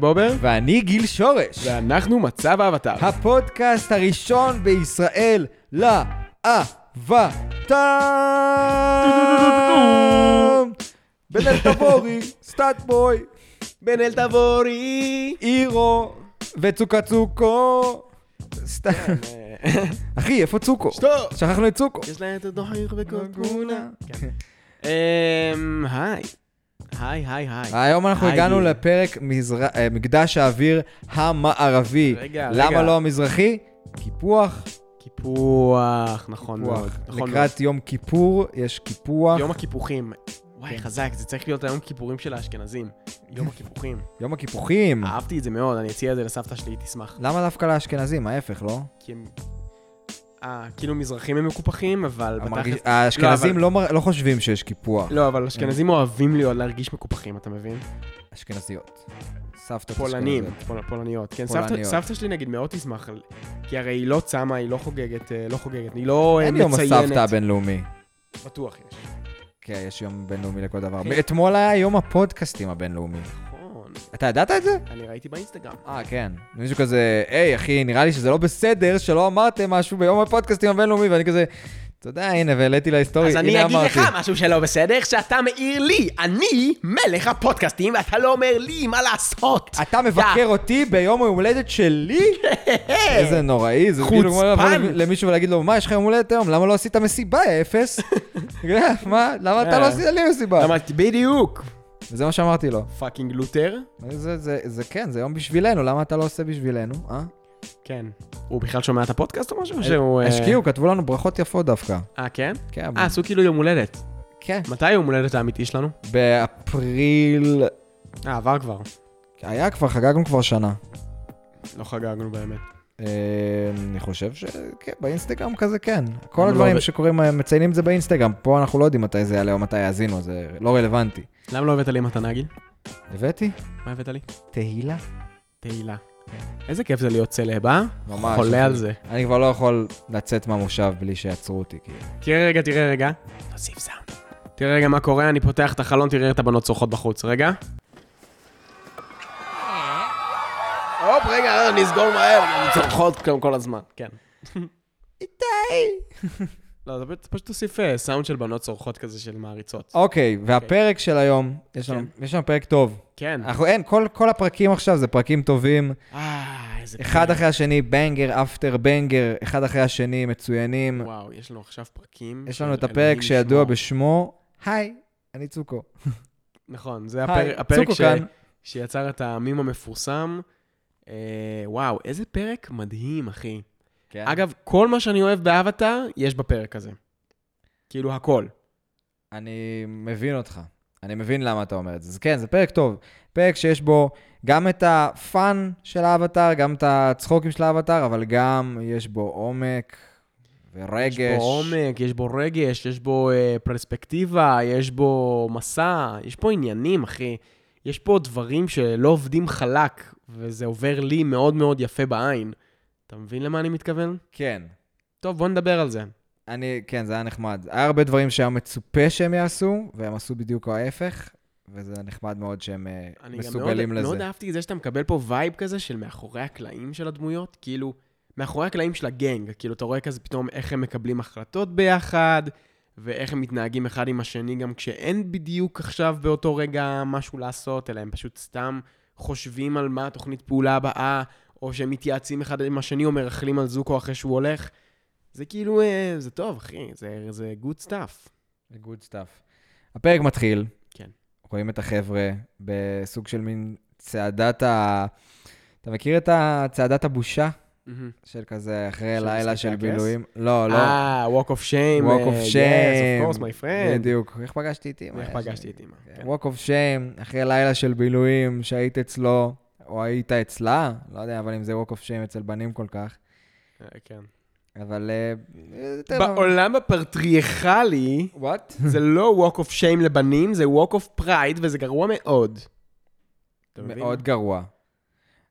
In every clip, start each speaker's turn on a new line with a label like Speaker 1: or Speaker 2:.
Speaker 1: בובר,
Speaker 2: ואני גיל שורש,
Speaker 1: ואנחנו מצב האבטר.
Speaker 2: הפודקאסט הראשון בישראל לאבטר. בן אל תבורי, סטאט בוי,
Speaker 1: בן אל תבורי.
Speaker 2: אירו, וצוקה צוקו. סתם. אחי, איפה צוקו?
Speaker 1: שטו!
Speaker 2: שכחנו את צוקו.
Speaker 1: כן. יש לה את הדוחר בקורקונה. כן. אמ, היי. היי, היי, היי.
Speaker 2: היום אנחנו
Speaker 1: היי.
Speaker 2: הגענו לפרק מזר- אה, מקדש האוויר המערבי.
Speaker 1: רגע, רגע.
Speaker 2: למה לא המזרחי? קיפוח.
Speaker 1: קיפוח, נכון מאוד.
Speaker 2: קיפוח.
Speaker 1: נכון
Speaker 2: לקראת יום כיפור יש קיפוח. כן.
Speaker 1: מאוד. יום הקיפוחים. וואי, חזק, זה צריך להיות היום כיפורים של האשכנזים. יום הקיפוחים.
Speaker 2: יום הקיפוחים.
Speaker 1: אהבתי את זה מאוד, אני אציע את זה לסבתא שלי, היא תשמח.
Speaker 2: למה דווקא לאשכנזים? ההפך, לא?
Speaker 1: כי הם... אה, כאילו מזרחים הם מקופחים, אבל
Speaker 2: המרגיש-
Speaker 1: בתכלס...
Speaker 2: האשכנזים
Speaker 1: אבל-
Speaker 2: לא מר- לא חושבים שיש קיפוח.
Speaker 1: לא, אבל אשכנזים אוהבים להיות- להרגיש מקופחים, אתה מבין?
Speaker 2: אשכנזיות. סבתות
Speaker 1: פולנים,
Speaker 2: אשכנזיות.
Speaker 1: פול- פולניות. כן,
Speaker 2: פולניות.
Speaker 1: סבתא- סבתא שלי נגיד מאוד תשמח, על- כי הרי היא לא צמה, היא לא חוגגת, אה, לא חוגגת, היא לא אה,
Speaker 2: אין יום הסבתא
Speaker 1: מציינת.
Speaker 2: הבינלאומי.
Speaker 1: בטוח יש.
Speaker 2: כן, יש יום בינלאומי לכל דבר.
Speaker 1: כן.
Speaker 2: אתמול היה יום הפודקאסטים הבינלאומי.
Speaker 1: נכון,
Speaker 2: אתה ידעת את זה?
Speaker 1: אני ראיתי באינסטגרם.
Speaker 2: אה, כן. מישהו כזה, היי, אחי, נראה לי שזה לא בסדר שלא אמרתם משהו ביום הפודקאסטים הבינלאומי, ואני כזה, אתה יודע, הנה, והעליתי להיסטוריה,
Speaker 1: אז
Speaker 2: הנה
Speaker 1: אני אגיד לך
Speaker 2: אמרתי.
Speaker 1: משהו שלא בסדר, שאתה מעיר לי. אני מלך הפודקאסטים, ואתה לא אומר לי מה לעשות.
Speaker 2: אתה מבקר אותי ביום היום הולדת שלי? איזה נוראי, זה כאילו כמו לבוא
Speaker 1: כן. חוצפן.
Speaker 2: למישהו ולהגיד לו, מה, יש לך יום הולדת היום? למה לא עשית מסיבה, יא אפס? כן, מה, למה אתה
Speaker 1: אה.
Speaker 2: לא עשית לי מסיבה?
Speaker 1: אמרתי, בדיוק.
Speaker 2: וזה מה שאמרתי לו.
Speaker 1: פאקינג לותר.
Speaker 2: זה- זה זה כן, זה יום בשבילנו, למה אתה לא עושה בשבילנו, אה?
Speaker 1: כן. הוא בכלל שומע את הפודקאסט או משהו? שהוא... אה,
Speaker 2: השקיעו, כתבו לנו ברכות יפות דווקא.
Speaker 1: אה, כן?
Speaker 2: כן,
Speaker 1: אה, עשו כאילו יום הולדת.
Speaker 2: כן.
Speaker 1: מתי יום הולדת האמיתי שלנו?
Speaker 2: באפריל...
Speaker 1: אה, עבר כבר.
Speaker 2: היה כבר, חגגנו כבר שנה.
Speaker 1: לא חגגנו באמת.
Speaker 2: אה, אני חושב שכן, באינסטגרם כזה כן.
Speaker 1: לא
Speaker 2: כל הדברים
Speaker 1: עובד.
Speaker 2: שקורים, אה, מציינים את זה באינסטגרם. פה אנחנו לא יודעים מתי זה יעלה או מתי יאזינו, זה לא רלוונטי.
Speaker 1: למה לא הבאת לי מתנה, גיל?
Speaker 2: הבאתי?
Speaker 1: מה הבאת לי?
Speaker 2: תהילה.
Speaker 1: תהילה. איזה כיף זה להיות סלב, אה?
Speaker 2: ממש.
Speaker 1: חולה על זה.
Speaker 2: אני כבר לא יכול לצאת מהמושב בלי שיעצרו אותי, כאילו.
Speaker 1: תראה רגע, תראה רגע. תוסיף סאונד. תראה רגע מה קורה, אני פותח את החלון, תראה את הבנות צורחות בחוץ. רגע. הופ,
Speaker 2: אה,
Speaker 1: רגע, נסגור מהר, הן צורחות כל- כל הזמן. כן.
Speaker 2: איתי!
Speaker 1: לא, זה פשוט- פשוט תוסיף אה, סאונד של בנות צורחות כזה של מעריצות.
Speaker 2: אוקיי, והפרק של היום, יש לנו- יש לנו פרק טוב.
Speaker 1: כן.
Speaker 2: אנחנו אין, כל, כל הפרקים עכשיו זה פרקים טובים,
Speaker 1: אה, איזה...
Speaker 2: אחד
Speaker 1: פרק.
Speaker 2: אחרי השני, בנגר, אפטר בנגר, אחד אחרי השני, מצוינים.
Speaker 1: וואו, יש לנו עכשיו פרקים.
Speaker 2: יש לנו
Speaker 1: של
Speaker 2: את הפרק
Speaker 1: אלוהים
Speaker 2: שידוע
Speaker 1: ישמור.
Speaker 2: בשמו, היי, אני צוקו.
Speaker 1: נכון, זה
Speaker 2: היי,
Speaker 1: הפרק- הפרק
Speaker 2: צוקו
Speaker 1: ש-
Speaker 2: כאן.
Speaker 1: שיצר את המים המפורסם. אה, וואו, איזה פרק מדהים, אחי.
Speaker 2: אגב,
Speaker 1: אגב, כל מה שאני אוהב באבטאר, יש בפרק הזה. כאילו, הכל.
Speaker 2: אני מבין אותך, אני מבין למה אתה אומר את זה. אז כן, זה פרק טוב. פרק שיש בו גם את הפאן של האבטאר, גם את הצחוקים של האבטאר, אבל גם יש בו עומק ורגש.
Speaker 1: יש בו עומק, יש בו רגש, יש בו אה, פרספקטיבה, יש בו מסע, יש פה עניינים, אחי. יש פה דברים שלא עובדים חלק, וזה עובר לי מאוד מאוד יפה בעין. אתה מבין למה אני מתכוון?
Speaker 2: כן.
Speaker 1: טוב, בוא נדבר על זה.
Speaker 2: אני, כן, זה היה נחמד. היה הרבה דברים שהיה מצופה שהם יעשו, והם עשו בדיוק ההפף, וזה נחמד מאוד שהם אה,
Speaker 1: אני גם מאוד,
Speaker 2: מסוגלים לזה.
Speaker 1: מאוד אהבתי את זה שאתה מקבל פה וייב כזה של מאחורי הקלעים של הדמויות, כאילו, מאחורי הקלעים של הגנג, כאילו, אתה רואה כזה פתאום איך הם מקבלים החלטות ביחד, ואיך הם מתנהגים אחד עם השני גם כשאין בדיוק עכשיו באותו רגע משהו לעשות, אלא הם פשוט סתם חושבים על מה התוכנית פעולה הבאה, או שהם מתייעצים אחד עם השני, או מרכלים על זוקו אחרי שהוא הולך. זה כאילו, אה, זה טוב, אחי, זה, זה good stuff.
Speaker 2: Good stuff. הפרק מתחיל.
Speaker 1: כן.
Speaker 2: רואים את החבר'ה בסוג של מין צעדת ה... אתה מכיר את ה- צעדת הבושה?
Speaker 1: מהמם.
Speaker 2: של כזה אחרי
Speaker 1: של
Speaker 2: לילה
Speaker 1: משחקי
Speaker 2: של
Speaker 1: הכס?
Speaker 2: בילויים? Mm-hmm. לא, לא.
Speaker 1: אה, walk of shame.
Speaker 2: Walk
Speaker 1: אה,
Speaker 2: of
Speaker 1: Yes,
Speaker 2: shame.
Speaker 1: of course, my friend.
Speaker 2: בדיוק. איך פגשתי איתי?
Speaker 1: כן. איך פגשתי את אימא. כן.
Speaker 2: Walk of shame, אחרי לילה של בילויים שהיית אצלו, או היית אצלה, לא יודע, אבל אם זה walk of shame אצל בנים כל כך.
Speaker 1: אה, כן.
Speaker 2: אבל... אה, אה, תן לו.
Speaker 1: בעולם הפטריארכלי,
Speaker 2: וואט?
Speaker 1: זה לא walk of shame לבנים, זה walk of pride, וזה גרוע מאוד. אתה מבין?
Speaker 2: מאוד גרוע.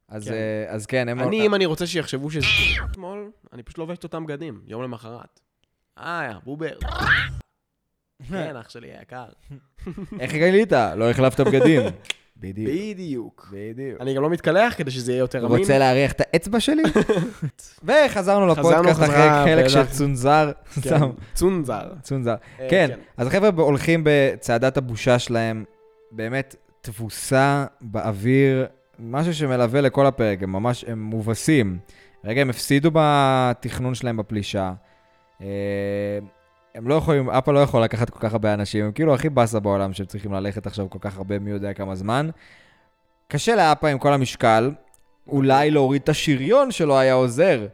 Speaker 2: אז
Speaker 1: כן.
Speaker 2: אה, אז כן, הם...
Speaker 1: אני, אם אני רוצה שיחשבו שזה אתמול, אני פשוט לובש את אותם בגדים, יום למחרת. אה, בובר. כן, אח שלי היקר.
Speaker 2: איך גילית? לא החלפת בגדים. בדיוק.
Speaker 1: בדיוק.
Speaker 2: בדיוק.
Speaker 1: אני גם לא מתקלח כדי שזה יהיה יותר אמין. כן,
Speaker 2: רוצה להריח את האצבע שלי? וחזרנו לפודקאסט אחרי
Speaker 1: חזרה,
Speaker 2: חלק של
Speaker 1: בטח.
Speaker 2: צונזר.
Speaker 1: כן,
Speaker 2: סתם,
Speaker 1: צונזר.
Speaker 2: צונזר.
Speaker 1: אה,
Speaker 2: כן, אז החבר'ה הולכים בצעדת הבושה שלהם, באמת תבוסה באוויר, משהו שמלווה לכל הפרק, הם ממש, הם מובסים. רגע, הם הפסידו בתכנון שלהם בפלישה. אה, הם לא יכולים, אפה לא יכול לקחת כל כך הרבה אנשים, הם כאילו הכי באסה בעולם שהם צריכים ללכת עכשיו כל כך הרבה מי יודע כמה זמן. קשה לאפה עם כל המשקל, אולי להוריד את השריון שלו היה עוזר.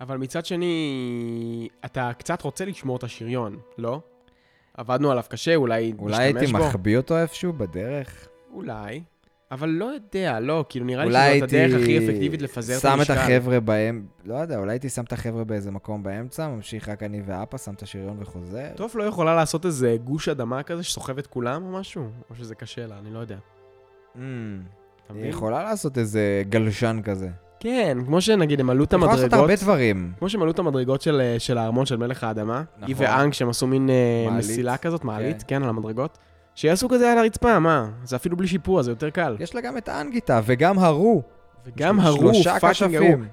Speaker 1: אבל מצד שני, אתה קצת רוצה לשמור את השריון, לא? עבדנו עליו קשה, אולי נשתמש בו.
Speaker 2: אולי הייתי מחביא אותו איפשהו בדרך?
Speaker 1: אולי. אבל לא יודע, לא, כאילו נראה לי שזאת
Speaker 2: אולי הייתי...
Speaker 1: הדרך הכי אפקטיבית לפזר את
Speaker 2: שם
Speaker 1: המשקל.
Speaker 2: את החבר'ה בהם, לא יודע, אולי הייתי שם את החבר'ה באיזה מקום באמצע, ממשיך רק אני ואפה, שם את השריון וחוזר.
Speaker 1: טוב, לא יכולה לעשות איזה גוש אדמה כזה שסוחב את כולם או משהו? או שזה קשה לה, אני לא יודע.
Speaker 2: Mm,
Speaker 1: אתה
Speaker 2: היא
Speaker 1: מבין?
Speaker 2: יכולה לעשות איזה גלשן כזה.
Speaker 1: כן, כמו שנגיד הם עלו את
Speaker 2: היא יכולה לעשות
Speaker 1: המדרגות,
Speaker 2: הרבה דברים.
Speaker 1: כמו שהם עלו את המדרגות של, אה, של הארמון של מלך האדמה,
Speaker 2: נכון.
Speaker 1: היא ואנג שהם עשו מין אה,
Speaker 2: מעלית.
Speaker 1: מסילה כזאת, מעלית, כן, על המדרגות, שיעשו כזה על הרצפה, מה? זה אפילו בלי שיפוע, זה יותר קל.
Speaker 2: יש לה גם את האנגיטה, וגם הרו.
Speaker 1: וגם
Speaker 2: של-
Speaker 1: הרו,
Speaker 2: כן. שלושה
Speaker 1: פאקינג הרו.
Speaker 2: כשפים.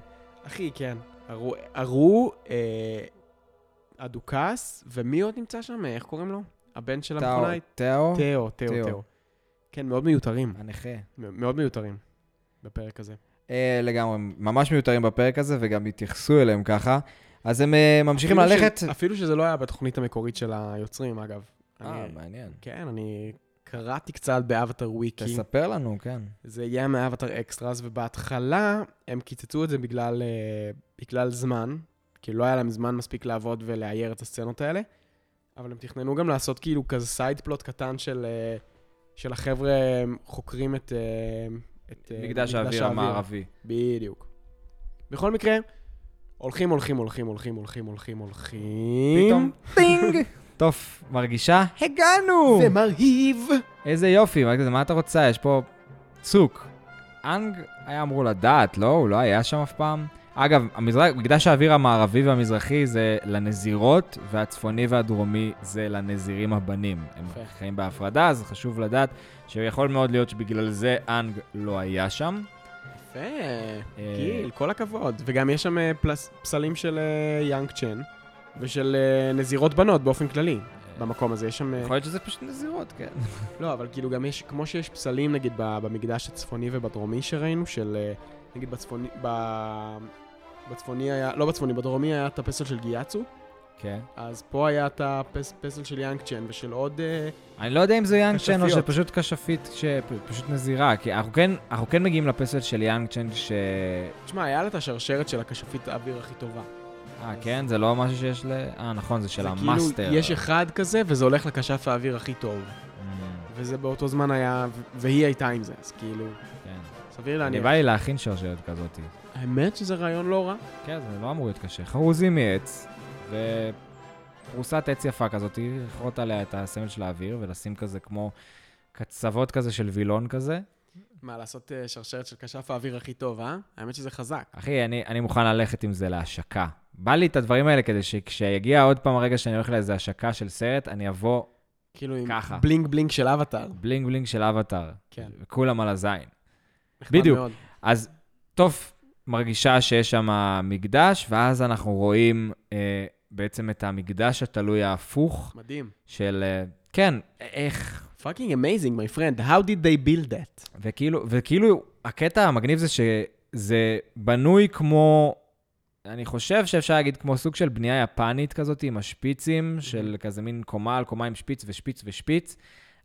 Speaker 1: אחי, כן. הרו, הרו, אה, הדוכס, ומי עוד נמצא שם? איך קוראים לו? הבן של
Speaker 2: תאו,
Speaker 1: המכונאי?
Speaker 2: תאו,
Speaker 1: תאו, תאו,
Speaker 2: תאו.
Speaker 1: תאו. כן, מאוד מיותרים.
Speaker 2: הנכה.
Speaker 1: מ- מאוד מיותרים בפרק הזה.
Speaker 2: אה, לגמרי, הם ממש מיותרים בפרק הזה, וגם התייחסו אליהם ככה. אז הם אה, ממשיכים
Speaker 1: אפילו
Speaker 2: ללכת...
Speaker 1: ש- אפילו שזה לא היה בתוכנית המקורית של היוצרים, אגב.
Speaker 2: אה,
Speaker 1: אני-
Speaker 2: מעניין.
Speaker 1: כן, אני קראתי קצת באבטר וויקי.
Speaker 2: תספר לנו, כן.
Speaker 1: זה יהיה מאבטר אקסטרס, ובהתחלה הם קיצצו את זה בגלל, אה, בגלל זמן, כי לא היה להם זמן מספיק לעבוד ולאייר את הסצנות האלה, אבל הם תכננו גם לעשות כאילו כזה סייד פלוט קטן של, אה, של החבר'ה אה, חוקרים את... אה, את אה, בדיוק. בכל מקרה, הולכים, הולכים, הולכים, הולכים, הולכים, הולכים, הולכים.
Speaker 2: פתאום, טינג! טוב, מרגישה? הגענו!
Speaker 1: זה מרהיב!
Speaker 2: איזה יופי, מה מה אתה רוצה? יש פה צוק. אנג היה אמור לדעת, לא? הוא לא היה שם אף פעם. אגב, המזרח, מקדש האוויר המערבי והמזרחי זה לנזירות, והצפוני והדרומי זה לנזירים הבנים. הם
Speaker 1: יפה.
Speaker 2: חיים בהפרדה, אז חשוב לדעת שיכול מאוד להיות שבגלל זה אנג לא היה שם.
Speaker 1: יפה.
Speaker 2: אה,
Speaker 1: גיל, כל הכבוד. וגם יש שם אה, פלס, פסלים של אה, יאנג צ'ן ושל אה, נזירות בנות באופן כללי. במקום הזה יש שם... אה,
Speaker 2: יכול להיות שזה פשוט נזירות, כן.
Speaker 1: לא, אבל כאילו גם יש, כמו שיש פסלים נגיד ב- במקדש הצפוני ובדרומי שראינו, של אה, נגיד בצפוני, ב... בצפוני היה, לא בצפוני, בדרומי היה את הפסל של גיאצו,
Speaker 2: כן.
Speaker 1: אז פה היה את הפסל של יאנג צ'ן ושל עוד... אה,
Speaker 2: אני לא יודע אם זה יאנג צ'ן או
Speaker 1: כשפיות.
Speaker 2: שפשוט כשפית, שפשוט נזירה, כי אנחנו כן, אנחנו כן מגיעים לפסל של יאנג צ'ן ש...
Speaker 1: תשמע, היה לה את השרשרת של הכשפית האוויר הכי טובה.
Speaker 2: אה, כן? זה לא משהו שיש ל... אה, נכון, זה של
Speaker 1: זה
Speaker 2: המאסטר.
Speaker 1: כאילו, יש אחד כזה, וזה הולך לכשף האוויר הכי טוב.
Speaker 2: Mm,
Speaker 1: וזה באותו זמן היה, ו- והיא הייתה עם זה, אז כאילו,
Speaker 2: כן.
Speaker 1: סביר
Speaker 2: אני
Speaker 1: להניח.
Speaker 2: בא לי להכין שרשרת כזאת.
Speaker 1: האמת שזה רעיון לא רע.
Speaker 2: כן, זה לא אמור להיות קשה. חרוזים מעץ, ופרוסת עץ יפה כזאת, לכרות עליה את הסמל של האוויר, ולשים כזה כמו קצוות כזה של וילון כזה.
Speaker 1: מה, לעשות אה, שרשרת של כשף האוויר הכי טוב, אה? האמת שזה חזק.
Speaker 2: אחי, אני, אני מוכן ללכת עם זה להשקה. בא לי את הדברים האלה כדי שכשיגיע עוד פעם הרגע שאני הולך לאיזה השקה של סרט, אני אבוא
Speaker 1: כאילו עם
Speaker 2: ככה.
Speaker 1: בלינג בלינג של אבטאר.
Speaker 2: בלינג בלינג של אבטאר.
Speaker 1: כן.
Speaker 2: כולם על הזין.
Speaker 1: נחמד
Speaker 2: בדיוק.
Speaker 1: מאוד.
Speaker 2: אז טוב, מרגישה שיש שם מקדש, ואז אנחנו רואים אה, בעצם את המקדש התלוי ההפוך
Speaker 1: מדהים.
Speaker 2: של, אה, כן, איך...
Speaker 1: פאקינג אמייזינג, my friend, how did they build that?
Speaker 2: וכאילו, וכאילו, הקטע המגניב זה שזה בנוי כמו, אני חושב שאפשר להגיד כמו סוג של בנייה יפנית כזאת עם השפיצים, של כזה מין קומה על קומה עם שפיץ ושפיץ ושפיץ,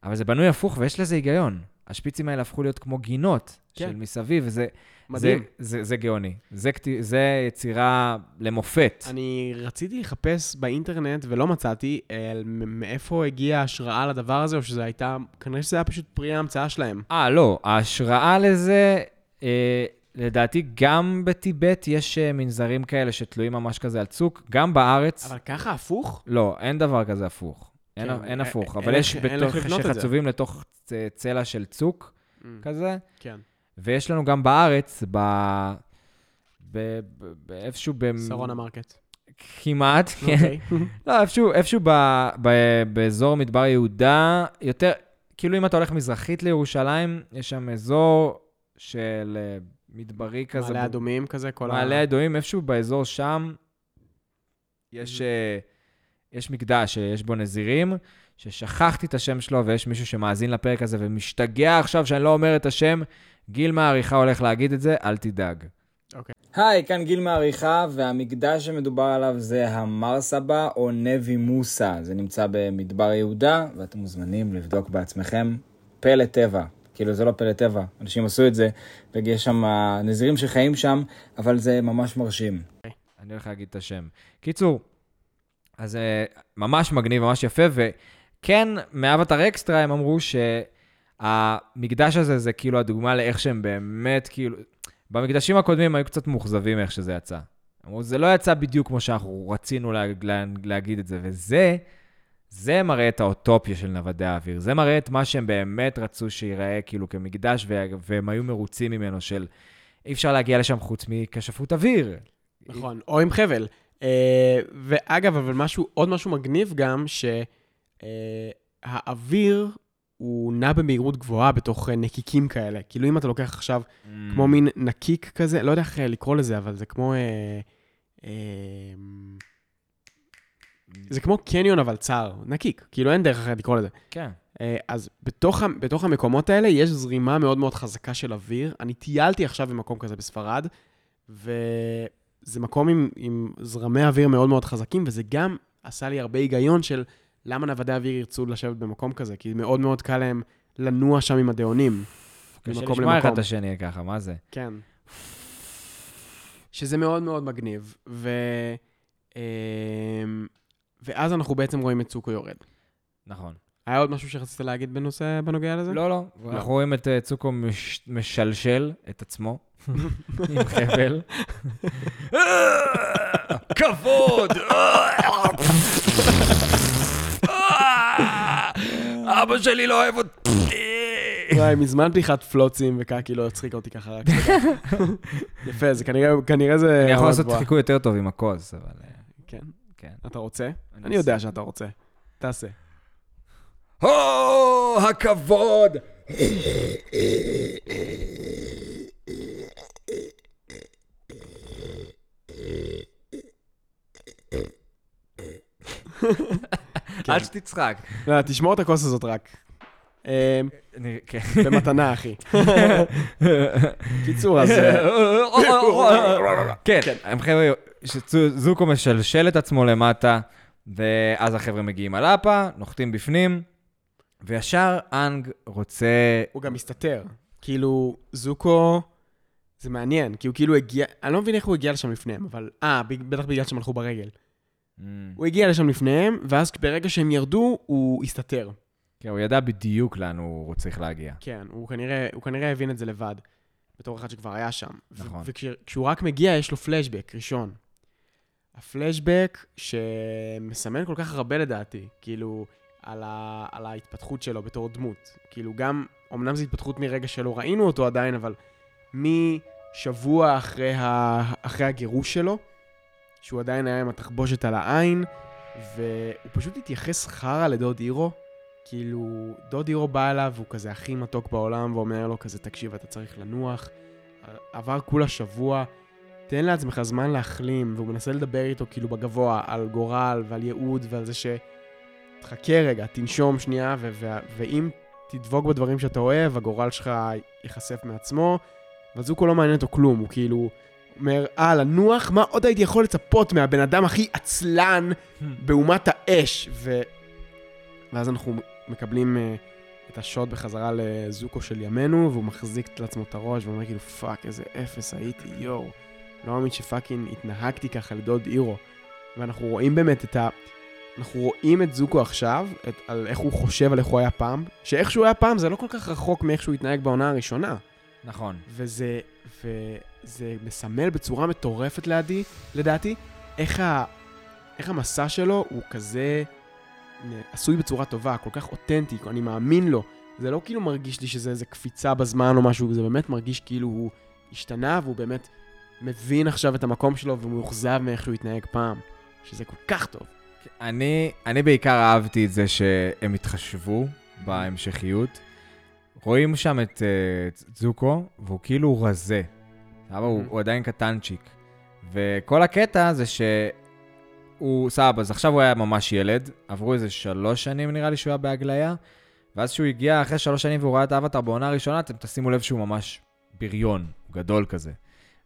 Speaker 2: אבל זה בנוי הפוך ויש לזה היגיון. השפיצים האלה הפכו להיות כמו גינות
Speaker 1: כן.
Speaker 2: של מסביב, וזה...
Speaker 1: מדהים.
Speaker 2: זה, זה, זה גאוני. זה, כת... זה יצירה למופת. אני...
Speaker 1: אני רציתי לחפש באינטרנט ולא מצאתי אה, על מ- מאיפה הגיעה ההשראה לדבר הזה, או שזה הייתה, כנראה שזה היה פשוט פרי ההמצאה שלהם.
Speaker 2: אה, לא, ההשראה לזה, אה, לדעתי גם בטיבט יש אה, מנזרים כאלה שתלויים ממש כזה על צוק, גם בארץ. אבל...
Speaker 1: אבל ככה הפוך?
Speaker 2: לא, אין דבר כזה הפוך. אין,
Speaker 1: כן,
Speaker 2: אין
Speaker 1: אה,
Speaker 2: הפוך,
Speaker 1: אין
Speaker 2: אבל
Speaker 1: איך-
Speaker 2: יש
Speaker 1: אין איך
Speaker 2: בתוך,
Speaker 1: לבנות את זה.
Speaker 2: שחצובים לתוך צ- צלע של צוק כזה,
Speaker 1: כן.
Speaker 2: אמ- ויש לנו גם בארץ, ב... ב... ב... באיפשהו ב...
Speaker 1: שרונה מרקט.
Speaker 2: כמעט, כן.
Speaker 1: אוקיי.
Speaker 2: לא, איפשהו, איפשהו ב, ב, באזור מדבר יהודה, יותר, כאילו אם אתה הולך מזרחית לירושלים, יש שם אזור של אה, מדברי כזה.
Speaker 1: מעלה
Speaker 2: ב-
Speaker 1: אדומים כזה, כל
Speaker 2: מעלה אדומים, איפשהו באזור שם, יש,
Speaker 1: Mhm.
Speaker 2: אה, יש מקדש שיש בו נזירים, ששכחתי את השם שלו, ויש מישהו שמאזין לפרק הזה ומשתגע עכשיו שאני לא אומר את השם. גיל מעריכה הולך להגיד את זה, אל תדאג.
Speaker 1: אוקיי.
Speaker 2: היי, כאן גיל מעריכה, והמקדש שמדובר עליו זה המר סבא או נבי מוסא. זה נמצא במדבר יהודה, ואתם מוזמנים לבדוק בעצמכם. פלא טבע. כאילו, זה לא פלא טבע. אנשים עשו את זה, ויש שם נזירים שחיים שם, אבל זה ממש מרשים. אני הולך להגיד את השם. קיצור, אז אה, ממש מגניב, ממש יפה, וכן, מאבטר אקסטרה הם אמרו שהמקדש הזה זה כאילו הדוגמה לאיך שהם באמת, כאילו... במקדשים הקודמים היו קצת מאוכזבים איך שזה יצא. אמרו, זה לא יצא בדיוק כמו שאנחנו רצינו לה, לה, להגיד את זה, וזה, זה מראה את האוטופיה של נוודי האוויר. זה מראה את מה שהם באמת רצו שייראה כאילו כמקדש, ו- והם היו מרוצים ממנו, של אי אפשר להגיע לשם חוץ מכשפות אוויר.
Speaker 1: נכון, או עם חבל. אה, ואגב, אבל משהו, עוד משהו מגניב גם, שהאוויר הוא נע במהירות גבוהה בתוך אה, נקיקים כאלה. כאילו אם אתה לוקח עכשיו
Speaker 2: Mm.
Speaker 1: כמו מין נקיק כזה, לא יודע איך אה, לקרוא לזה, אבל זה כמו... אה, אה, זה כמו קניון אבל צר, נקיק, כאילו אין דרך אחרת לקרוא לזה.
Speaker 2: כן.
Speaker 1: אה, אז בתוך, ה- בתוך המקומות האלה יש זרימה מאוד מאוד חזקה של אוויר. אני טיילתי עכשיו במקום כזה בספרד, וזה מקום עם, עם זרמי אוויר מאוד מאוד חזקים, וזה גם עשה לי הרבה היגיון של למה נוודי אוויר ירצו לשבת במקום כזה, כי מאוד מאוד קל להם לנוע שם עם הדאונים.
Speaker 2: קשה
Speaker 1: ממקום
Speaker 2: לשמוע אחד
Speaker 1: למקום.
Speaker 2: את השני ככה, מה זה?
Speaker 1: כן. שזה מאוד מאוד מגניב, ו... אמ, ואז אנחנו בעצם רואים את צוקו יורד.
Speaker 2: נכון.
Speaker 1: היה עוד משהו שרצית להגיד בנושא, בנוגע לזה?
Speaker 2: לא, לא. אנחנו רואים את אה, צוקו מש- משלשל את עצמו עם חבל. כבוד! אבא שלי לא אוהב אותי!
Speaker 1: וואי, מזמן פתיחת פלוצים וקקי לא הצחיקה אותי ככה רק. יפה, זה כנראה, כנראה זה...
Speaker 2: אני יכול
Speaker 1: רמה
Speaker 2: לעשות
Speaker 1: גבוהה.
Speaker 2: חיקוי יותר טוב עם הכוס, אבל... אה,
Speaker 1: כן.
Speaker 2: כן.
Speaker 1: אתה רוצה? אני יודע שאתה רוצה. תעשה.
Speaker 2: הו, הכבוד! אל שתצחק.
Speaker 1: לא, תשמור את הכוס הזאת רק. אה,
Speaker 2: אני- כן.
Speaker 1: במתנה, אחי. קיצור, אז... אה,
Speaker 2: כן, הם חבר'ה שזוקו משלשל את עצמו למטה, ואז החבר'ה מגיעים על אפה, נוחתים בפנים, וישר אנג רוצה...
Speaker 1: הוא גם מסתתר. כאילו, זוקו... זה מעניין, כי הוא כאילו הגיע... אני לא מבין איך הוא הגיע לשם לפניהם, אבל... אה, ב- בטח בגלל שהם הלכו ברגל.
Speaker 2: Mm.
Speaker 1: הוא הגיע לשם לפניהם, ואז ברגע שהם ירדו, הוא הסתתר.
Speaker 2: כן, הוא ידע בדיוק לאן הוא צריך להגיע.
Speaker 1: כן, הוא כנראה, הוא כנראה הבין את זה לבד, בתור אחד שכבר היה שם.
Speaker 2: נכון.
Speaker 1: ו- וכשהוא רק מגיע, יש לו פלשבק ראשון. הפלשבק שמסמן כל כך הרבה לדעתי, כאילו, על, ה- על ההתפתחות שלו בתור דמות. כאילו, גם, אמנם זו התפתחות מרגע שלא ראינו אותו עדיין, אבל משבוע אחרי, ה- אחרי הגירוש שלו, שהוא עדיין היה עם התחבושת על העין, והוא פשוט התייחס חרא לדוד הירו. כאילו, דוד הירו בא אליו, והוא כזה הכי מתוק בעולם, ואומר לו כזה, תקשיב, אתה צריך לנוח. עבר כולה שבוע, תן לעצמך זמן להחלים, והוא מנסה לדבר איתו כאילו בגבוה, על גורל ועל ייעוד ועל זה ש... תחכה רגע, תנשום שנייה, ו- ו- ואם תדבוק בדברים שאתה אוהב, הגורל שלך ייחשף מעצמו. וזוקו לא מעניין אותו כלום, הוא כאילו אומר, אה, לנוח? מה עוד הייתי יכול לצפות מהבן אדם הכי עצלן באומת האש? ו... ואז אנחנו מקבלים אה, את השוט בחזרה לזוקו של ימינו, והוא מחזיק לעצמו את הראש ואומר כאילו, פאק, איזה אפס הייתי, יואו. לא מאמין שפאקינג התנהגתי ככה לדוד אירו. ואנחנו רואים באמת את ה... אנחנו רואים את זוקו עכשיו, את, על איך הוא חושב על איך הוא היה פעם, שאיך שהוא היה פעם זה לא כל כך רחוק מאיך שהוא התנהג בעונה הראשונה.
Speaker 2: נכון.
Speaker 1: וזה, וזה מסמל בצורה מטורפת לידי, לדעתי, איך, ה, איך המסע שלו הוא כזה נ- עשוי בצורה טובה, כל כך אותנטי, אני מאמין לו. זה לא כאילו מרגיש לי שזה איזה קפיצה בזמן או משהו, זה באמת מרגיש כאילו הוא השתנה והוא באמת מבין עכשיו את המקום שלו ומאוכזב מאיך שהוא התנהג פעם, שזה כל כך טוב.
Speaker 2: אני, אני בעיקר אהבתי את זה שהם התחשבו בהמשכיות. רואים שם את uh, צוקו, והוא כאילו רזה. סבבה, הוא,
Speaker 1: Mhm.
Speaker 2: הוא עדיין קטנצ'יק. וכל הקטע זה שהוא... סבבה, אז עכשיו הוא היה ממש ילד, עברו איזה שלוש שנים נראה לי שהוא היה בהגליה, ואז שהוא הגיע אחרי שלוש שנים והוא ראה את האבטר בעונה הראשונה, אתם תשימו לב שהוא ממש בריון, הוא גדול כזה.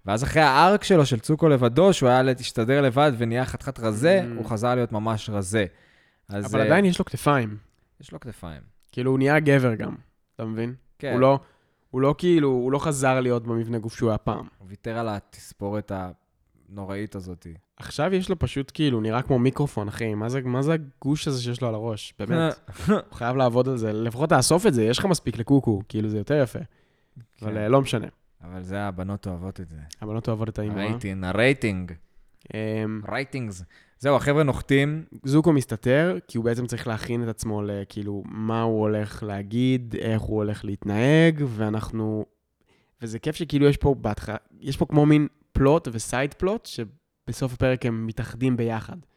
Speaker 2: ואז אחרי הארק שלו, של צוקו לבדו, שהוא היה להשתדר לבד ונהיה חתיכת רזה,
Speaker 1: Mm.
Speaker 2: הוא חזר להיות ממש רזה. אז
Speaker 1: אבל
Speaker 2: אה,
Speaker 1: עדיין יש לו כתפיים.
Speaker 2: יש לו כתפיים.
Speaker 1: כאילו, הוא נהיה גבר גם, אתה מבין?
Speaker 2: כן.
Speaker 1: הוא לא, הוא לא כאילו, הוא לא חזר להיות במבנה גוף שהוא היה פעם.
Speaker 2: הוא ויתר על התספורת הנוראית הזאת.
Speaker 1: עכשיו יש לו פשוט כאילו, נראה כמו מיקרופון, אחי. מה זה, מה זה הגוש הזה שיש לו על הראש?
Speaker 2: אה,
Speaker 1: באמת. הוא חייב לעבוד על זה. לפחות תאסוף את זה, יש לך מספיק לקוקו, כאילו, זה יותר יפה.
Speaker 2: כן.
Speaker 1: אבל אה, לא משנה.
Speaker 2: אבל זה, הבנות אוהבות את זה.
Speaker 1: הבנות אוהבות את האימא.
Speaker 2: הרייטינג, הרייטינג,
Speaker 1: אמ,
Speaker 2: רייטינגס. זהו, החבר'ה נוחתים.
Speaker 1: זוקו מסתתר, כי הוא בעצם צריך להכין את עצמו לכאילו מה הוא הולך להגיד, איך הוא הולך להתנהג, ואנחנו... וזה כיף שכאילו יש פה בהתחלה, יש פה כמו מין פלוט וסייד פלוט, שבסוף הפרק הם מתאחדים ביחד. אתה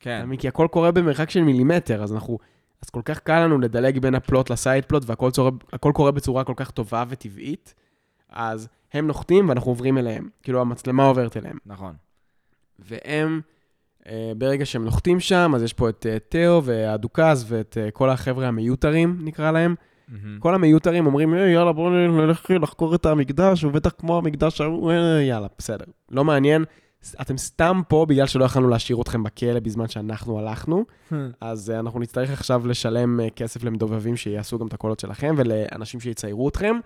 Speaker 2: כן.
Speaker 1: מבין? כי הכל קורה במרחק של מילימטר, אז אנחנו... אז כל כך קל לנו לדלג בין הפלוט לסייד פלוט, והכל צורה, הכל קורה בצורה כל כך טובה וטבעית, אז הם נוחתים ואנחנו עוברים אליהם. כאילו, המצלמה עוברת אליהם.
Speaker 2: נכון.
Speaker 1: והם, אה, ברגע שהם נוחתים שם, אז יש פה את אה, תאו והדוכס ואת אה, כל החבר'ה המיותרים, נקרא להם. כל המיותרים אומרים, "אה, יאללה, בואו נלך לחקור את המקדש, הוא בטח כמו המקדש ההוא, אה, יאללה, בסדר. לא מעניין, ס- אתם סתם פה בגלל שלא יכלנו להשאיר אתכם בכלא בזמן שאנחנו הלכנו, אז אה, אנחנו נצטרך עכשיו לשלם אה, כסף למדובבים שיעשו גם את הקולות שלכם ולאנשים שיציירו אתכם.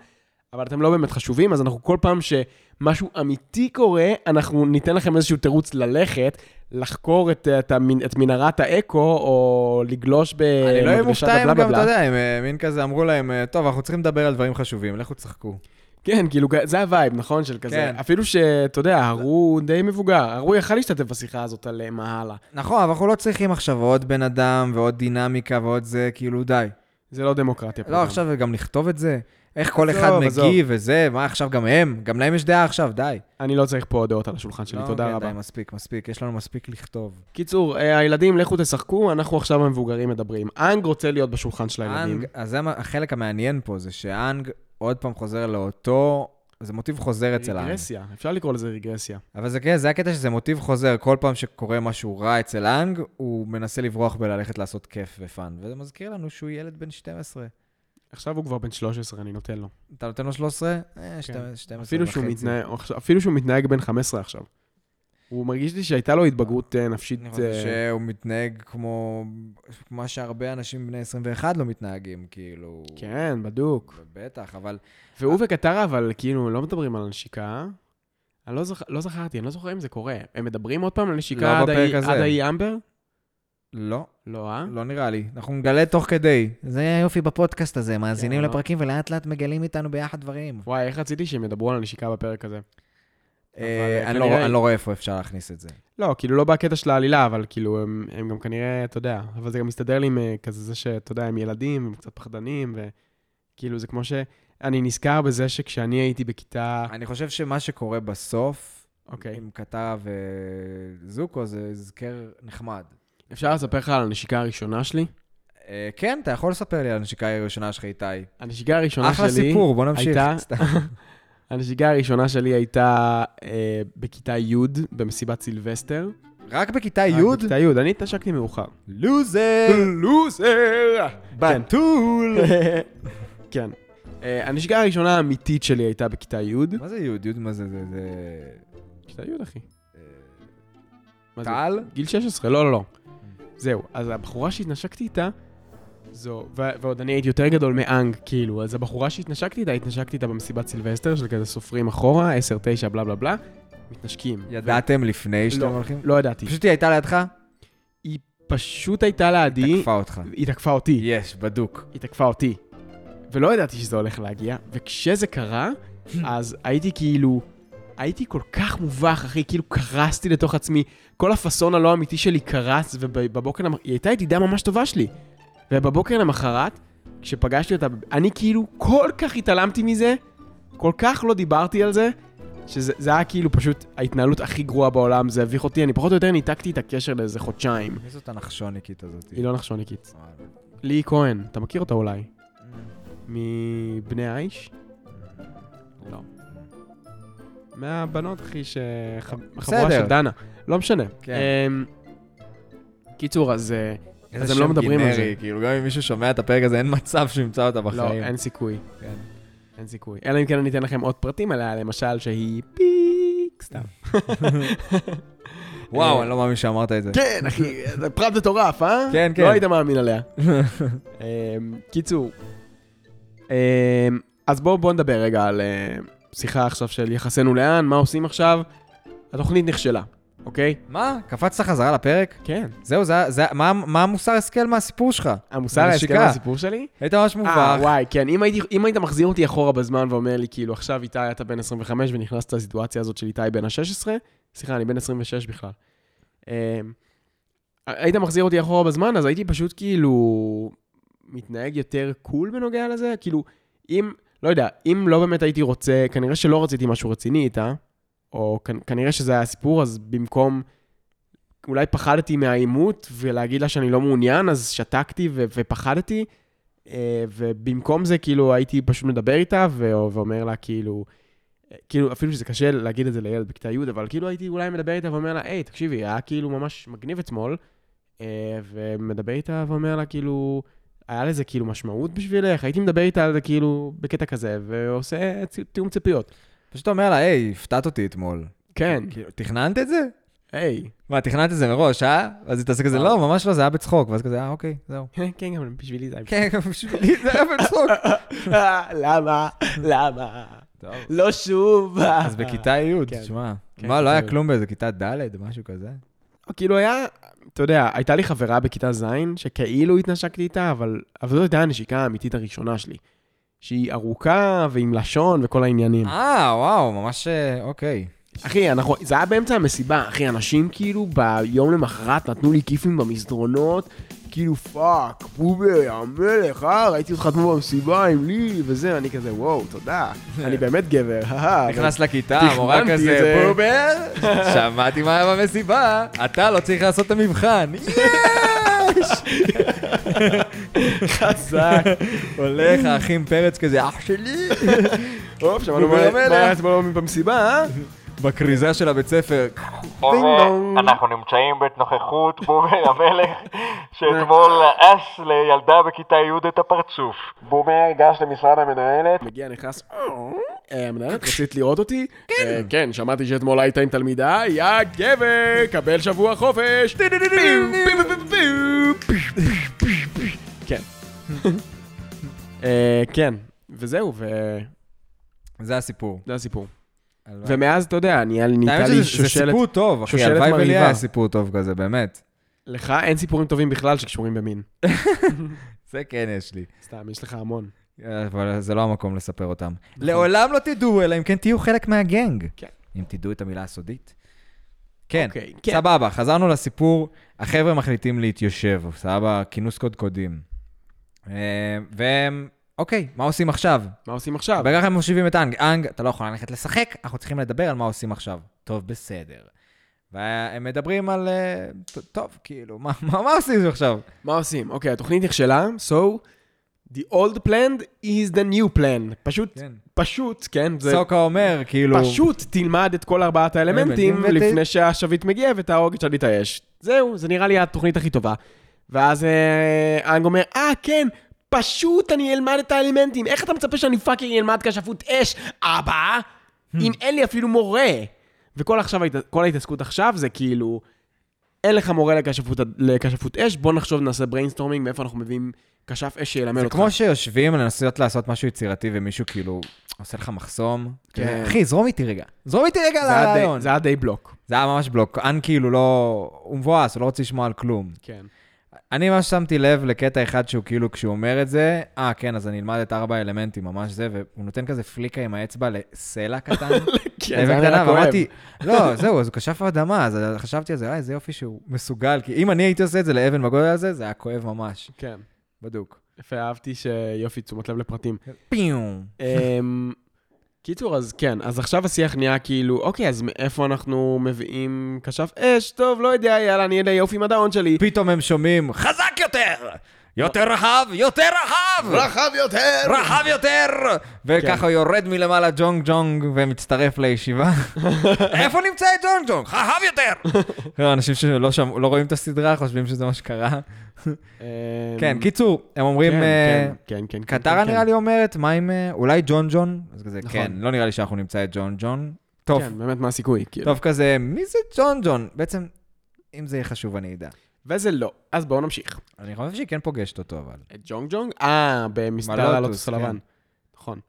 Speaker 1: אבל אתם לא באמת חשובים, אז אנחנו כל פעם שמשהו אמיתי קורה, אנחנו ניתן לכם איזשהו תירוץ ללכת, לחקור את, אה, את, המנ- את מנהרת האקו, או לגלוש במדרשת
Speaker 2: אני לא אהיה מופתע אם
Speaker 1: הבלה בלה
Speaker 2: גם, אתה
Speaker 1: בלה.
Speaker 2: יודע, הם אה, מין כזה אמרו להם, אה, טוב, אנחנו צריכים לדבר על דברים חשובים, לכו תשחקו.
Speaker 1: כן, כאילו, זה הווייב, נכון? של כזה.
Speaker 2: כן.
Speaker 1: כן. אפילו שאתה יודע, הרו די מבוגר, הרו יכל להשתתף בשיחה הזאת על אה, מה הלאה.
Speaker 2: נכון, אבל אנחנו לא צריכים עכשיו עוד בן אדם ועוד דינמיקה ועוד זה, כאילו, די.
Speaker 1: זה לא דמוקרטיה. פה
Speaker 2: לא,
Speaker 1: גם.
Speaker 2: עכשיו גם לכתוב את זה? איך כל
Speaker 1: עזוב,
Speaker 2: אחד מגיב
Speaker 1: עזוב.
Speaker 2: וזה, מה עכשיו גם הם? גם להם יש דעה עכשיו, די.
Speaker 1: אני לא צריך פה דעות על השולחן שלי,
Speaker 2: לא, כן,
Speaker 1: תודה רבה.
Speaker 2: די, מספיק, מספיק, יש לנו מספיק לכתוב.
Speaker 1: קיצור, אה, הילדים, לכו תשחקו, אנחנו עכשיו המבוגרים מדברים. אנג רוצה להיות בשולחן של הילדים.
Speaker 2: אנג, אז זה מה- החלק המעניין פה, זה שאנג עוד פעם חוזר לאותו... זה מוטיב חוזר אצל האנג.
Speaker 1: רגרסיה, אפשר לקרוא לזה רגרסיה.
Speaker 2: אבל זה כן, זה הקטע שזה מוטיב חוזר. כל פעם שקורה משהו רע אצל האנג, הוא מנסה לברוח בללכת לעשות כיף ופאן. וזה מזכיר לנו שהוא ילד בן 12.
Speaker 1: עכשיו הוא כבר בן 13, אני נותן לו.
Speaker 2: אתה נותן לו 13? אה, 12 וחצי.
Speaker 1: כן.
Speaker 2: נכון,
Speaker 1: אפילו שהוא, מתנהג, אפילו שהוא מתנהג בן 15 עכשיו. הוא מרגיש לי שהייתה לו התבגרות אה, נפשית.
Speaker 2: אני
Speaker 1: אה,
Speaker 2: חושב נכון, שהוא מתנהג כמו מה שהרבה אנשים בני 21 לא מתנהגים, כאילו...
Speaker 1: כן, בדוק.
Speaker 2: בטח, אבל
Speaker 1: והוא וקטרה, אבל כאילו, לא מדברים על הנשיקה. אני לא, זכ... לא זכרתי, אני לא זוכר אם זה קורה. הם מדברים עוד פעם על
Speaker 2: לא
Speaker 1: הנשיקה עד
Speaker 2: בפרק
Speaker 1: ההיא-
Speaker 2: הזה.
Speaker 1: עד ההיא אמבר?
Speaker 2: לא,
Speaker 1: לא, אה?
Speaker 2: לא נראה לי. אנחנו נגלה תוך כדי. זה היופי בפודקאסט הזה, מאזינים
Speaker 1: כן, לא?
Speaker 2: לפרקים ולאט לאט מגלים איתנו ביחד דברים.
Speaker 1: וואי, איך רציתי שהם ידברו על הנשיקה בפרק הזה.
Speaker 2: אה,
Speaker 1: אבל
Speaker 2: אני לא-
Speaker 1: כנראה-
Speaker 2: אני לא רואה איפה אפשר להכניס את זה.
Speaker 1: לא, כאילו, לא בקטע של העלילה, אבל כאילו, הם, הם גם כנראה, אתה יודע, אבל זה גם מסתדר לי עם אה, כזה זה שאתה יודע, הם ילדים, הם קצת פחדנים, וכאילו, זה כמו ש... אני נזכר בזה שכשאני הייתי בכיתה...
Speaker 2: אני חושב שמה שקורה בסוף,
Speaker 1: אוקיי.
Speaker 2: עם קטרה וזוקו, זה הזכר נחמד.
Speaker 1: אפשר לספר לך על הנשיקה הראשונה שלי?
Speaker 2: אה, כן, אתה יכול לספר לי על הנשיקה הראשונה שלך, איתי.
Speaker 1: הנשיקה הראשונה שלי...
Speaker 2: אחלה סיפור, בוא נמשיך.
Speaker 1: הייתה-
Speaker 2: סתם.
Speaker 1: הנשיקה הראשונה שלי הייתה אה, בכיתה י' במסיבת סילבסטר.
Speaker 2: רק בכיתה י'?
Speaker 1: רק בכיתה כן. י', אני התנשקתי מאוחר.
Speaker 2: לוזר!
Speaker 1: לוזר!
Speaker 2: בנטול!
Speaker 1: כן. אה, הנשיקה הראשונה האמיתית שלי הייתה בכיתה י'.
Speaker 2: מה זה י'? י' מה זה? זה... זה-
Speaker 1: בכיתה י', אחי.
Speaker 2: אה,
Speaker 1: מה זה?
Speaker 2: טל?
Speaker 1: גיל 16, לא, לא, לא. זהו, אז הבחורה שהתנשקתי איתה, זו, ו- ועוד אני הייתי יותר גדול מאנג, כאילו, אז הבחורה שהתנשקתי איתה, התנשקתי איתה במסיבת סילבסטר, של כזה סופרים אחורה, 10, 9, בלה בלה בלה, מתנשקים.
Speaker 2: ידעתם לפני שאתם
Speaker 1: לא.
Speaker 2: הולכים?
Speaker 1: לא ידעתי.
Speaker 2: פשוט היא הייתה לידך?
Speaker 1: היא פשוט הייתה לידי,
Speaker 2: תקפה אותך.
Speaker 1: היא תקפה אותי,
Speaker 2: יש, בדוק.
Speaker 1: היא תקפה אותי. ולא ידעתי שזה הולך להגיע, וכשזה קרה, אז הייתי כאילו, הייתי כל כך מובך, אחי, כאילו קרסתי לתוך עצמי. כל הפאסון הלא אמיתי שלי קרס, ובבוקר, למח- היא הייתה ידידה ממש טובה שלי. ובבוקר למחרת, כשפגשתי אותה, אני כאילו כל כך התעלמתי מזה, כל כך לא דיברתי על זה, שזה זה היה כאילו פשוט ההתנהלות הכי גרועה בעולם, זה הביך אותי, אני פחות או יותר ניתקתי את הקשר לאיזה חודשיים.
Speaker 2: מי זאת הנחשוניקית הזאת?
Speaker 1: היא לא נחשוניקית.
Speaker 2: וואלה.
Speaker 1: לי כהן, אתה מכיר אותה אולי? מבני האיש? לא. מהבנות, אחי, ש... החבורה
Speaker 2: בסדר.
Speaker 1: של דנה. לא משנה.
Speaker 2: כן.
Speaker 1: אמ, קיצור, אז... אה,
Speaker 2: איזה
Speaker 1: אז הם לא
Speaker 2: שם
Speaker 1: מדברים על זה.
Speaker 2: גנרי, כאילו, גם אם מישהו שומע את הפרק הזה, אין מצב שהוא ימצא אותה
Speaker 1: לא,
Speaker 2: בחיים.
Speaker 1: אין סיכוי.
Speaker 2: כן.
Speaker 1: אין סיכוי. אלא אם כן אני אתן לכם עוד פרטים עליה, למשל שהיא פיק, סתם.
Speaker 2: וואו,
Speaker 1: אה,
Speaker 2: אני לא מאמין שאמרת את זה.
Speaker 1: כן, אחי, זה פרט מטורף, אה?
Speaker 2: כן, כן.
Speaker 1: לא היית מאמין עליה. אמ, קיצור, אמ, אז בואו בוא נדבר רגע על אמ, שיחה עכשיו של יחסנו לאן, מה עושים עכשיו. התוכנית נכשלה, אוקיי?
Speaker 2: מה? קפצת חזרה לפרק?
Speaker 1: כן.
Speaker 2: זהו, זה- זה- מה- מה המוסר השכל מהסיפור שלך?
Speaker 1: המוסר
Speaker 2: נשיקה.
Speaker 1: ההסכם הסיפור שלי?
Speaker 2: היית ממש
Speaker 1: אה,
Speaker 2: מובך.
Speaker 1: וואי, כן. אם, הייתי, אם היית מחזיר אותי אחורה בזמן ואומר לי, כאילו, עכשיו איתי אתה בן 25 ונכנסת לסיטואציה הזאת של איתי בן ה-16, סליחה, אני בן 26 בכלל. אמ, היית מחזיר אותי אחורה בזמן, אז הייתי פשוט כאילו מתנהג יותר קול בנוגע לזה. כאילו, אם, לא יודע, אם לא באמת הייתי רוצה, כנראה שלא רציתי משהו רציני איתה, או כ- כנראה שזה היה הסיפור, אז במקום... אולי פחדתי מהעימות, ולהגיד לה שאני לא מעוניין, אז שתקתי ו- ופחדתי. אה, ובמקום זה, כאילו, הייתי פשוט מדבר איתה, ו- ואומר לה, כאילו, אה, כאילו, אפילו שזה קשה להגיד את זה לילד בכיתה י', אבל כאילו הייתי אולי מדבר איתה ואומר לה, היי, תקשיבי, היה כאילו ממש מגניב אתמול, אה, ומדבר איתה ואומר לה, כאילו, היה לזה כאילו משמעות בשבילך, הייתי מדבר איתה על זה כאילו בקטע כזה, ועושה צי- תיאום ציפיות.
Speaker 2: פשוט אומר לה, היי, הפתעת אותי אתמול.
Speaker 1: כן,
Speaker 2: כאילו, תכננת את זה?
Speaker 1: היי.
Speaker 2: מה, תכננת את זה מראש, אה? אז היא תעשה כזה, לא, ממש לא, זה היה בצחוק. ואז כזה, אה, אוקיי, זהו.
Speaker 1: כן, גם בשבילי זה היה...
Speaker 2: כן, גם בשבילי זה היה בצחוק.
Speaker 1: אה, למה? למה? לא שוב.
Speaker 2: אז בכיתה י',
Speaker 1: כן.
Speaker 2: תשמע.
Speaker 1: כן,
Speaker 2: מה, לא היה
Speaker 1: כיתה י'.
Speaker 2: כלום באיזה כיתה ד', משהו כזה?
Speaker 1: כאילו היה, אתה יודע, הייתה לי חברה בכיתה ז', שכאילו התנשקתי איתה, אבל, אבל זאת הייתה הנשיקה האמיתית הראשונה שלי. שהיא ארוכה ועם לשון וכל העניינים.
Speaker 2: אה, וואו, ממש, אה, אוקיי.
Speaker 1: אחי, אנחנו, זה היה באמצע המסיבה, אחי, אנשים כאילו ביום למחרת נתנו לי כיפים במסדרונות, כאילו פאק, בובי, המלך, אה, ראיתי אותך אתמול במסיבה עם לי וזה, אני כזה, וואו, תודה, אני באמת גבר, אה, אהה.
Speaker 2: נכנס לכיתה,
Speaker 1: תכננתי
Speaker 2: המורה
Speaker 1: את
Speaker 2: כזה,
Speaker 1: זה.
Speaker 2: בובר, שמעתי מה היה במסיבה, אתה לא צריך לעשות את המבחן. יש!
Speaker 1: חזק.
Speaker 2: הולך האחים פרץ כזה, אח שלי.
Speaker 1: הופ, שמענו מה
Speaker 2: בובי
Speaker 1: מה
Speaker 2: המלך.
Speaker 1: היה אתמול במסיבה, אה?
Speaker 2: בכריזה של הבית ספר.
Speaker 1: דינג דונג.
Speaker 3: חבר'ה, אנחנו נמצאים בתנוכחות בומי המלך, שאתמול לעס לילדה בכיתה י' את הפרצוף. בומי גש למשרד המנהלת.
Speaker 1: מגיע, נכנס, אה, מנהלת, רצית לראות אותי? כן. כן, שמעתי שאתמול היית עם תלמידה, יא גבר, קבל שבוע חופש. פיו, פיו, פיו, פיו, פיו, פיו, פיו. כן. אה, כן, וזהו, וזה
Speaker 2: זה הסיפור.
Speaker 1: הסיפור.
Speaker 2: הלוואי.
Speaker 1: ומאז, אתה יודע, נהיה לי
Speaker 2: אה. האמת
Speaker 1: נהייתה לי
Speaker 2: שזה- זה
Speaker 1: שושלת...
Speaker 2: סיפור טוב, אחי,
Speaker 1: שושלת
Speaker 2: הלוואי ולי
Speaker 1: מרהיבה.
Speaker 2: היה סיפור טוב כזה, באמת.
Speaker 1: לך אין סיפורים טובים בכלל שקשורים במין.
Speaker 2: זה כן יש לי.
Speaker 1: סתם, יש לך המון.
Speaker 2: אבל זה לא המקום לספר אותם. לעולם לא תדעו, אלא אם כן תהיו חלק מהגנג.
Speaker 1: נכון. כן.
Speaker 2: אם תדעו את המילה הסודית. כן,
Speaker 1: אוקיי, כן.
Speaker 2: סבבה, חזרנו לסיפור. החבר'ה מחליטים להתיישב, סבבה, כינוס קודקודים. אה, והם, אוקיי, מה עושים עכשיו?
Speaker 1: מה עושים עכשיו?
Speaker 2: ברגע הם מושיבים את אנג, אנג, אתה לא יכול ללכת לשחק, אנחנו צריכים לדבר על מה עושים עכשיו. טוב, בסדר. והם מדברים על, אה, ט- טוב, כאילו, מה, מה, מה עושים עכשיו?
Speaker 1: מה עושים? אוקיי, התוכנית נכשלה, so the old plan is the new plan. פשוט,
Speaker 2: כן.
Speaker 1: פשוט, כן? זה
Speaker 2: סוקה אומר, כאילו...
Speaker 1: פשוט תלמד את כל ארבעת האלמנטים
Speaker 2: אלמנטים ות-
Speaker 1: לפני שהשביט מגיע ותהרוג את שליט האש. זהו, זה נראה לי התוכנית הכי טובה. ואז אה, אנג אומר, אה, כן, פשוט אני אלמד את האלמנטים. איך אתה מצפה שאני פאקינג אלמד כשפות אש, אבא? אם אין לי אפילו מורה. וכל עכשיו, ההת- כל ההתעסקות עכשיו זה כאילו, אין לך מורה לכשפות, לכשפות אש, בוא נחשוב, נעשה בריינסטורמינג מאיפה אנחנו מביאים כשף אש שילמד
Speaker 2: זה
Speaker 1: אותך.
Speaker 2: כמו שיושבים לנסות לעשות משהו יצירתי ומישהו כאילו עושה לך מחסום.
Speaker 1: כן.
Speaker 2: כזה, אחי, זרום איתי רגע. זרום איתי רגע על
Speaker 1: זה היה די-
Speaker 2: הרעיון.
Speaker 1: זה היה די בלוק.
Speaker 2: זה היה ממש בלוק. אן כאילו לא... הוא מבואס, הוא לא רוצה לשמוע על כלום.
Speaker 1: כן.
Speaker 2: אני ממש שמתי לב לקטע אחד שהוא כאילו, כשהוא אומר את זה, אה, כן, אז אני אלמד את ארבע האלמנטים, ממש זה, והוא נותן כזה פליקה עם האצבע לסלע קטן.
Speaker 1: כן, זה היה נראה כואב.
Speaker 2: ואמרתי, לא, זהו, אז הוא כשף אדמה, אז חשבתי על זה, אה, איזה יופי שהוא מסוגל, כי אם אני הייתי עושה את זה לאבן בגודל הזה, זה היה כואב ממש,
Speaker 1: כן.
Speaker 2: בדוק.
Speaker 1: יפה, אהבתי שיופי, תשומת לב לפרטים.
Speaker 2: פיום.
Speaker 1: אמ, קיצור, אז כן, אז עכשיו השיח נהיה כאילו, אוקיי, אז מאיפה אנחנו מביאים כשף אש? טוב, לא יודע, יאללה, אני יודע יופי עם הדאון שלי.
Speaker 2: פתאום הם שומעים, חזק יותר! יותר רחב, יותר רחב!
Speaker 1: רחב יותר!
Speaker 2: רחב יותר! וככה
Speaker 1: כן.
Speaker 2: יורד מלמעלה ג'ונג ג'ונג ומצטרף לישיבה. איפה נמצא את ג'ונג ג'ונג? רחב יותר! אנשים שלא שמעו- לא רואים את הסדרה חושבים שזה מה שקרה. כן, קיצור, הם אומרים... אה,
Speaker 1: אמ, כן, כן, כן. כן,
Speaker 2: קטרה
Speaker 1: כן.
Speaker 2: נראה לי אומרת, מה עם... אה, אולי ג'ון ג'ון? אז כזה,
Speaker 1: נכון.
Speaker 2: כן, לא נראה לי שאנחנו נמצא את ג'ון ג'ון. טוב,
Speaker 1: כן, באמת, מה הסיכוי? כאילו.
Speaker 2: טוב כזה, מי זה ג'ון ג'ון? בעצם, אם זה יהיה חשוב אני אדע.
Speaker 1: וזה לא. אז בואו נמשיך.
Speaker 2: אני חושב שהיא כן פוגשת אותו, אבל.
Speaker 1: את ג'ונג ג'ונג? אה, במסתר
Speaker 2: בלוטוס,
Speaker 1: הלוטוס
Speaker 2: כן.
Speaker 1: הלבן. נכון.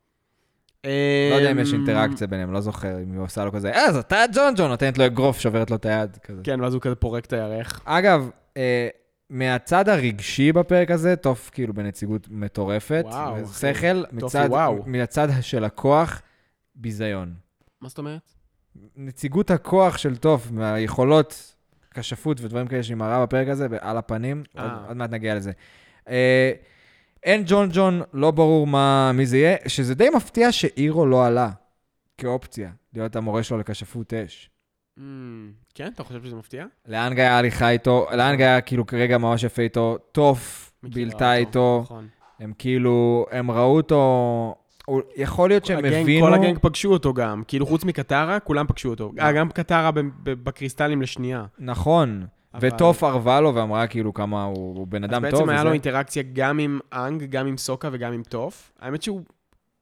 Speaker 1: אמ,
Speaker 2: לא יודע אם יש אינטראקציה ביניהם, לא זוכר אם היא עושה לו כזה, אה, אז אתה ג'ון ג'ון, נותנת לו אגרוף, שוברת לו את היד, כזה.
Speaker 1: כן, ואז הוא כזה פורק את הירך.
Speaker 2: אגב, אה, מהצד הרגשי בפרק הזה, טוב כאילו בנציגות מטורפת,
Speaker 1: וואו, אחי.
Speaker 2: שכל, מצד,
Speaker 1: וואו.
Speaker 2: מהצד של הכוח, ביזיון.
Speaker 1: מה זאת אומרת?
Speaker 2: נציגות הכוח של טוף, מהיכולות, כשפות ודברים כאלה שהיא מראה בפרק הזה, על הפנים,
Speaker 1: אה.
Speaker 2: עוד, עוד מעט נגיע לזה. אה, אין ג'ון ג'ון, לא ברור מה, מי זה יהיה, שזה די מפתיע שאירו לא עלה כאופציה, להיות המורה שלו לכשפות אש.
Speaker 1: Mm, כן, אתה חושב שזה מפתיע?
Speaker 2: לאן גיא היה הליכה איתו, לאן גיא היה כאילו כרגע ממש יפה איתו, טוף
Speaker 1: מכירה
Speaker 2: בילתה
Speaker 1: אותו,
Speaker 2: איתו,
Speaker 1: נכון.
Speaker 2: הם כאילו, הם ראו אותו, הוא- יכול להיות שהם
Speaker 1: הגנג-
Speaker 2: הבינו...
Speaker 1: כל הגנג פגשו אותו גם. כאילו, חוץ מקטרה, כולם פגשו אותו. אה, גם קטרה ב- ב- בקריסטלים לשנייה.
Speaker 2: נכון.
Speaker 1: אבל-
Speaker 2: וטוף ערבה לו ואמרה כאילו כמה הוא הוא בן
Speaker 1: אז
Speaker 2: אדם טוב.
Speaker 1: בעצם היה
Speaker 2: וזה.
Speaker 1: לו אינטראקציה גם עם אנג, גם עם סוקה וגם עם טוף. האמת שהוא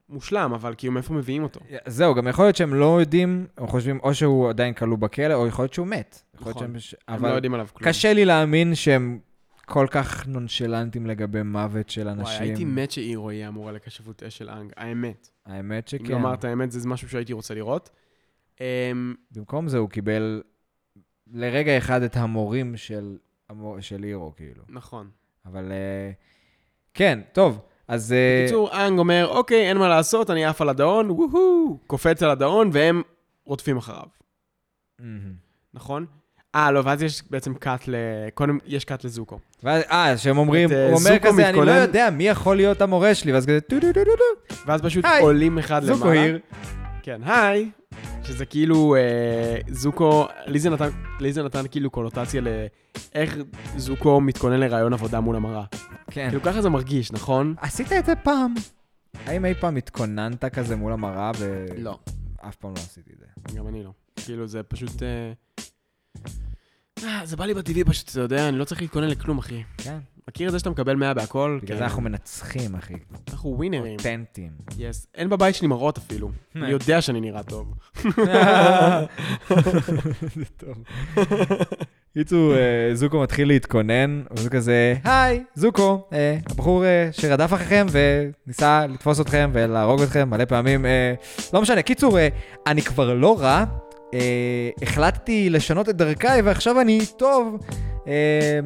Speaker 1: מושלם, אבל כאילו, מאיפה מביאים אותו?
Speaker 2: זהו, גם יכול להיות שהם לא יודעים, הם חושבים או שהוא עדיין כלוא בכלא, או יכול להיות שהוא מת. יכול להיות
Speaker 1: נכון.
Speaker 2: שהם... בש-
Speaker 1: הם לא
Speaker 2: אבל
Speaker 1: יודעים עליו כלום.
Speaker 2: קשה לי להאמין שהם כל כך נונשלנטים לגבי מוות של
Speaker 1: וואי, הייתי
Speaker 2: אנשים.
Speaker 1: מת שאירו יהיה המורה לכשפות אש של אנג, האמת.
Speaker 2: האמת
Speaker 1: אם לא
Speaker 2: שכן.
Speaker 1: לומר את האמת, זה משהו שהייתי רוצה לראות. אמ,
Speaker 2: במקום זה הוא קיבל לרגע אחד את המורים של המור- של הירו, כאילו.
Speaker 1: נכון.
Speaker 2: אבל אה, כן, טוב, אז... אה,
Speaker 1: בקיצור, אנג אומר, אוקיי, אין מה לעשות, אני עף על הדאון, וואו, קופץ על הדאון, והם רודפים אחריו,
Speaker 2: מהמם.
Speaker 1: נכון? אה, לא, ואז יש בעצם קאט ל... קודם, יש קאט לזוקו.
Speaker 2: ואז, אה, שהם אומרים,
Speaker 1: את, אה,
Speaker 2: הוא אומר
Speaker 1: זוקו
Speaker 2: כזה, אני לא
Speaker 1: מתכונן."
Speaker 2: יודע מי יכול להיות המורה שלי, ואז כזה, טו טו טו טו טו,
Speaker 1: ואז פשוט
Speaker 2: היי,
Speaker 1: עולים אחד למעלה.
Speaker 2: זוקו היר.
Speaker 1: כן, היי. שזה כאילו, אה, זוקו, לי זה נתן, לי זה נתן כאילו קונוטציה לאיך זוקו מתכונן לרעיון עבודה מול המראה.
Speaker 2: כן.
Speaker 1: כאילו, ככה זה מרגיש, נכון?
Speaker 2: עשית את זה פעם. האם אי פעם התכוננת כזה מול המראה ו...
Speaker 1: לא.
Speaker 2: אף פעם לא עשיתי את זה.
Speaker 1: גם אני לא. כאילו, זה פשוט... אה, אה, זה בא לי בטבעי פשוט, אתה יודע, אני לא צריך להתכונן לכלום, אחי.
Speaker 2: כן.
Speaker 1: מכיר את זה שאתה מקבל 100 בהכל?
Speaker 2: בגלל
Speaker 1: כן.
Speaker 2: זה אנחנו כן. מנצחים, אחי.
Speaker 1: אנחנו ווינרים.
Speaker 2: אותנטיים.
Speaker 1: יס. אין בבית שלי מראות אפילו. אני יודע שאני נראה טוב.
Speaker 2: זה טוב. קיצור, אה, זוקו מתחיל להתכונן, וזה כזה, היי, זוקו, אה, הבחור אה, שרדף אחריכם וניסה לתפוס אתכם ולהרוג אתכם מלא פעמים, אה, לא משנה. קיצור, אה, אני כבר לא רע, אה, החלטתי לשנות את דרכיי ועכשיו אני טוב, אה,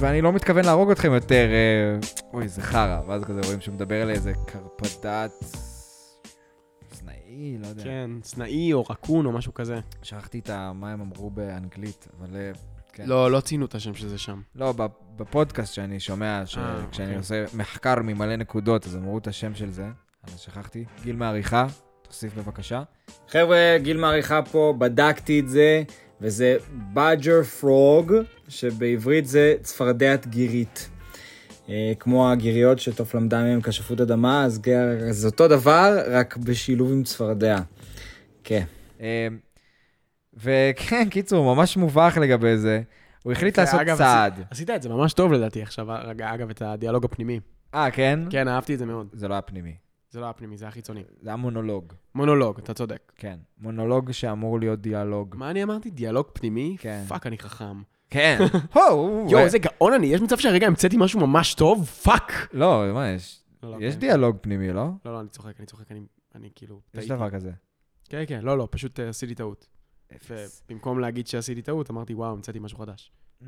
Speaker 2: ואני לא מתכוון להרוג אתכם יותר. אה, אוי, זה חרא. ואז כזה רואים שהוא מדבר על איזה קרפדת... סנאי, לא יודע.
Speaker 1: כן, סנאי או רקון או משהו כזה.
Speaker 2: שכחתי את ה- מה הם אמרו באנגלית, אבל אה, כן.
Speaker 1: לא, לא ציינו את השם שזה שם.
Speaker 2: לא, בפ- בפודקאסט שאני שומע,
Speaker 1: אה,
Speaker 2: שכשאני
Speaker 1: אוקיי.
Speaker 2: עושה מחקר ממלא נקודות, אז אמרו את השם של זה, אז שכחתי. גיל מעריכה, תוסיף בבקשה. חבר'ה, גיל מעריכה פה, בדקתי את זה, וזה בג'ר פרוג, שבעברית זה צפרדעת גירית. אה, כמו הגיריות שטוף למדה מהם כשפות אדמה, אז גר- זה אותו דבר, רק בשילוב עם צפרדע. כן. אה, וכן, קיצור, הוא ממש מובך לגבי זה. הוא החליט לעשות
Speaker 1: אגב,
Speaker 2: צעד.
Speaker 1: עשית- עשית את זה ממש טוב לדעתי עכשיו, רגע, אגב, את הדיאלוג הפנימי.
Speaker 2: אה, כן?
Speaker 1: כן, אהבתי את זה מאוד.
Speaker 2: זה לא היה פנימי.
Speaker 1: זה לא הפנימי, זה החיצוני.
Speaker 2: זה היה מונולוג.
Speaker 1: מונולוג, אתה צודק.
Speaker 2: כן. מונולוג שאמור להיות דיאלוג.
Speaker 1: מה אני אמרתי? דיאלוג פנימי?
Speaker 2: כן.
Speaker 1: פאק, אני חכם.
Speaker 2: כן. הו,
Speaker 1: יואו, איזה גאון אני, יש מצב שהרגע המצאתי משהו ממש טוב? פאק!
Speaker 2: לא, מה, יש-
Speaker 1: לא, לא,
Speaker 2: יש
Speaker 1: כן.
Speaker 2: דיאלוג פנימי, לא?
Speaker 1: לא, לא, אני צוחק, אני צוחק, אני, אני כאילו...
Speaker 2: יש
Speaker 1: טעיתי.
Speaker 2: דבר כזה.
Speaker 1: כן, כן, לא, לא, פשוט אה, עשיתי טעות.
Speaker 2: אפס.
Speaker 1: ובמקום להגיד שעשיתי טעות, אמרתי, וואו, המצאתי משהו חדש.
Speaker 2: Mm.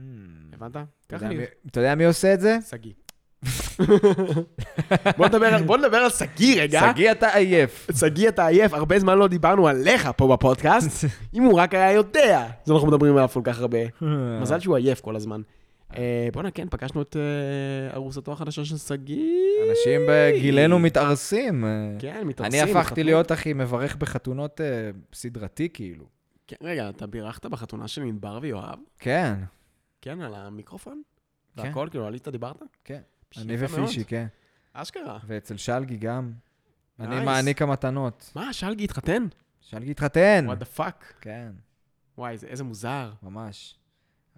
Speaker 1: הבנת?
Speaker 2: אתה
Speaker 1: ככה
Speaker 2: יודע
Speaker 1: אני...
Speaker 2: מי- אתה יודע מי עושה את זה?
Speaker 1: שגיא. בוא נדבר על- בוא נדבר על שגיא רגע.
Speaker 2: שגיא אתה עייף.
Speaker 1: שגיא, אתה עייף, הרבה זמן לא דיברנו עליך פה בפודקאסט, אם הוא רק היה יודע. אז אנחנו מדברים עליו כל כך הרבה.
Speaker 2: אה.
Speaker 1: מזל שהוא עייף כל הזמן. אה, בואנה, כן, פגשנו את אה, ארוסתו החדשה של שגיא.
Speaker 2: אנשים בגילנו מתארסים. אה,
Speaker 1: כן, מתארסים.
Speaker 2: אני הפכתי
Speaker 1: מתחתנים.
Speaker 2: להיות, אחי, מברך בחתונות אה, סדרתי, כאילו.
Speaker 1: כן, רגע, אתה בירכת בחתונה של ענבר ויואב?
Speaker 2: כן.
Speaker 1: כן, על המיקרופון?
Speaker 2: כן.
Speaker 1: והכל, כאילו, עלית דיברת?
Speaker 2: כן. אני
Speaker 1: יפה מאוד.
Speaker 2: ופישי, כן.
Speaker 1: אשכרה.
Speaker 2: ואצל שלגי גם. אני
Speaker 1: Nice.
Speaker 2: מעניק המתנות.
Speaker 1: מה, שלגי התחתן?
Speaker 2: שלגי התחתן.
Speaker 1: וואט דה פאק.
Speaker 2: כן,
Speaker 1: וואי, זה- איזה מוזר.
Speaker 2: ממש.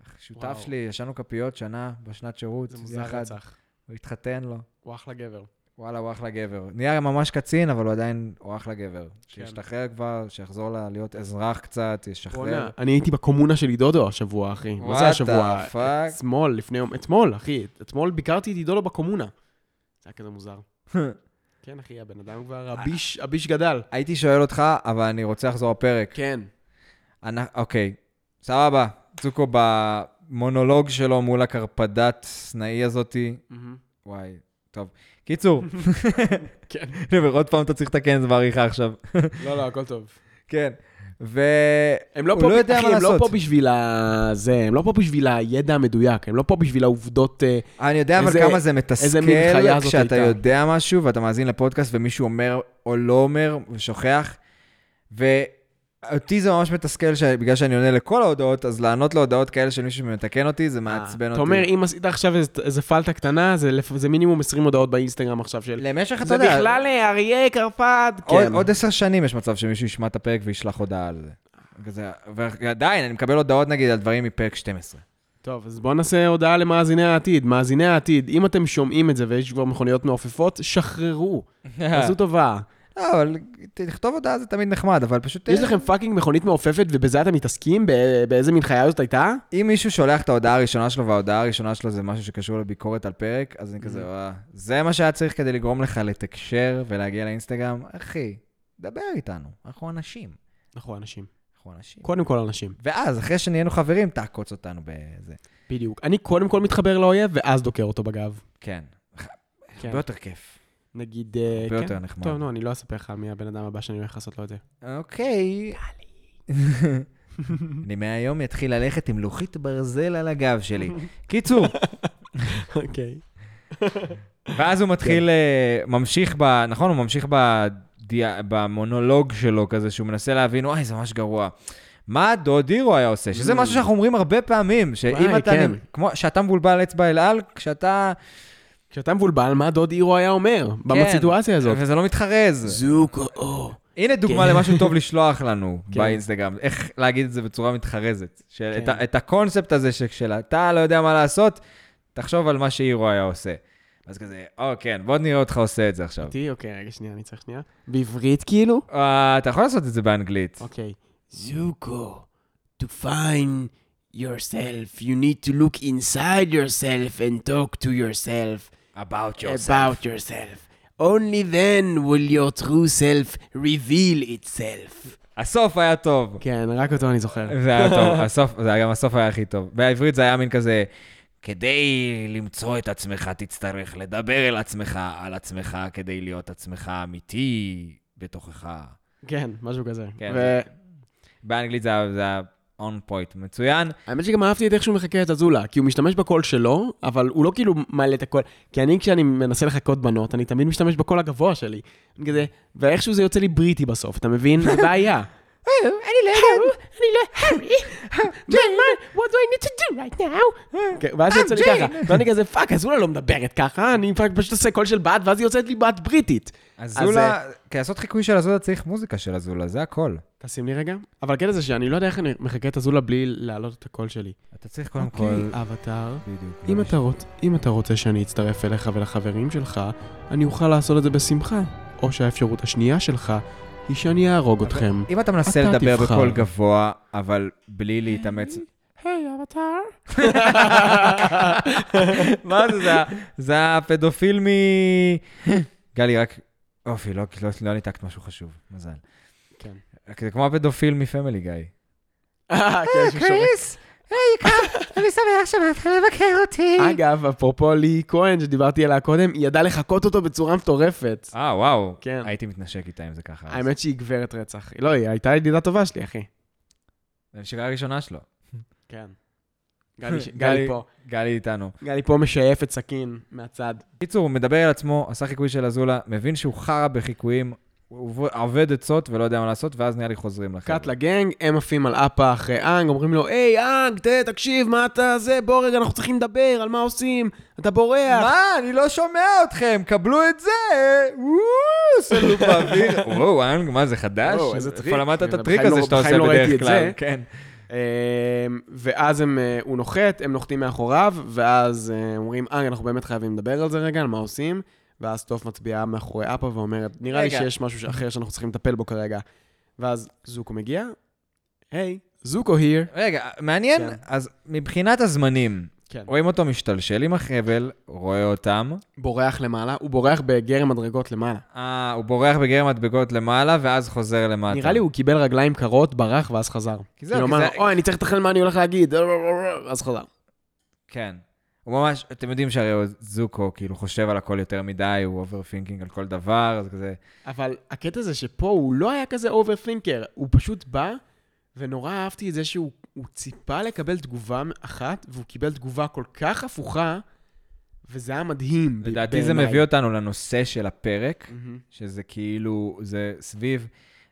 Speaker 2: אח- שותף
Speaker 1: וואו.
Speaker 2: שלי, ישנו כפיות שנה בשנת שירות,
Speaker 1: זה מוזר
Speaker 2: יחד.
Speaker 1: רצח.
Speaker 2: הוא התחתן לו.
Speaker 1: הוא אחלה גבר.
Speaker 2: וואלה, הוא אחלה גבר. נהיה ממש קצין, אבל הוא עדיין, הוא אחלה גבר.
Speaker 1: כן.
Speaker 2: שישתחרר כבר, שיחזור לה- להיות אזרח קצת,
Speaker 1: בואנה,
Speaker 2: ישחרר.
Speaker 1: כן. אני הייתי בקומונה של עידודו השבוע, אחי. מה
Speaker 2: What
Speaker 1: זה השבוע?
Speaker 2: the fuck?
Speaker 1: אתמול, לפני יום... אתמול, אחי. אתמול ביקרתי את עידודו בקומונה. זה היה כזה מוזר. כן, אחי, הבן אדם כבר... הביש, הביש גדל.
Speaker 2: הייתי שואל אותך, אבל אני רוצה לחזור לפרק.
Speaker 1: כן.
Speaker 2: אנ- אוקיי, סבבה. צוקו במונולוג שלו מול הקרפדת סנאי הזאתי.
Speaker 1: מהמם.
Speaker 2: וואי, טוב. קיצור,
Speaker 1: כן.
Speaker 2: ועוד פעם אתה צריך לתקן את זה בעריכה עכשיו.
Speaker 1: לא, לא, הכל טוב.
Speaker 2: כן. ו...
Speaker 1: הם לא
Speaker 2: הוא
Speaker 1: פה,
Speaker 2: לא יודע
Speaker 1: אחי,
Speaker 2: מה
Speaker 1: הם לא
Speaker 2: לעשות.
Speaker 1: פה בשביל ה... זה, הם לא פה בשביל הידע המדויק, הם לא פה בשביל העובדות... אה,
Speaker 2: אני יודע אבל
Speaker 1: איזה-
Speaker 2: כמה זה מתסכל
Speaker 1: איזה מין חיה זאת
Speaker 2: כשאתה
Speaker 1: הייתה.
Speaker 2: יודע משהו ואתה מאזין לפודקאסט ומישהו אומר או לא אומר ושוכח. ואותי זה ממש מתסכל שבגלל שאני עונה לכל ההודעות, אז לענות להודעות כאלה של מישהו שמתקן אותי, זה מעצבן
Speaker 1: אה,
Speaker 2: אותי.
Speaker 1: אתה אומר, אם עשית עכשיו איזה- איזה פלטה קטנה, זה לפ- זה מינימום 20 הודעות באינסטגרם עכשיו של...
Speaker 2: למשך, אתה
Speaker 1: זה
Speaker 2: יודע,
Speaker 1: בכלל אה, אריה קרפד,
Speaker 2: עוד-
Speaker 1: כן.
Speaker 2: עוד עשר שנים יש מצב שמישהו ישמע את הפרק וישלח הודעה על זה. כזה, ועדיין, אני מקבל הודעות נגיד על דברים מפרק 12.
Speaker 1: טוב, אז בואו נעשה הודעה למאזיני העתיד. מאזיני העתיד, אם אתם שומעים את זה ויש כבר מכוניות מעופפות, שחררו, תעשו טובה.
Speaker 2: לא, אבל לכתוב הודעה זה תמיד נחמד, אבל פשוט...
Speaker 1: יש לכם פאקינג מכונית מעופפת ובזה אתם מתעסקים? בא- באיזה מין חיה זאת הייתה?
Speaker 2: אם מישהו שולח את ההודעה הראשונה שלו, וההודעה הראשונה שלו זה משהו שקשור לביקורת על פרק, אז אני
Speaker 1: Mm.
Speaker 2: כזה, וואה, זה מה שהיה צריך כדי לגרום לך לתקשר ולהגיע לאינסטגרם. אחי, דבר איתנו, אנחנו אנשים.
Speaker 1: אנחנו אנשים.
Speaker 2: אנחנו אנשים.
Speaker 1: קודם כל אנשים,
Speaker 2: ואז, אחרי שנהיינו חברים, תעקוץ אותנו בזה.
Speaker 1: בדיוק. אני קודם כל מתחבר לאויב ואז דוקר אותו בגב.
Speaker 2: כן.
Speaker 1: כן.
Speaker 2: הרבה יותר כיף.
Speaker 1: נגיד... אה,
Speaker 2: הרבה
Speaker 1: כן.
Speaker 2: יותר נחמד.
Speaker 1: טוב, נו, אני לא אספר לך מי הבן אדם הבא שאני הולך לעשות לו את זה.
Speaker 2: אוקיי. אני מהיום אתחיל ללכת עם לוחית ברזל על הגב שלי. קיצור,
Speaker 1: אוקיי.
Speaker 2: ואז הוא
Speaker 1: כן.
Speaker 2: מתחיל, אה, ממשיך ב... נכון, הוא ממשיך בדיע- במונולוג שלו כזה, שהוא מנסה להבין, וואי, זה ממש גרוע. מה דודירו היה עושה? שזה
Speaker 1: Mm.
Speaker 2: משהו שאנחנו אומרים הרבה פעמים, שאם
Speaker 1: וואי,
Speaker 2: אתה...
Speaker 1: כן.
Speaker 2: נ- כמו שאתה מבולבל אצבע אל על, כשאתה...
Speaker 1: כשאתה מבולבל, מה דוד אירו היה אומר? בסיטואציה הזאת.
Speaker 2: וזה לא מתחרז.
Speaker 1: זוק או.
Speaker 2: הנה דוגמה
Speaker 1: כן.
Speaker 2: למשהו טוב לשלוח לנו
Speaker 1: כן.
Speaker 2: באינסטגרם, איך להגיד את זה בצורה מתחרזת. של-
Speaker 1: כן.
Speaker 2: את ה- את הקונספט הזה שכשאתה לא יודע מה לעשות, תחשוב על מה שאירו היה עושה. אז כזה, או כן, בוא נראה אותך עושה את זה עכשיו.
Speaker 1: אותי? אוקיי, רגע, שנייה, אני צריך שנייה. בעברית כאילו?
Speaker 2: אה, אתה יכול לעשות את זה באנגלית.
Speaker 1: אוקיי. זוקו, to find yourself, you need to look inside yourself and talk to yourself
Speaker 2: About
Speaker 1: about yourself. Only then will your true self reveal itself.
Speaker 2: הסוף היה טוב.
Speaker 1: כן, רק אותו אני זוכר.
Speaker 2: זה היה טוב, הסוף, זה היה גם הסוף היה הכי טוב. בעברית זה היה מין כזה, כדי למצוא את עצמך תצטרך לדבר אל עצמך על עצמך כדי להיות עצמך אמיתי בתוכך.
Speaker 1: כן, משהו כזה.
Speaker 2: כן,
Speaker 1: ו-
Speaker 2: באנגלית זה היה- זה היה on point מצוין.
Speaker 1: האמת שגם אהבתי את איך שהוא מחקה את אזולה, כי הוא משתמש בקול שלו, אבל הוא לא כאילו מעלה את הקול. כי אני, כשאני מנסה לחקות בנות, אני תמיד משתמש בקול הגבוה שלי. אני כזה, ואיכשהו זה יוצא לי בריטי בסוף, אתה מבין? זה בעיה.
Speaker 2: אני
Speaker 1: Harry, אני לא... Harry, Jane, what do I need to do right now? כן, ואז זה יוצא לי
Speaker 2: Jane.
Speaker 1: ככה, ואני כזה, פאק, אזולה לא מדברת ככה, אני פאק פשוט עושה קול של בת, ואז היא יוצאת לי בת בריטית.
Speaker 2: אזולה, כי לעשות חיקוי של אזולה צריך מוזיקה של אזולה, זה הכל.
Speaker 1: תשים לי רגע. אבל הקטע זה שאני לא יודע איך אני מחקה את אזולה בלי להעלות את הקול שלי.
Speaker 2: אתה צריך קודם כל...
Speaker 1: אוקיי, אבטאר.
Speaker 2: בדיוק.
Speaker 1: אם אתה, רוצ... אם אתה רוצה שאני אצטרף אליך ולחברים שלך, אני אוכל לעשות את זה בשמחה. או שהאפשרות השנייה שלך היא שאני אהרוג אתכם.
Speaker 2: אם אתה מנסה
Speaker 1: אתה
Speaker 2: לדבר
Speaker 1: תבחר.
Speaker 2: בקול גבוה, אבל בלי להתאמץ...
Speaker 1: היי, אבטאר.
Speaker 2: מה זה, זה? ה- זה הפדופיל מ... גלי, רק... אופי, לא, לא, לא ניתקת משהו חשוב, מזל.
Speaker 1: כן.
Speaker 2: רק זה כמו הפדופיל מפמילי גיא.
Speaker 1: אה, כן, שהוא שורק.
Speaker 2: היי יקר, אני שמח שבאת לבקר אותי.
Speaker 1: אגב, אפרופו לי כהן שדיברתי עליה קודם, היא ידעה לחקות אותו בצורה מטורפת.
Speaker 2: אה, וואו.
Speaker 1: כן.
Speaker 2: הייתי מתנשק איתה אם זה ככה. אז.
Speaker 1: האמת שהיא גברת רצח. לא, היא הייתה ידידה טובה שלי, אחי.
Speaker 2: זה הנשיקה הראשונה שלו.
Speaker 1: כן. גלי ש- גלי פה.
Speaker 2: גלי איתנו.
Speaker 1: גלי פה משייפת סכין מהצד.
Speaker 2: כן. קיצור, הוא מדבר על עצמו, עשה חיקוי של אזולה, מבין שהוא חרא בחיקויים, עוב- אובד עצות ולא יודע מה לעשות, ואז נראה לי חוזרים לחבר'ה.
Speaker 1: קאט לגנג, הם עפים על אפה אחרי אנג, אומרים לו, היי, אנג, תה, תקשיב, מה אתה זה? בוא רגע, אנחנו צריכים לדבר, על מה עושים? אתה בורח.
Speaker 2: מה? אני לא שומע אתכם, קבלו את זה! וואו, עושה לופ באוויר. וואו, אנג, מה זה חדש?
Speaker 1: וואו, איזה טריק.
Speaker 2: איפה למדת את
Speaker 1: אני
Speaker 2: הטריק
Speaker 1: בחיים
Speaker 2: הזה
Speaker 1: לא-
Speaker 2: שאתה עושה
Speaker 1: בחיים לא ראיתי
Speaker 2: בדרך
Speaker 1: את
Speaker 2: כלל?
Speaker 1: זה.
Speaker 2: כן.
Speaker 1: אמ, ואז הם, אה, הוא נוחת, הם נוחתים מאחוריו, ואז אה, אומרים, אה, אנחנו באמת חייבים לדבר על זה רגע, על מה עושים? ואז טוף מצביעה מאחורי אפה ואומרת, נראה לי
Speaker 2: רגע.
Speaker 1: שיש משהו אחר שאנחנו צריכים לטפל בו כרגע. ואז זוקו מגיע, היי, זוקו here.
Speaker 2: רגע, מעניין,
Speaker 1: כן.
Speaker 2: אז מבחינת הזמנים,
Speaker 1: כן.
Speaker 2: רואים אותו משתלשל עם החבל, רואה אותם,
Speaker 1: בורח למעלה, הוא בורח בגרם מדרגות למעלה.
Speaker 2: אה, הוא בורח בגרם מדבקות למעלה, ואז חוזר למטה.
Speaker 1: נראה לי הוא קיבל רגליים קרות, ברח ואז חזר.
Speaker 2: כי זהו,
Speaker 1: כאילו
Speaker 2: כי
Speaker 1: אמר,
Speaker 2: זה-
Speaker 1: אוי, אני צריך לתכנן מה אני הולך להגיד, אז חזר.
Speaker 2: כן. הוא ממש, אתם יודעים שהרי הוא- זוקו כאילו חושב על הכל יותר מדי, הוא אוברפינקינג על כל דבר, אז כזה...
Speaker 1: אבל הקטע זה שפה הוא לא היה כזה אוברפינקר, הוא פשוט בא, ונורא אהבתי את זה שהוא הוא ציפה לקבל תגובה אחת, והוא קיבל תגובה כל כך הפוכה, וזה היה מדהים. ב-
Speaker 2: לדעתי זה
Speaker 1: בעיניי.
Speaker 2: מביא אותנו לנושא של הפרק,
Speaker 1: מהמם.
Speaker 2: שזה כאילו, זה סביב...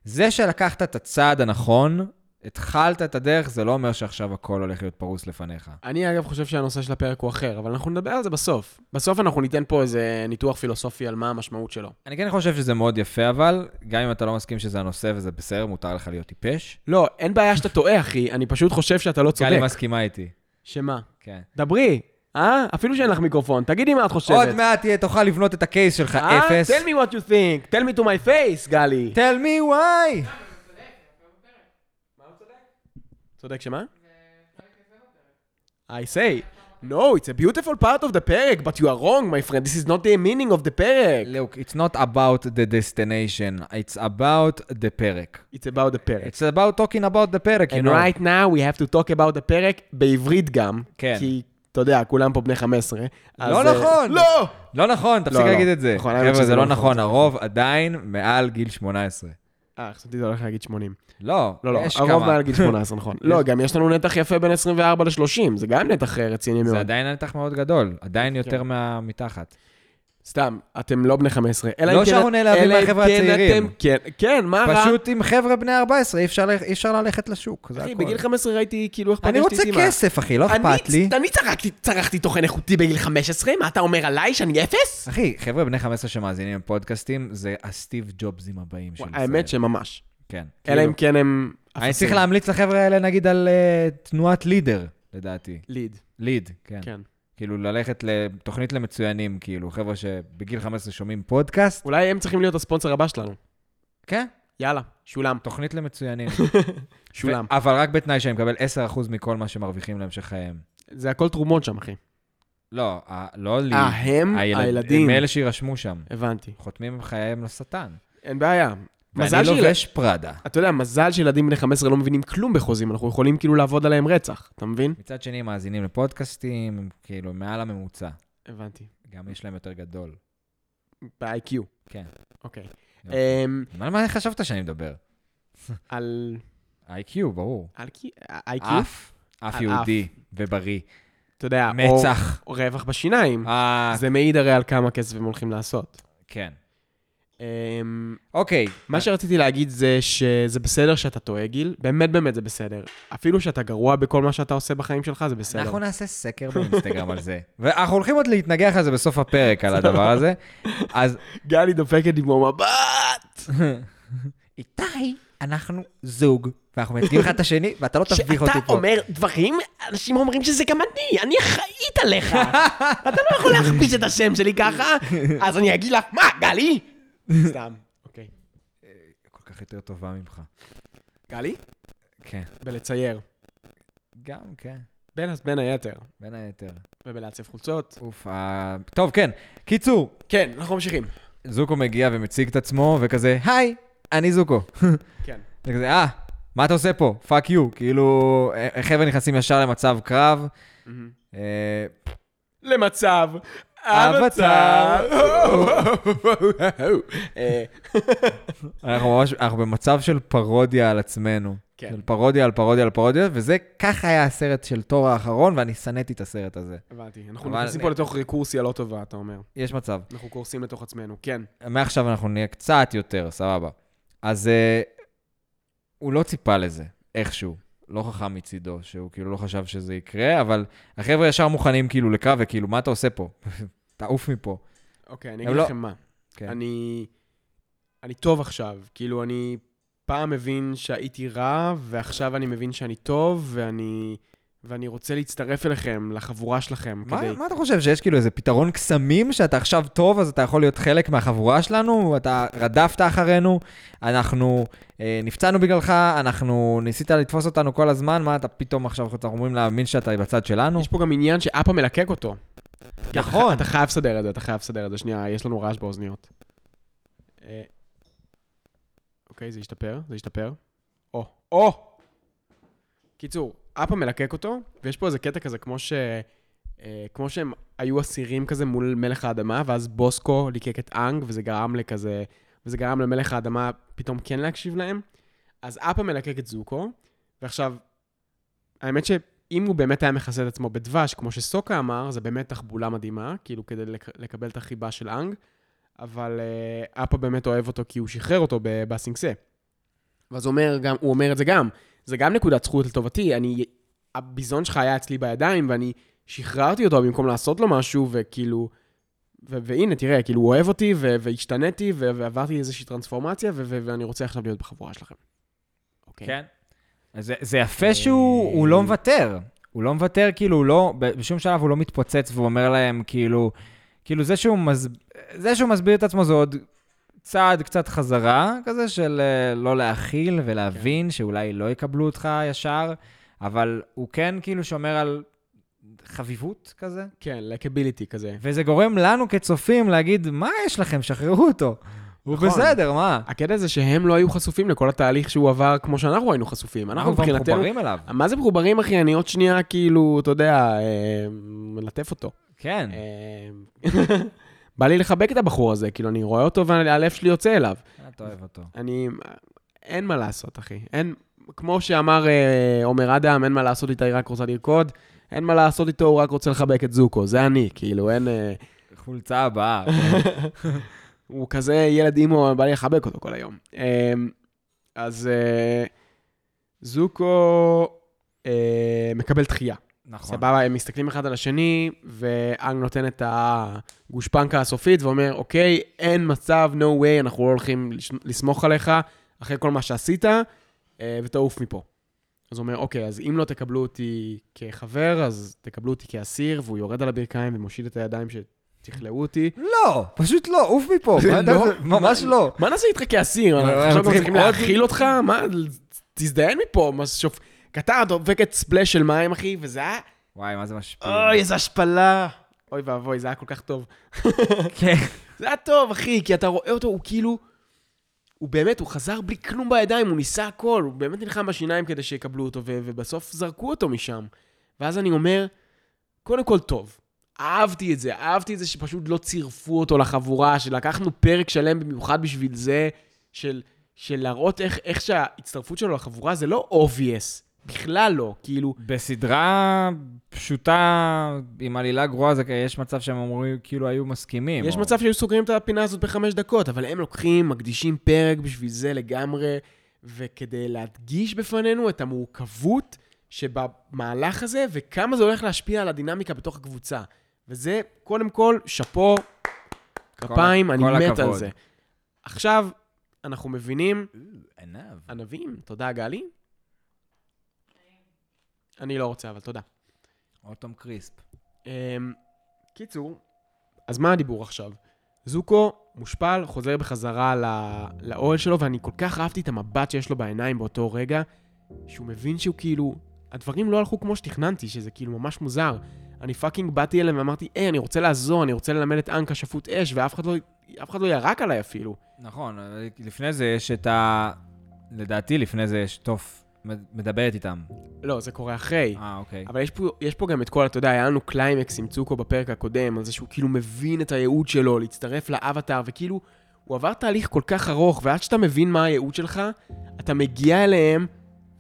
Speaker 2: זה שלקחת את הצעד הנכון, התחלת את הדרך, זה לא אומר שעכשיו הכל הולך להיות פרוס לפניך.
Speaker 1: אני אגב חושב שהנושא של הפרק הוא אחר, אבל אנחנו נדבר על זה בסוף. בסוף אנחנו ניתן פה איזה ניתוח פילוסופי על מה המשמעות שלו.
Speaker 2: אני כן חושב שזה מאוד יפה, אבל גם אם אתה לא מסכים שזה הנושא וזה בסדר, מותר לך להיות טיפש.
Speaker 1: לא, אין בעיה שאתה טועה, אחי, אני פשוט חושב שאתה לא צודק.
Speaker 2: קלי מסכימה איתי.
Speaker 1: שמה?
Speaker 2: כן.
Speaker 1: דברי, אה? אפילו שאין לך מיקרופון, תגידי מה את חושבת.
Speaker 2: עוד מעט תהיה- תוכל לבנות את הקייס שלך,
Speaker 1: אה?
Speaker 2: אפס.
Speaker 1: Tell me what you think, tell me to my face, גלי.
Speaker 2: tell me why.
Speaker 1: צודק שמה? I say, no, it's a beautiful part of the פרק, but you are wrong, my friend, this is not the meaning of the פרק.
Speaker 2: Look, it's not about the destination, it's about the פרק.
Speaker 1: It's about the פרק.
Speaker 2: It's about talking about the פרק, you
Speaker 1: And
Speaker 2: know.
Speaker 1: right now we have to talk about the פרק בעברית גם.
Speaker 2: כן.
Speaker 1: כי, אתה יודע, כולם פה בני 15. אז,
Speaker 2: לא
Speaker 1: אה,
Speaker 2: נכון!
Speaker 1: לא!
Speaker 2: לא נכון, תפסיק
Speaker 1: לא, לא.
Speaker 2: להגיד את זה.
Speaker 1: נכון, האמת
Speaker 2: חבר'ה,
Speaker 1: שזה
Speaker 2: זה
Speaker 1: לא
Speaker 2: לא
Speaker 1: נכון,
Speaker 2: נכון,
Speaker 1: זה
Speaker 2: הרוב עדיין מעל גיל 18.
Speaker 1: אה, חשבתי שאתה הולך להגיד 80.
Speaker 2: לא,
Speaker 1: לא, לא,
Speaker 2: יש
Speaker 1: הרוב
Speaker 2: כמה.
Speaker 1: מעל גיל 18, נכון. לא, גם יש לנו נתח יפה בין 24 ל-30, זה גם נתח אה, רציני
Speaker 2: זה
Speaker 1: מאוד.
Speaker 2: עדיין נתח מאוד גדול,
Speaker 1: כן.
Speaker 2: עדיין יותר מהמתחת.
Speaker 1: סתם, אתם לא בני 15. אלא
Speaker 2: לא
Speaker 1: אם כן-
Speaker 2: שרון אלהבי
Speaker 1: אלא אם
Speaker 2: מהחבר'ה
Speaker 1: כן
Speaker 2: הצעירים.
Speaker 1: אתם- כן, כן, מה רע?
Speaker 2: פשוט עם חבר'ה בני 14 אי אפשר ללכ- אי אפשר ללכת לשוק, זה
Speaker 1: אחי,
Speaker 2: הכול.
Speaker 1: בגיל 15 ראיתי, כאילו, איך
Speaker 2: אני
Speaker 1: פגשתי
Speaker 2: רוצה
Speaker 1: את אמא.
Speaker 2: כסף, אחי, לא אכפת לי.
Speaker 1: אני צרקתי, צרחתי תוכן איכותי בגיל 15, מה אתה אומר עליי שאני אפס?
Speaker 2: אחי, חבר'ה בני 15 שמאזינים לפודקאסטים, זה הסטיב ג'ובזים הבאים של ישראל.
Speaker 1: האמת שממש.
Speaker 2: כן.
Speaker 1: אלא אם
Speaker 2: כאילו,
Speaker 1: כן הם...
Speaker 2: אני צריך להמליץ לחבר'ה האלה, נגיד, על אה, תנועת לידר, לדעתי.
Speaker 1: ליד,
Speaker 2: ליד, כן.
Speaker 1: כן.
Speaker 2: כאילו, ללכת לתוכנית למצוינים, כאילו, חבר'ה שבגיל 15 שומעים פודקאסט.
Speaker 1: אולי הם צריכים להיות הספונסר הבא שלנו.
Speaker 2: כן,
Speaker 1: יאללה, שולם.
Speaker 2: תוכנית למצוינים.
Speaker 1: שולם.
Speaker 2: ו- אבל רק בתנאי שאני מקבל 10% מכל מה שמרוויחים להמשך חייהם.
Speaker 1: זה הכל תרומות שם, אחי.
Speaker 2: לא, ה- לא לי.
Speaker 1: אה, הם?
Speaker 2: הילד-
Speaker 1: הילדים.
Speaker 2: הם אלה שיירשמו שם.
Speaker 1: הבנתי.
Speaker 2: חותמים עם חייהם לשטן.
Speaker 1: אין בעיה. מזל לא-
Speaker 2: ואני
Speaker 1: של...
Speaker 2: לובש פראדה.
Speaker 1: אתה יודע, מזל שילדים בני 15 לא מבינים כלום בחוזים, אנחנו יכולים כאילו לעבוד עליהם רצח, אתה מבין?
Speaker 2: מצד שני, הם מאזינים לפודקאסטים, הם כאילו מעל הממוצע.
Speaker 1: הבנתי.
Speaker 2: גם יש להם יותר גדול.
Speaker 1: ב-IQ.
Speaker 2: כן.
Speaker 1: אוקיי.
Speaker 2: יופי.
Speaker 1: אמ,
Speaker 2: מה מה חשבת שאני מדבר?
Speaker 1: על...
Speaker 2: IQ, ברור.
Speaker 1: על כי- IQ?
Speaker 2: אף, אף
Speaker 1: על
Speaker 2: יהודי ובריא.
Speaker 1: אתה יודע, או-
Speaker 2: מצח.
Speaker 1: או רווח בשיניים.
Speaker 2: אה,
Speaker 1: זה מעיד הרי על כמה כסף הם הולכים לעשות.
Speaker 2: כן.
Speaker 1: אמ,
Speaker 2: אוקיי.
Speaker 1: מה שרציתי להגיד זה שזה בסדר שאתה טועה, גיל. באמת באמת זה בסדר. אפילו שאתה גרוע בכל מה שאתה עושה בחיים שלך, זה בסדר.
Speaker 2: אנחנו נעשה סקר באינסטגרם על זה. ואנחנו הולכים עוד להתנגח על זה בסוף הפרק, על הדבר הזה. אז
Speaker 1: גלי דופקת עם המבט!
Speaker 2: איתי, אנחנו זוג, ואנחנו מייצגים אחד את השני, ואתה לא תביך אותי פה.
Speaker 1: דברים, אנשים אומרים שזה גם אני, אני אחראית עליך. אתה לא יכול להכפיש את השם שלי ככה, אז אני אגיד לך, מה, גלי? סתם, אוקיי.
Speaker 2: כל כך יותר טובה ממך.
Speaker 1: גלי?
Speaker 2: כן.
Speaker 1: בלצייר.
Speaker 2: גם כן,
Speaker 1: בין אז בין היתר.
Speaker 2: בין היתר.
Speaker 1: ובלעצב חולצות.
Speaker 2: אוף, אה, טוב, כן. קיצור,
Speaker 1: כן, אנחנו ממשיכים.
Speaker 2: זוקו מגיע ומציג את עצמו, וכזה, היי, אני זוקו.
Speaker 1: כן.
Speaker 2: זה כזה, אה, מה אתה עושה פה? פאק יו. כאילו, אה, חבר'ה נכנסים ישר למצב קרב. אה,
Speaker 1: Mm-hmm. למצב.
Speaker 2: המצב.
Speaker 1: אה,
Speaker 2: אנחנו ממש, אנחנו במצב של פרודיה על עצמנו.
Speaker 1: כן.
Speaker 2: של פרודיה על פרודיה על פרודיה, וזה, ככה היה הסרט של תור האחרון, ואני שנאתי את הסרט הזה.
Speaker 1: הבנתי. אנחנו
Speaker 2: אבל
Speaker 1: נכנסים
Speaker 2: אני-
Speaker 1: פה לתוך ריקורסיה לא טובה, אתה אומר.
Speaker 2: יש מצב.
Speaker 1: אנחנו קורסים לתוך עצמנו, כן.
Speaker 2: מעכשיו אנחנו נהיה קצת יותר, סבבה. אז אה, הוא לא ציפה לזה, איכשהו. לא חכם מצידו, שהוא כאילו לא חשב שזה יקרה, אבל החבר'ה ישר מוכנים כאילו לקרב, וכאילו, מה אתה עושה פה? תעוף מפה.
Speaker 1: אוקיי, אני
Speaker 2: הם
Speaker 1: אגיד
Speaker 2: לא-
Speaker 1: לכם מה.
Speaker 2: כן.
Speaker 1: אני... אני טוב עכשיו. כאילו, אני פעם מבין שהייתי רע, ועכשיו אני מבין שאני טוב, ואני... ואני רוצה להצטרף אליכם, לחבורה שלכם,
Speaker 2: מה,
Speaker 1: כדי...
Speaker 2: מה אתה חושב, שיש כאילו איזה פתרון קסמים, שאתה עכשיו טוב, אז אתה יכול להיות חלק מהחבורה שלנו? אתה רדפת אחרינו, אנחנו אה, נפצענו בגללך, אנחנו ניסית לתפוס אותנו כל הזמן, מה אתה פתאום עכשיו, אנחנו אמורים להאמין שאתה בצד שלנו?
Speaker 1: יש פה גם עניין שאפה מלקק אותו. כי אתה ח-
Speaker 2: נכון.
Speaker 1: אתה חייב לסדר את זה, אתה חייב לסדר את זה. שנייה, יש לנו רעש באוזניות. אה, אוקיי, זה השתפר, זה השתפר. או, או! קיצור, אפה מלקק אותו, ויש פה איזה קטע כזה, כמו ש... אה, כמו שהם היו אסירים כזה מול מלך האדמה, ואז בוסקו ליקק את אנג, וזה גרם לכזה... וזה גרם למלך האדמה פתאום כן להקשיב להם. אז אפה מלקק את זוקו, ועכשיו, האמת ש... אם הוא באמת היה מכסה את עצמו בדבש, כמו שסוקה אמר, זה באמת תחבולה מדהימה, כאילו כדי לק- לקבל את החיבה של אנג, אבל אה, אפה באמת אוהב אותו כי הוא שחרר אותו ב- בסינגסה. ואז הוא אומר, גם, הוא אומר את זה גם, זה גם נקודת זכות לטובתי, אני, הביזון שלך היה אצלי בידיים, ואני שחררתי אותו במקום לעשות לו משהו, וכאילו, ו- והנה, תראה, כאילו, הוא אוהב אותי, ו- והשתניתי, ו- ועברתי איזושהי טרנספורמציה, ו- ו- ואני רוצה עכשיו להיות בחבורה שלכם. אוקיי.
Speaker 2: כן. זה, זה יפה שהוא הוא לא מוותר. הוא לא מוותר, כאילו, הוא לא, בשום שלב הוא לא מתפוצץ והוא אומר להם, כאילו, כאילו, זה שהוא, מס, זה שהוא מסביר את עצמו זה עוד צעד קצת חזרה כזה של אה, לא להכיל ולהבין כן. שאולי לא יקבלו אותך ישר, אבל הוא כן כאילו שומר על חביבות כזה,
Speaker 1: כן, לקביליטי כזה.
Speaker 2: וזה גורם לנו כצופים להגיד, מה יש לכם? שחררו אותו. הוא
Speaker 1: נכון.
Speaker 2: בסדר, מה?
Speaker 1: הקטע זה שהם לא היו חשופים לכל התהליך שהוא עבר, כמו שאנחנו היינו חשופים. אנחנו
Speaker 2: כבר
Speaker 1: מבחינתנו...
Speaker 2: מחוברים אליו.
Speaker 1: מה זה מחוברים, אחי? אני עוד שנייה, כאילו, אתה יודע, אה, מלטף אותו.
Speaker 2: כן.
Speaker 1: אה, בא לי לחבק את הבחור הזה, כאילו, אני רואה אותו והלב שלי יוצא אליו.
Speaker 2: אתה אוהב אותו.
Speaker 1: אני... אין מה לעשות, אחי. אין... כמו שאמר אה, עומר אדם, אין מה לעשות איתה, היא רק רוצה לרקוד. אין מה לעשות איתו, הוא רק רוצה לחבק את זוקו. זה אני, כאילו, אין... אה,
Speaker 2: חולצה הבאה. כן.
Speaker 1: הוא כזה ילד אימו, בא לי לחבק אותו כל היום. אמ, אז אה, זוקו אה, מקבל דחייה.
Speaker 2: נכון.
Speaker 1: סבבה, הם מסתכלים אחד על השני, ואנג נותן את הגושפנקה הסופית ואומר, אוקיי, אין מצב, no way, אנחנו לא הולכים לש- לסמוך עליך, אחרי כל מה שעשית, אה, ותעוף מפה. אז הוא אומר, אוקיי, אז אם לא תקבלו אותי כחבר, אז תקבלו אותי כאסיר, והוא יורד על הברכיים ומושיט את הידיים שתכלאו אותי.
Speaker 2: לא, פשוט לא, עוף מפה.
Speaker 1: זה
Speaker 2: מה אתה-
Speaker 1: לא?
Speaker 2: ממש לא.
Speaker 1: מה נעשה איתך כאסיר?
Speaker 2: אנחנו
Speaker 1: עכשיו אנחנו
Speaker 2: צריכים
Speaker 1: צריכים
Speaker 2: עוד-
Speaker 1: להאכיל אותך? מה, תזדיין מפה, מה זה שופ... קטר דופקת ספלאש של מים, אחי, וזה היה...
Speaker 2: וואי, מה זה משפיע.
Speaker 1: אוי, איזה השפלה. אוי ואבוי, זה היה כל כך טוב.
Speaker 2: כן.
Speaker 1: זה היה טוב, אחי, כי אתה רואה אותו, הוא כאילו... הוא באמת, הוא חזר בלי כלום בידיים, הוא ניסה הכל, הוא באמת נלחם בשיניים כדי שיקבלו אותו, ו- ובסוף זרקו אותו משם. ואז אני אומר, קודם כל טוב. אהבתי את זה, אהבתי את זה שפשוט לא צירפו אותו לחבורה, שלקחנו פרק שלם במיוחד בשביל זה, של, של להראות איך, איך שההצטרפות שלו לחבורה זה לא obvious, בכלל לא, כאילו,
Speaker 2: בסדרה פשוטה, עם עלילה גרועה, זה כ- יש מצב שהם אמורים, כאילו היו מסכימים.
Speaker 1: יש
Speaker 2: או-
Speaker 1: מצב שהיו סוגרים את הפינה הזאת בחמש דקות, אבל הם לוקחים, מקדישים פרק בשביל זה לגמרי, וכדי להדגיש בפנינו את המורכבות שבמהלך הזה, וכמה זה הולך להשפיע על הדינמיקה בתוך הקבוצה. וזה, קודם כל, שאפו, כפיים, אני
Speaker 2: כל
Speaker 1: מת על
Speaker 2: הכבוד.
Speaker 1: זה. עכשיו, אנחנו מבינים,
Speaker 2: עיניו.
Speaker 1: ענבים, תודה, גלי. אני לא רוצה, אבל תודה.
Speaker 2: עוד תום קריספ.
Speaker 1: אמ, קיצור, אז מה הדיבור עכשיו? זוקו מושפל, חוזר בחזרה ל- לאוהל שלו, ואני כל כך אהבתי את המבט שיש לו בעיניים באותו רגע, שהוא מבין שהוא כאילו... הדברים לא הלכו כמו שתכננתי, שזה כאילו ממש מוזר. אני פאקינג באתי אליהם ואמרתי, היי, אני רוצה לעזור, אני רוצה ללמד את אנקה שפוט אש, ואף אחד לא, אף אחד לא ירק עליי אפילו.
Speaker 2: נכון, אבל לפני זה יש את ה... לדעתי, לפני זה יש טוף מד- מדברת איתם.
Speaker 1: לא, זה קורה אחרי.
Speaker 2: אה, אוקיי.
Speaker 1: אבל יש פה, יש פה גם את כל, אתה יודע, היה לנו קליימקס עם צוקו בפרק הקודם, על זה שהוא כאילו מבין את הייעוד שלו, להצטרף לאבטאר, וכאילו, הוא עבר תהליך כל כך ארוך, ועד שאתה מבין מה הייעוד שלך, אתה מגיע אליהם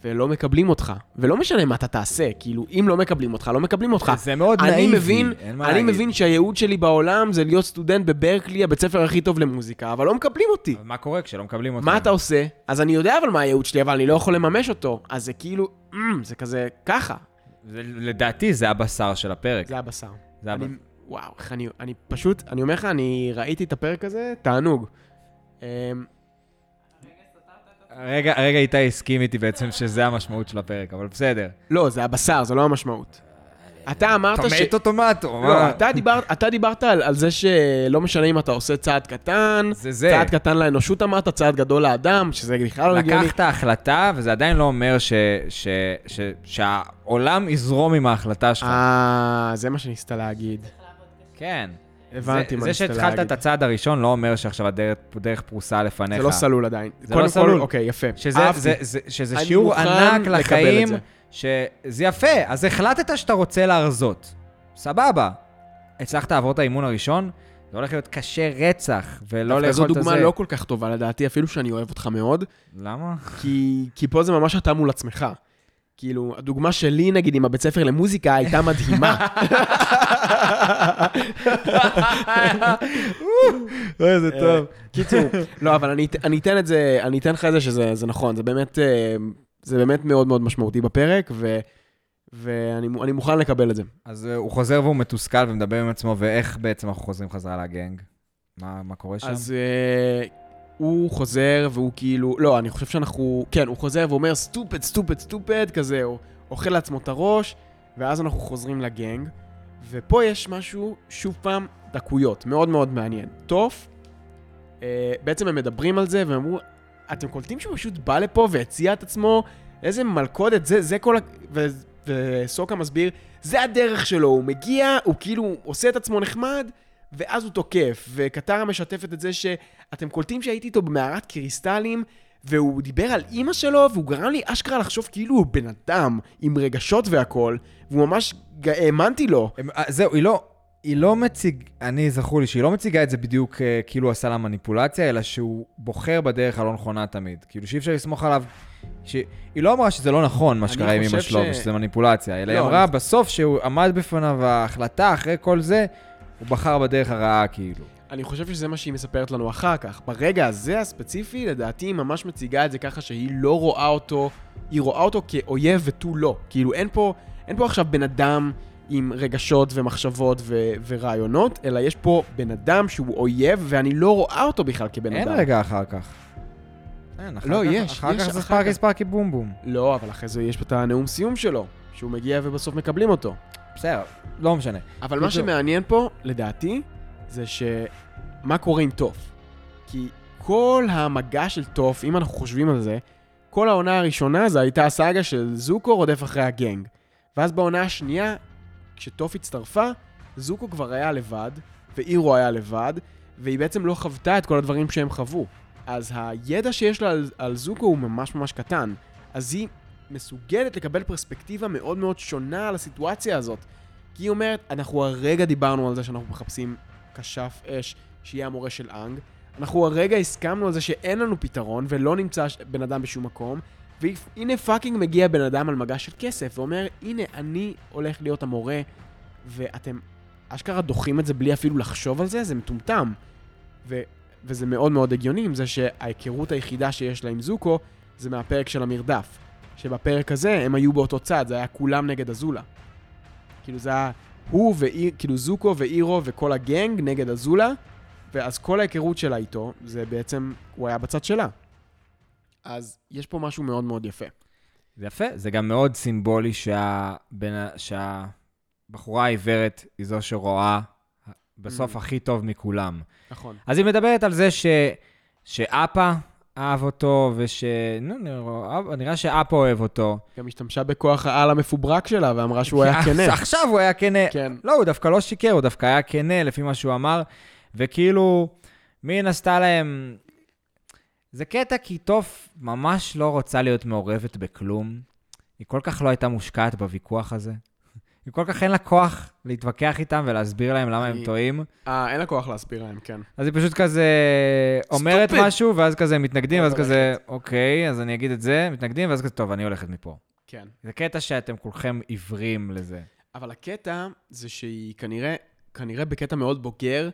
Speaker 1: ולא מקבלים אותך. ולא משנה מה אתה תעשה, כאילו, אם לא מקבלים אותך, לא מקבלים אותך.
Speaker 2: זה מאוד
Speaker 1: אני
Speaker 2: נאיבי,
Speaker 1: מבין,
Speaker 2: אין מה
Speaker 1: אני
Speaker 2: להגיד.
Speaker 1: מבין שהייעוד שלי בעולם זה להיות סטודנט בברקלי, הבית ספר הכי טוב למוזיקה, אבל לא מקבלים אותי.
Speaker 2: אבל מה קורה כשלא מקבלים אותך?
Speaker 1: מה אתה עושה? אז אני יודע אבל מה הייעוד שלי, אבל אני לא יכול לממש אותו. אז זה כאילו, "אמ, זה כזה, ככה.
Speaker 2: זה- לדעתי זה הבשר של הפרק.
Speaker 1: זה הבשר.
Speaker 2: זה הבשר.
Speaker 1: אני, וואו, איך אני, אני פשוט, אני אומר לך, אני ראיתי את הפרק הזה, תענוג. אמ,
Speaker 2: רגע, רגע איתי הסכים איתי בעצם שזה המשמעות של הפרק, אבל בסדר.
Speaker 1: לא, זה הבשר, זה לא המשמעות. אתה אמרת ש...
Speaker 2: טומטו טומטו,
Speaker 1: לא,
Speaker 2: מה?
Speaker 1: אתה דיברת, אתה דיברת על, על זה שלא משנה אם אתה עושה צעד קטן,
Speaker 2: זה זה.
Speaker 1: צעד קטן לאנושות אמרת, צעד גדול לאדם, שזה בכלל לא הגיוני.
Speaker 2: לקחת החלטה, וזה עדיין לא אומר ש, ש, ש, שהעולם יזרום עם ההחלטה שלך.
Speaker 1: אה, זה מה שניסית להגיד.
Speaker 2: כן.
Speaker 1: הבנתי
Speaker 2: זה,
Speaker 1: מה
Speaker 2: זה
Speaker 1: ניסית
Speaker 2: שהתחלת
Speaker 1: להגיד.
Speaker 2: את הצעד הראשון לא אומר שעכשיו הדרך דרך פרוסה לפניך.
Speaker 1: זה לא סלול עדיין.
Speaker 2: זה
Speaker 1: קודם
Speaker 2: לא
Speaker 1: כל,
Speaker 2: סלול.
Speaker 1: אוקיי, יפה.
Speaker 2: שזה,
Speaker 1: אהבתי.
Speaker 2: זה, זה, שזה
Speaker 1: אני
Speaker 2: שיעור
Speaker 1: מוכן
Speaker 2: ענק
Speaker 1: לקבל את
Speaker 2: לחיים,
Speaker 1: זה.
Speaker 2: שזה יפה, אז החלטת שאתה רוצה להרזות. סבבה. הצלחת לעבור את האימון הראשון, זה הולך להיות קשה רצח, ולא
Speaker 1: דווקא
Speaker 2: לאכול
Speaker 1: זו
Speaker 2: את הזה.
Speaker 1: דוגמה לא כל כך טובה לדעתי, אפילו שאני אוהב אותך מאוד,
Speaker 2: למה?
Speaker 1: כי, כי פה זה ממש אתה מול עצמך. כאילו, הדוגמה שלי, נגיד, עם הבית ספר למוזיקה, הייתה מדהימה.
Speaker 2: לא, זה
Speaker 1: טוב. קיצור, לא, אבל אני, את- אני אתן את זה, אני אתן לך את זה שזה זה נכון, זה באמת, אה, זה באמת מאוד מאוד משמעותי בפרק, ו, ואני מו- אני מוכן לקבל את זה.
Speaker 2: אז אה, הוא חוזר והוא מתוסכל ומדבר עם עצמו, ואיך בעצם אנחנו חוזרים חזרה לגנג? מה, מה קורה שם?
Speaker 1: אז אה, הוא חוזר והוא כאילו, לא, אני חושב שאנחנו, כן, הוא חוזר ואומר סטופד, סטופד, סטופד, כזה, הוא אוכל לעצמו את הראש, ואז אנחנו חוזרים לגנג, ופה יש משהו, שוב פעם, דקויות, מאוד מאוד מעניין. טוף, אה, בעצם הם מדברים על זה, והם אמרו, אתם קולטים שהוא פשוט בא לפה והציע את עצמו, איזה מלכודת, זה, זה כל ה... ו... וסוקה מסביר, זה הדרך שלו, הוא מגיע, הוא כאילו עושה את עצמו נחמד, ואז הוא תוקף, וקטרה משתפת את זה שאתם קולטים שהייתי איתו במערת קריסטלים, והוא דיבר על אימא שלו, והוא גרם לי אשכרה לחשוב כאילו הוא בן אדם, עם רגשות והכול, והוא ממש, ג- האמנתי לו.
Speaker 2: הם- אה, זהו, היא לא, היא לא מציג, אני זכור לי שהיא לא מציגה את זה בדיוק אה, כאילו הוא עשה לה מניפולציה, אלא שהוא בוחר בדרך הלא נכונה תמיד. כאילו שאי אפשר לסמוך עליו. ש... היא לא אמרה שזה לא נכון מה
Speaker 1: אני
Speaker 2: שקרה עם אמא
Speaker 1: חושב
Speaker 2: שלו
Speaker 1: ש-
Speaker 2: ושזה מניפולציה, אלא היא
Speaker 1: לא,
Speaker 2: אמרה
Speaker 1: אני-
Speaker 2: בסוף שהוא עמד בפניו ההחלטה אחרי כל זה, הוא בחר בדרך הרעה כאילו.
Speaker 1: אני חושב שזה מה שהיא מספרת לנו אחר כך. ברגע הזה הספציפי, לדעתי, היא ממש מציגה את זה ככה שהיא לא רואה אותו, היא רואה אותו כאויב ותו לא. כאילו, אין פה, אין פה עכשיו בן אדם עם רגשות ומחשבות ו- ורעיונות, אלא יש פה בן אדם שהוא אויב, ואני לא רואה אותו בכלל כבן
Speaker 2: אין
Speaker 1: אדם.
Speaker 2: רגע אחר כך. אין, אחר
Speaker 1: לא,
Speaker 2: כך,
Speaker 1: יש,
Speaker 2: אחר
Speaker 1: יש
Speaker 2: כך זה
Speaker 1: אחר
Speaker 2: ספארקי
Speaker 1: כך.
Speaker 2: ספארקי בום בום.
Speaker 1: לא, אבל אחרי זה יש פה את הנאום סיום שלו, שהוא מגיע ובסוף מקבלים אותו.
Speaker 2: בסדר, לא משנה.
Speaker 1: אבל מה
Speaker 2: בדיוק.
Speaker 1: שמעניין פה, לדעתי, זה שמה קורה עם טוף. כי כל המגע של טוף, אם אנחנו חושבים על זה, כל העונה הראשונה זה הייתה הסאגה של זוקו רודף אחרי הגנג. ואז בעונה השנייה, כשטוף הצטרפה, זוקו כבר היה לבד, ואירו היה לבד, והיא בעצם לא חוותה את כל הדברים שהם חוו. אז הידע שיש לה על, על זוקו הוא ממש ממש קטן. אז היא מסוגלת לקבל פרספקטיבה מאוד מאוד שונה על הסיטואציה הזאת. כי היא אומרת, אנחנו הרגע דיברנו על זה שאנחנו מחפשים כשף אש שיהיה המורה של אנג. אנחנו הרגע הסכמנו על זה שאין לנו פתרון ולא נמצא ש- בן אדם בשום מקום. והנה פאקינג מגיע בן אדם על מגע של כסף ואומר, הנה, אני הולך להיות המורה, ואתם אשכרה דוחים את זה בלי אפילו לחשוב על זה, זה מטומטם. ו- וזה מאוד מאוד הגיוני עם זה שההיכרות היחידה שיש לה עם זוקו זה מהפרק של המרדף. שבפרק הזה הם היו באותו צד, זה היה כולם נגד אזולה. כאילו זה היה הוא ואיר, כאילו זוקו ואירו וכל הגנג נגד אזולה, ואז כל ההיכרות שלה איתו, זה בעצם, הוא היה בצד שלה. אז יש פה משהו מאוד מאוד יפה.
Speaker 2: זה יפה, זה גם מאוד סימבולי שהבן, ה- שהבחורה העיוורת היא זו שרואה בסוף
Speaker 1: Mm.
Speaker 2: הכי טוב מכולם.
Speaker 1: נכון.
Speaker 2: אז היא מדברת על זה ש, שאפה אהב אותו, וש... נו, נראה- נראה שאפה אוהב אותו.
Speaker 1: גם השתמשה בכוח העל המפוברק שלה ואמרה שהוא היה
Speaker 2: כי
Speaker 1: כנה.
Speaker 2: עכשיו הוא היה כנה.
Speaker 1: כן.
Speaker 2: לא, הוא דווקא לא שיקר, הוא דווקא היה כנה לפי מה שהוא אמר, וכאילו, מין עשתה להם... זה קטע כי טוף ממש לא רוצה להיות מעורבת בכלום. היא כל כך לא הייתה מושקעת בוויכוח הזה. היא כל כך אין לה כוח להתווכח איתם ולהסביר להם למה הם
Speaker 1: היא-
Speaker 2: טועים.
Speaker 1: אה, אין לה כוח להסביר להם, כן.
Speaker 2: אז היא פשוט כזה אומרת
Speaker 1: Stupid.
Speaker 2: משהו, ואז כזה הם מתנגדים, ואז
Speaker 1: והולכת.
Speaker 2: כזה, אוקיי, אז אני אגיד את זה, מתנגדים, ואז כזה, טוב, אני הולכת מפה.
Speaker 1: כן.
Speaker 2: זה קטע שאתם כולכם עיוורים לזה.
Speaker 1: אבל הקטע זה שהיא כנראה, כנראה בקטע מאוד בוגר,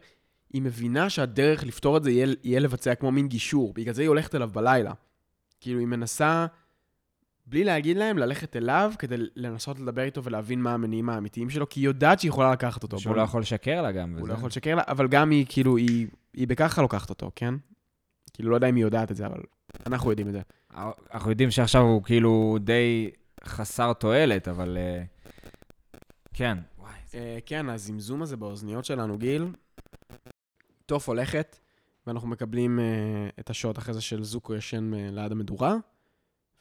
Speaker 1: היא מבינה שהדרך לפתור את זה יהיה, יהיה לבצע כמו מין גישור, בגלל זה היא הולכת אליו בלילה. כאילו, היא מנסה, בלי להגיד להם, ללכת אליו כדי לנסות לדבר איתו ולהבין מה המניעים האמיתיים שלו, כי היא יודעת שהיא יכולה לקחת אותו.
Speaker 2: שהוא
Speaker 1: בוא
Speaker 2: לא
Speaker 1: נ-
Speaker 2: יכול לשקר לה גם.
Speaker 1: הוא
Speaker 2: וזה-
Speaker 1: לא יכול לשקר לה, אבל גם היא, כאילו, היא, היא בככה לוקחת אותו, כן? כאילו, לא יודע אם היא יודעת את זה, אבל אנחנו יודעים את זה.
Speaker 2: אנחנו יודעים שעכשיו הוא כאילו די חסר תועלת, אבל... אה, כן. וואי.
Speaker 1: אה, כן, הזמזום הזה באוזניות שלנו, גיל. טוף הולכת, ואנחנו מקבלים אה, את השעות אחרי זה של זוקו ישן אה, ליד המדורה,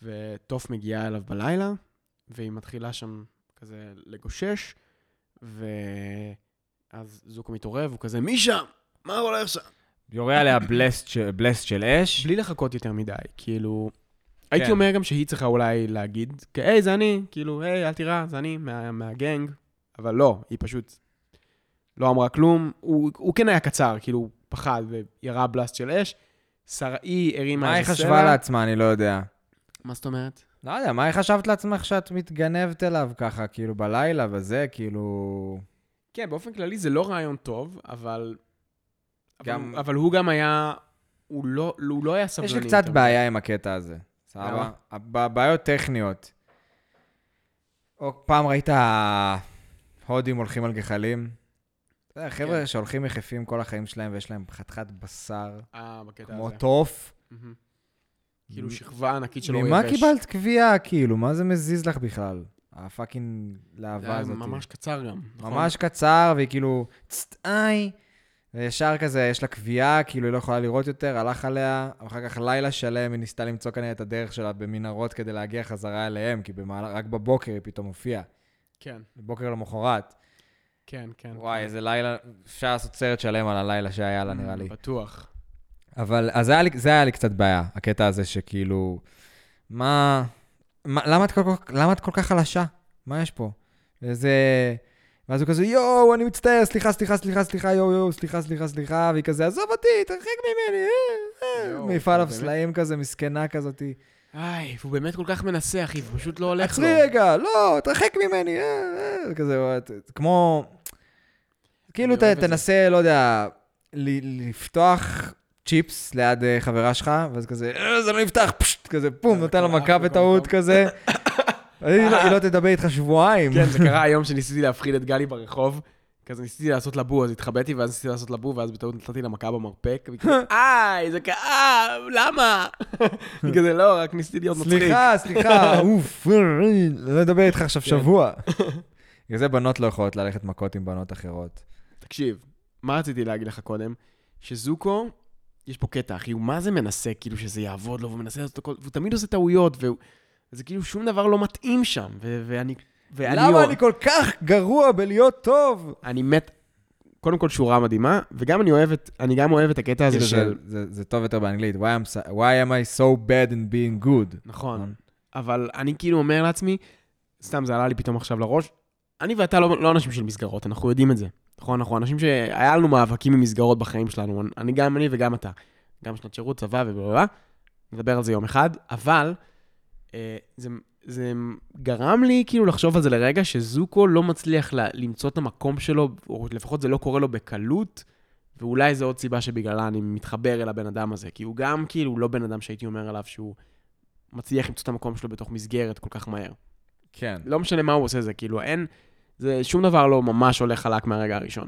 Speaker 1: וטוף מגיעה אליו בלילה, והיא מתחילה שם כזה לגושש, ואז זוקו מתעורר, והוא כזה, מי שם? מה הולך שם?
Speaker 2: יורה עליה בלסט ש- בלסט של אש.
Speaker 1: בלי לחכות יותר מדי, כאילו...
Speaker 2: כן.
Speaker 1: הייתי אומר גם שהיא צריכה אולי להגיד, "כ- היי, זה אני, כאילו, היי, אל תירא, זה אני, מה- מהגנג, אבל לא, היא פשוט לא אמרה כלום. הוא הוא כן היה קצר, כאילו, הוא פחד וירה בלאסט של אש. שר- היא הרימה
Speaker 2: מה היא
Speaker 1: איזה
Speaker 2: חשבה
Speaker 1: סלע.
Speaker 2: לעצמה, אני לא יודע.
Speaker 1: מה זאת אומרת?
Speaker 2: לא יודע, מה היא חשבת לעצמך שאת מתגנבת אליו ככה, כאילו בלילה וזה, כאילו...
Speaker 1: כן, באופן כללי זה לא רעיון טוב, אבל...
Speaker 2: גם-
Speaker 1: גם... אבל הוא גם היה... הוא לא, הוא לא היה סבלני.
Speaker 2: יש לי קצת
Speaker 1: יותר.
Speaker 2: בעיה עם הקטע הזה, סבבה?
Speaker 1: למה?
Speaker 2: ב- בעיות טכניות. או פעם ראית הודים הולכים על גחלים? אתה יודע, חבר'ה
Speaker 1: כן.
Speaker 2: שהולכים יחפים כל החיים שלהם ויש להם חתיכת בשר,
Speaker 1: אה, בקטע
Speaker 2: כמו
Speaker 1: הזה.
Speaker 2: טוף.
Speaker 1: מהמם. כאילו, שכבה ענקית של אור יבש.
Speaker 2: ממה קיבלת קביעה, כאילו? מה זה מזיז לך בכלל? הפאקינג להבה
Speaker 1: זה
Speaker 2: הזאת.
Speaker 1: היה ממש קצר גם. נכון?
Speaker 2: ממש קצר, והיא כאילו, צט, איי. וישר כזה, יש לה קביעה, כאילו היא לא יכולה לראות יותר, הלך עליה, אחר כך לילה שלם היא ניסתה למצוא כנראה את הדרך שלה במנהרות כדי להגיע חזרה אליהם, כי במעלה, רק בבוקר היא פתאום הופיעה,
Speaker 1: כן,
Speaker 2: בבוקר למחרת.
Speaker 1: כן, כן.
Speaker 2: וואי, איזה לילה, אפשר לעשות סרט שלם על הלילה שהיה לה, נראה לי.
Speaker 1: בטוח.
Speaker 2: אבל, אז זה היה לי, זה היה לי קצת בעיה, הקטע הזה שכאילו, מה, מה למה, את כל, כך- למה את כל כך חלשה? מה יש פה? וזה... ואז הוא כזה, יואו, אני מצטער, סליחה, סליחה, סליחה, סליחה, יואו, יואו, סליחה, סליחה, סליחה, והיא כזה, עזוב אותי, תרחק ממני, אה, אה,
Speaker 1: יואו,
Speaker 2: מעיפה עליו
Speaker 1: באמת?
Speaker 2: סלעים כזה, מסכנה כזאתי.
Speaker 1: איי, והוא באמת כל כך מנסה, אחי, זה פשוט לא הולך לו.
Speaker 2: עצרי רגע, לא, תרחק ממני, אה, אה, כזה, ת- ת- כמו... כאילו, ת-
Speaker 1: אוהב את זה.
Speaker 2: תנסה, לא יודע, ל- לפתוח צ'יפס ליד אה, חברה שלך, ואז כזה, "אה, זה לא נפתח, פשט, כזה, פום,
Speaker 1: זה אוקיי,
Speaker 2: נותן לה מכה
Speaker 1: קרה בכל
Speaker 2: בטעות
Speaker 1: מקום.
Speaker 2: כזה. היא לא- היא לא תדבר איתך שבועיים.
Speaker 1: כן, זה קרה היום שניסיתי להפחיד את גלי ברחוב. כזה ניסיתי לעשות לה בו, אז התחבאתי, ואז ניסיתי לעשות לה בו, ואז בטעות נתתי לה מכה במרפק. והיא כזה, איי, זה כאב, למה? היא כזה, לא, רק ניסיתי להיות מצחיק.
Speaker 2: סליחה, סליחה, אוף, אה, אה, לא אדבר איתך
Speaker 1: כן.
Speaker 2: עכשיו שבוע. בגלל זה בנות לא יכולות ללכת מכות עם בנות אחרות.
Speaker 1: תקשיב, מה רציתי להגיד לך קודם? שזוקו, יש פה קטע, אחי, הוא מה זה מנסה, כאילו, שזה יעבוד לו, והוא מנסה לעשות הכל, והוא תמיד עושה טעויות, והוא... זה כאילו שום דבר לא מתאים שם, ו- ואני... ואני לא,
Speaker 2: למה אני כל כך גרוע בלהיות טוב?
Speaker 1: אני מת, קודם כל שורה מדהימה, וגם אני אוהב את, אני גם אוהב את הקטע הזה
Speaker 2: כאילו זה,
Speaker 1: של...
Speaker 2: זה, זה טוב יותר באנגלית, why am, so- why am I so bad in being good?
Speaker 1: נכון. אבל אני כאילו אומר לעצמי, סתם זה עלה לי פתאום עכשיו לראש, אני ואתה לא, לא אנשים של מסגרות, אנחנו יודעים את זה. נכון, אנחנו אנשים שהיה לנו מאבקים עם מסגרות בחיים שלנו, אני גם אני וגם אתה. גם שנת שירות, צבא ובלה, נדבר על זה יום אחד, אבל אה, זה, זה גרם לי כאילו לחשוב על זה לרגע, שזוקו לא מצליח ל- למצוא את המקום שלו, או לפחות זה לא קורה לו בקלות, ואולי זו עוד סיבה שבגללה אני מתחבר אל הבן אדם הזה, כי הוא גם כאילו לא בן אדם שהייתי אומר עליו שהוא מצליח למצוא את המקום שלו בתוך מסגרת כל כך מהר.
Speaker 2: כן.
Speaker 1: לא משנה מה הוא עושה, זה כאילו אין, זה שום דבר לא ממש הולך חלק מהרגע הראשון.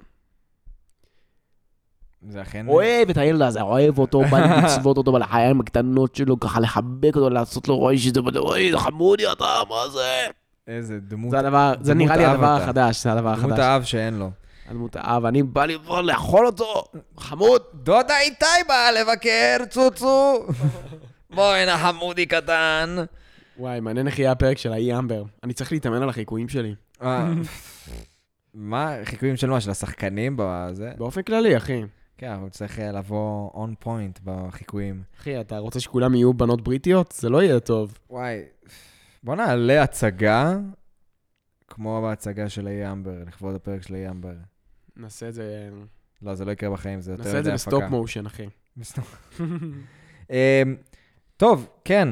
Speaker 2: זה אכן...
Speaker 1: אוהב את הילד הזה, אוהב אותו, בא לי לצוות אותו לחיים הקטנות שלו, ככה לחבק אותו, לעשות לו רואי שזה, אוי, זה חמודי אתה, מה זה?
Speaker 2: איזה דמות,
Speaker 1: זה הדבר, זה
Speaker 2: דמות
Speaker 1: נראה לי
Speaker 2: אב
Speaker 1: הדבר
Speaker 2: אתה.
Speaker 1: החדש, זה הדבר
Speaker 2: דמות
Speaker 1: החדש.
Speaker 2: האב שאין לו.
Speaker 1: הדמות האב, אני בא לי כבר לאכול אותו, חמוד.
Speaker 2: דודה איתי באה לבקר, צוצו! בוא הנה חמודי קטן.
Speaker 1: וואי, מעניין איך יהיה הפרק של האי אמבר. אני צריך להתאמן על החיקויים שלי.
Speaker 2: אה, מה, חיקויים של מה? של השחקנים בזה?
Speaker 1: באופן כללי, אחי.
Speaker 2: כן, אבל צריך אה, לבוא און פוינט בחיקויים.
Speaker 1: אחי, אתה רוצה שכולם יהיו בנות בריטיות? זה לא יהיה טוב.
Speaker 2: וואי, בוא נעלה הצגה כמו בהצגה של איי אמבר, לכבוד הפרק של איי אמבר.
Speaker 1: נעשה את זה,
Speaker 2: לא, זה לא יקרה בחיים, זה יותר
Speaker 1: נעשה את זה
Speaker 2: מדי
Speaker 1: בסטופ
Speaker 2: הפקה.
Speaker 1: מושן, אחי.
Speaker 2: בסטופ. אמ, טוב, כן,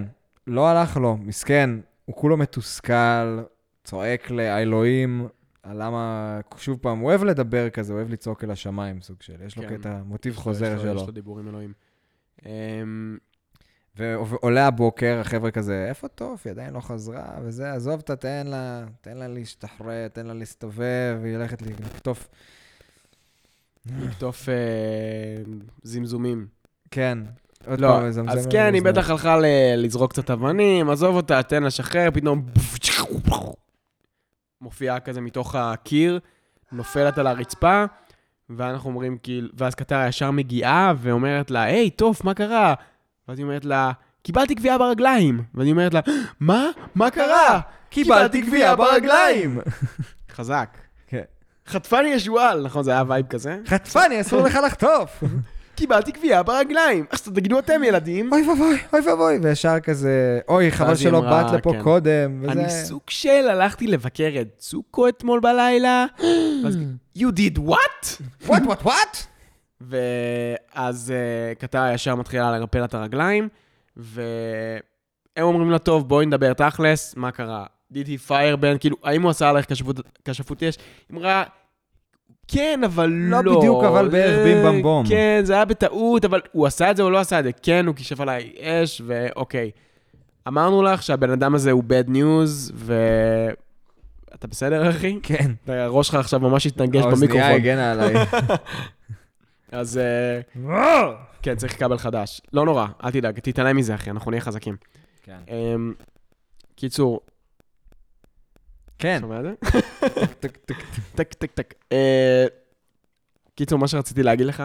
Speaker 2: לא הלך לו, מסכן, הוא כולו מתוסכל, צועק לאלוהים, על למה, שוב פעם, הוא אוהב לדבר כזה, הוא אוהב לצעוק אל השמיים, סוג של, יש לו
Speaker 1: כן.
Speaker 2: קטע, מוטיב
Speaker 1: יש
Speaker 2: חוזר
Speaker 1: לו- יש
Speaker 2: שלו.
Speaker 1: לו דיבור עם אלוהים. אמ,
Speaker 2: ו- ועולה הבוקר, החבר'ה כזה, איפה טוב, היא עדיין לא חזרה, וזה, עזוב אותה, תן לה, תן לה להשתחרר, תן לה להסתובב, היא הולכת לקטוף.
Speaker 1: לקטוף אה, זמזומים.
Speaker 2: כן, עוד
Speaker 1: לא,
Speaker 2: פעם, מזמזם
Speaker 1: אז
Speaker 2: לנו
Speaker 1: כן, היא
Speaker 2: באוזניים.
Speaker 1: בטח הלכה ל- לזרוק קצת אבנים, עזוב אותה, תן לה לשחרר, פתאום... מופיעה כזה מתוך הקיר, נופלת על הרצפה, ואנחנו אומרים כאילו... ואז קטרה ישר מגיעה ואומרת לה, היי, טוב, מה קרה? ואז היא אומרת לה, קיבלתי גבייה ברגליים. ואני אומרת לה, מה? מה קרה?
Speaker 2: קיבלתי גבייה ברגליים!
Speaker 1: חזק.
Speaker 2: כן.
Speaker 1: חטפני ישועל, נכון, זה היה וייב כזה?
Speaker 2: חטפני, אסור לך לחטוף!
Speaker 1: קיבלתי גבייה ברגליים. אז תגידו אתם, ילדים.
Speaker 2: אוי ואבוי, אוי ואבוי, וישר כזה, אוי, חבל
Speaker 1: ואז היא
Speaker 2: שלא
Speaker 1: אמרה,
Speaker 2: באת לפה
Speaker 1: כן.
Speaker 2: קודם, וזה...
Speaker 1: אני סוג של הלכתי לבקר את צוקו אתמול בלילה, ואז you did what?
Speaker 2: וואט וואט וואט?
Speaker 1: ואז אה, קטרה ישר מתחילה לרפל לה את הרגליים, והם אומרים לה, טוב, בואי נדבר תכלס, מה קרה? did he fire ban, כאילו, האם הוא עשה עלייך כשפות- כשפות יש? היא אמרה, כן, אבל
Speaker 2: לא
Speaker 1: לא.
Speaker 2: בדיוק, אבל בערך
Speaker 1: אה,
Speaker 2: בים בם בום."
Speaker 1: כן, זה היה בטעות, אבל הוא עשה את זה או לא עשה את זה? כן, הוא כישף עליי אש, ואוקיי. אמרנו לך שהבן אדם הזה הוא bad news, ו... אתה בסדר, אחי?
Speaker 2: כן.
Speaker 1: אתה- הראש שלך עכשיו ממש התנגש
Speaker 2: האוזנייה
Speaker 1: במיקרופון.
Speaker 2: הגנה עליי.
Speaker 1: אז... אה, כן, צריך כבל חדש. לא נורא, אל תדאג, תתעלם מזה, אחי, אנחנו נהיה חזקים.
Speaker 2: כן.
Speaker 1: אמ, קיצור,
Speaker 2: כן.
Speaker 1: שומע את זה?
Speaker 2: טק, טק, טק.
Speaker 1: טק, טק, טק. אה, קיצור, מה שרציתי להגיד לך,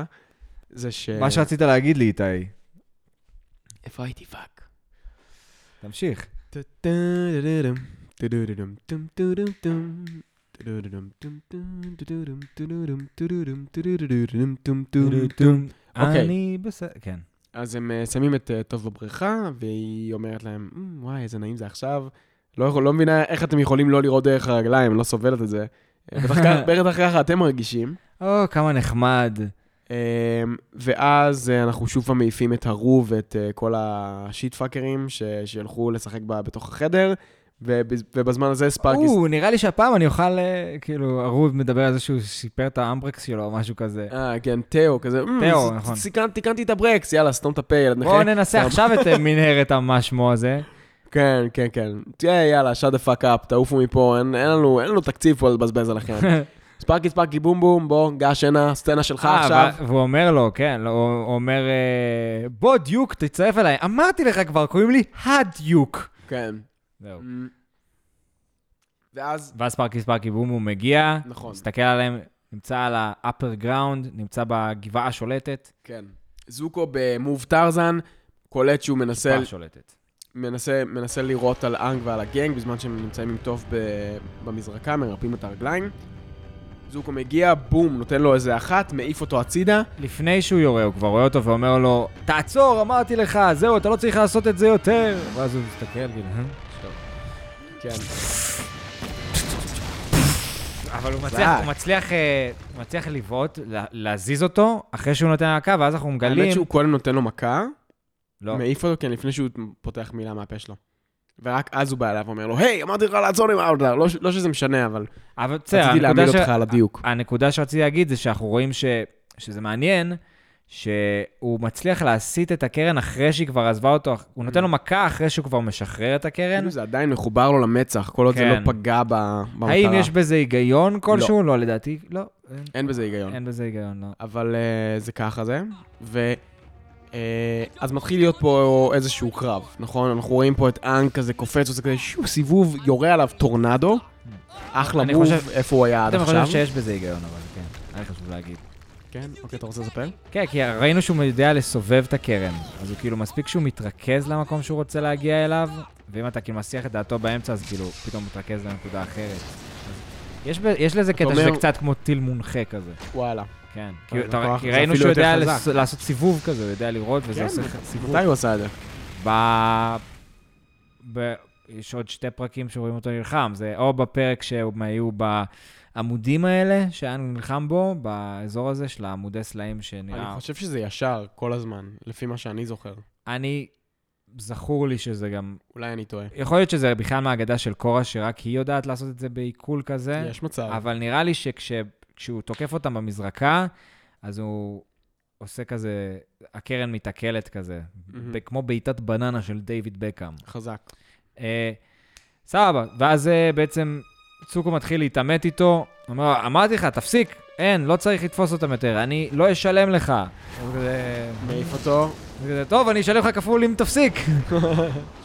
Speaker 1: זה ש...
Speaker 2: מה שרצית להגיד לי, איתי.
Speaker 1: איפה הייתי פאק?
Speaker 2: תמשיך.
Speaker 1: טה-טה-דה-דה-דם, טה-דה-דה-דם, טם-טה-דם-טם, טה-דה-דה-דם, טם-טם, טה-דה-דם, טה-דה-דם, טה-דה-דם, טה-דה-דה-דם, טם-טם. אוקיי.
Speaker 2: אני בסדר. כן.
Speaker 1: אז הם אה, שמים את אה, טוב בבריכה, והיא אומרת להם, "מ, וואי, איזה נעים זה עכשיו. לא, יכול- לא מבינה איך אתם יכולים לא לראות דרך הרגליים, אני לא סובלת את זה. אה, בטח ככה- בטח ככה אתם מרגישים.
Speaker 2: או, כמה נחמד.
Speaker 1: אה, ואז אה, אנחנו שוב פעם מעיפים את הרו ואת אה, כל השיט פאקרים ש- שילכו לשחק בה בתוך החדר, ובז- ובזמן הזה ספארקיס...
Speaker 2: או, נראה לי שהפעם אני אוכל, אה, כאילו, ערוב מדבר על זה שהוא שיפר את האמברקס שלו או משהו כזה.
Speaker 1: אה, כן, תאו כזה. "מ,
Speaker 2: תאו,
Speaker 1: ס-
Speaker 2: נכון.
Speaker 1: סיכנ- תיקנתי את הברקס, יאללה, סתום את הפה, ילד נכה.
Speaker 2: בואו ננסה
Speaker 1: סתם.
Speaker 2: עכשיו את אה, מנהרת המשמו הזה.
Speaker 1: כן, כן, כן. תהיה, יאללה, shut the fuck up, תעופו מפה, אין, אין, לנו, אין לנו תקציב פה לבזבז עליכם. ספארקי ספארקי בום בום, בוא, גש הנה, סצנה שלך
Speaker 2: אה,
Speaker 1: עכשיו.
Speaker 2: אבל- והוא אומר לו, כן, לא, הוא הוא אומר, אה, בוא, דיוק, תצטרף אליי. אמרתי לך כבר, קוראים לי הדיוק.
Speaker 1: כן.
Speaker 2: זהו.
Speaker 1: ואז,
Speaker 2: ואז פארקי ספארקי בום הוא מגיע,
Speaker 1: נכון,
Speaker 2: מסתכל עליהם, נמצא על ה-upper ground, נמצא בגבעה השולטת.
Speaker 1: כן. זוקו במוב טרזן, קולט שהוא מנסה,
Speaker 2: גבעה שולטת.
Speaker 1: מנסה, מנסה לירות על אנג ועל הגנג בזמן שהם נמצאים עם טוב ב- במזרקה, מרפאים את הרגליים. זוקו מגיע, בום, נותן לו איזה אחת, מעיף אותו הצידה.
Speaker 2: לפני שהוא יורה, הוא כבר רואה אותו ואומר לו, תעצור, אמרתי לך, זהו, אתה לא צריך לעשות את זה יותר. ואז הוא מסתכל, כאילו, "אה?"
Speaker 1: כן.
Speaker 2: אבל הוא
Speaker 1: זעק.
Speaker 2: מצליח, הוא מצליח, אה, הוא מצליח לבעוט, לה- להזיז אותו, אחרי שהוא נותן על הקו, ואז אנחנו
Speaker 1: האמת
Speaker 2: מגלים...
Speaker 1: שהוא קודם נותן לו מכה.
Speaker 2: לא,
Speaker 1: מעיף אותו, כן, לפני שהוא פותח מילה מהפה שלו. ורק אז הוא בא אליו ואומר לו, היי, אמרתי לך לעצור עם האוטלר. לא, ש- לא שזה משנה, אבל
Speaker 2: אבל בסדר,
Speaker 1: רציתי
Speaker 2: הנקודה
Speaker 1: להעמיד
Speaker 2: ש- אה,
Speaker 1: אותך על הדיוק.
Speaker 2: הנקודה שרציתי להגיד זה שאנחנו רואים ש... שזה מעניין, שהוא מצליח להסיט את הקרן אחרי שהיא כבר עזבה אותו, הוא נותן לו מכה אחרי שהוא כבר משחרר את הקרן.
Speaker 1: כאילו זה עדיין מחובר לו למצח, כל עוד זה
Speaker 2: כן.
Speaker 1: לא פגע ב- במטרה.
Speaker 2: האם יש בזה היגיון כלשהו? לא, לדעתי, לא. אין-
Speaker 1: אין בזה היגיון.
Speaker 2: אין בזה היגיון, לא.
Speaker 1: אבל אה, זה ככה זה. ו... אה, אז מתחיל להיות פה איזשהו קרב, נכון? אנחנו רואים פה את אנג כזה קופץ, עושה כזה שוב סיבוב, יורה עליו טורנדו. אחלה
Speaker 2: אני
Speaker 1: מוב,
Speaker 2: חושב-
Speaker 1: איפה הוא היה עד
Speaker 2: אתם חושבים
Speaker 1: עכשיו.
Speaker 2: שיש בזה היגיון, אבל כן, היה לי חשוב להגיד.
Speaker 1: כן, אוקיי, אתה רוצה לספר?
Speaker 2: כן, כי ראינו שהוא יודע לסובב את הקרן, אז הוא כאילו מספיק שהוא מתרכז למקום שהוא רוצה להגיע אליו, ואם אתה כאילו מסיח את דעתו באמצע, אז כאילו פתאום הוא מתרכז לנקודה אחרת. אז יש, ב- יש לזה קטע שזה
Speaker 1: אומר-
Speaker 2: קצת כמו טיל מונחה כזה.
Speaker 1: וואלה.
Speaker 2: כן,
Speaker 1: אבל
Speaker 2: כי אתה-
Speaker 1: לקוח-
Speaker 2: כי
Speaker 1: זה
Speaker 2: ראינו
Speaker 1: אפילו
Speaker 2: שהוא יודע
Speaker 1: יותר
Speaker 2: לס-
Speaker 1: חזק.
Speaker 2: לעשות סיבוב כזה, הוא יודע לראות, וזה
Speaker 1: כן,
Speaker 2: עושה
Speaker 1: מתי
Speaker 2: סיבוב.
Speaker 1: הוא עשה את זה?
Speaker 2: ב... ב... יש עוד שתי פרקים שרואים אותו נלחם. זה או בפרק שהם היו בעמודים האלה, שאן נלחם בו, באזור הזה של העמודי סלעים
Speaker 1: אני
Speaker 2: שנראה...
Speaker 1: חושב שזה ישר כל הזמן, לפי מה שאני זוכר.
Speaker 2: אני... זכור לי שזה גם...
Speaker 1: אולי אני טועה.
Speaker 2: יכול להיות שזה בכלל מהאגדה של קורה, שרק היא יודעת לעשות את זה בעיכול כזה.
Speaker 1: יש מצב.
Speaker 2: כן, אבל נראה לי שכשהוא תוקף אותם במזרקה, אז הוא עושה כזה, הקרן מתעכלת כזה,
Speaker 1: מהמם.
Speaker 2: ב- כמו בעיטת בננה של דיוויד בקאם.
Speaker 1: חזק.
Speaker 2: אה, סבבה, ואז אה, בעצם צוקו מתחיל להתעמת איתו, הוא אומר, אמרתי לך, תפסיק, אין, לא צריך לתפוס אותם יותר, אני לא אשלם לך. הוא כזה,
Speaker 1: מעיף אותו.
Speaker 2: הוא כזה, טוב, אני אשלם לך כפול אם תפסיק.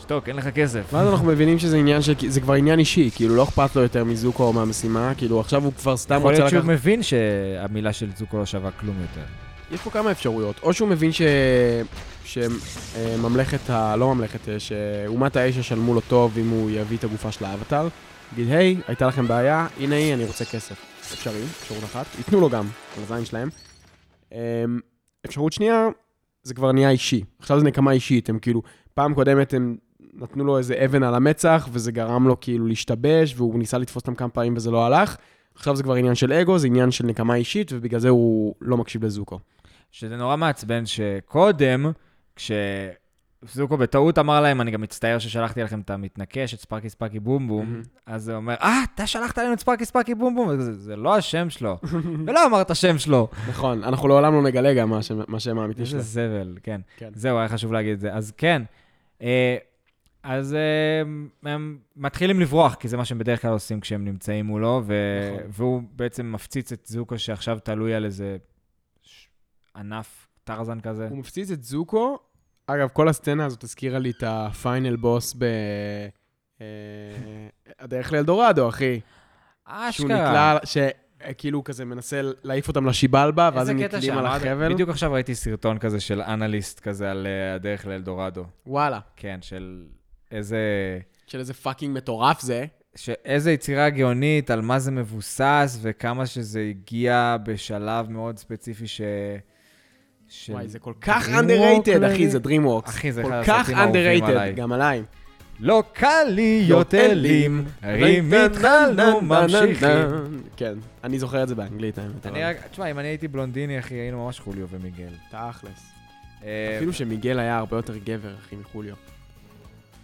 Speaker 2: שתוק, אין לך כסף.
Speaker 1: ואז אנחנו מבינים שזה עניין של... זה כבר עניין אישי, כאילו לא אכפת לו יותר מזוקו או מהמשימה, כאילו עכשיו הוא כבר סתם
Speaker 2: יכול
Speaker 1: רוצה
Speaker 2: להיות
Speaker 1: לקחת...
Speaker 2: שהוא מבין שהמילה של צוקו לא שווה כלום יותר.
Speaker 1: יש פה כמה אפשרויות. או שהוא מבין ש... שממלכת ה... לא ממלכת, אה, שאומת האש ישלמו לו טוב אם הוא יביא את הגופה של האבטר. יגיד, היי, הייתה לכם בעיה, הנה היא, אני רוצה כסף. אפשרי, אפשרות אחת. ייתנו לו גם, על הזין שלהם. אמ, אפשרות שנייה, זה כבר נהיה אישי. עכשיו זה נקמה אישית, הם כאילו, פעם קודמת הם נתנו לו איזה אבן על המצח, וזה גרם לו כאילו להשתבש, והוא ניסה לתפוס אותם כמה פעמים וזה לא הלך. עכשיו זה כבר עניין של אגו, זה עניין של נקמה אישית, ובגלל זה הוא לא מקשיב לזוקו.
Speaker 2: שזה נורא מעצבן שקודם, כשזוקו בטעות אמר להם, אני גם מצטער ששלחתי לכם את המתנקש, את ספרקי ספרקי בום בום,
Speaker 1: מהמם.
Speaker 2: אז הוא אומר, אה, אתה שלחת לנו את ספרקי ספרקי בום בום, וזה, זה לא השם שלו, ולא אמר את השם שלו.
Speaker 1: נכון, אנחנו לעולם לא נגלה גם מה שם- מה שם האמיתי
Speaker 2: איזה
Speaker 1: שלו.
Speaker 2: זבל, כן.
Speaker 1: כן.
Speaker 2: זהו, היה חשוב להגיד את זה. אז כן, אה, אז אה, הם מתחילים לברוח, כי זה מה שהם בדרך כלל עושים כשהם נמצאים מולו, ו-
Speaker 1: נכון.
Speaker 2: והוא בעצם מפציץ את זוקו שעכשיו תלוי על איזה ש- ענף טרזן כזה.
Speaker 1: הוא מפציץ את זוקו. אגב, כל הסצנה הזאת הזכירה לי את הפיינל בוס ב... אה, הדרך לאלדורדו, אחי.
Speaker 2: אשכרה.
Speaker 1: שהוא נתלה, שכאילו הוא אה, כאילו כזה מנסה להעיף אותם לשיבלבה, ואז
Speaker 2: איזה
Speaker 1: הם
Speaker 2: קטע
Speaker 1: נתלים על
Speaker 2: שאמרת-
Speaker 1: החבל.
Speaker 2: בדיוק עכשיו ראיתי סרטון כזה של אנליסט כזה על אה, הדרך לאלדורדו.
Speaker 1: וואלה,
Speaker 2: כן, של איזה...
Speaker 1: של איזה פאקינג מטורף זה.
Speaker 2: שאיזה יצירה גאונית, על מה זה מבוסס, וכמה שזה הגיע בשלב מאוד ספציפי ש... של...
Speaker 1: וואי, זה כל כך
Speaker 2: DreamWorks
Speaker 1: underrated, אחי,
Speaker 2: אולי?
Speaker 1: זה DreamWorks.
Speaker 2: אחי, זה אחד
Speaker 1: כל כך
Speaker 2: הסרטים האהובים
Speaker 1: underrated,
Speaker 2: עליי.
Speaker 1: גם עליי.
Speaker 2: לא קל להיות אלים, רים התחלנו, ממשיכים.
Speaker 1: כן, אני זוכר את זה באנגלית, האמת.
Speaker 2: אני
Speaker 1: אבל-
Speaker 2: רק... תשמע, אם אני הייתי בלונדיני, אחי, היינו ממש חוליו ומיגל.
Speaker 1: תכלס.
Speaker 2: אה,
Speaker 1: אפילו שמיגל היה הרבה יותר גבר, אחי, מחוליו.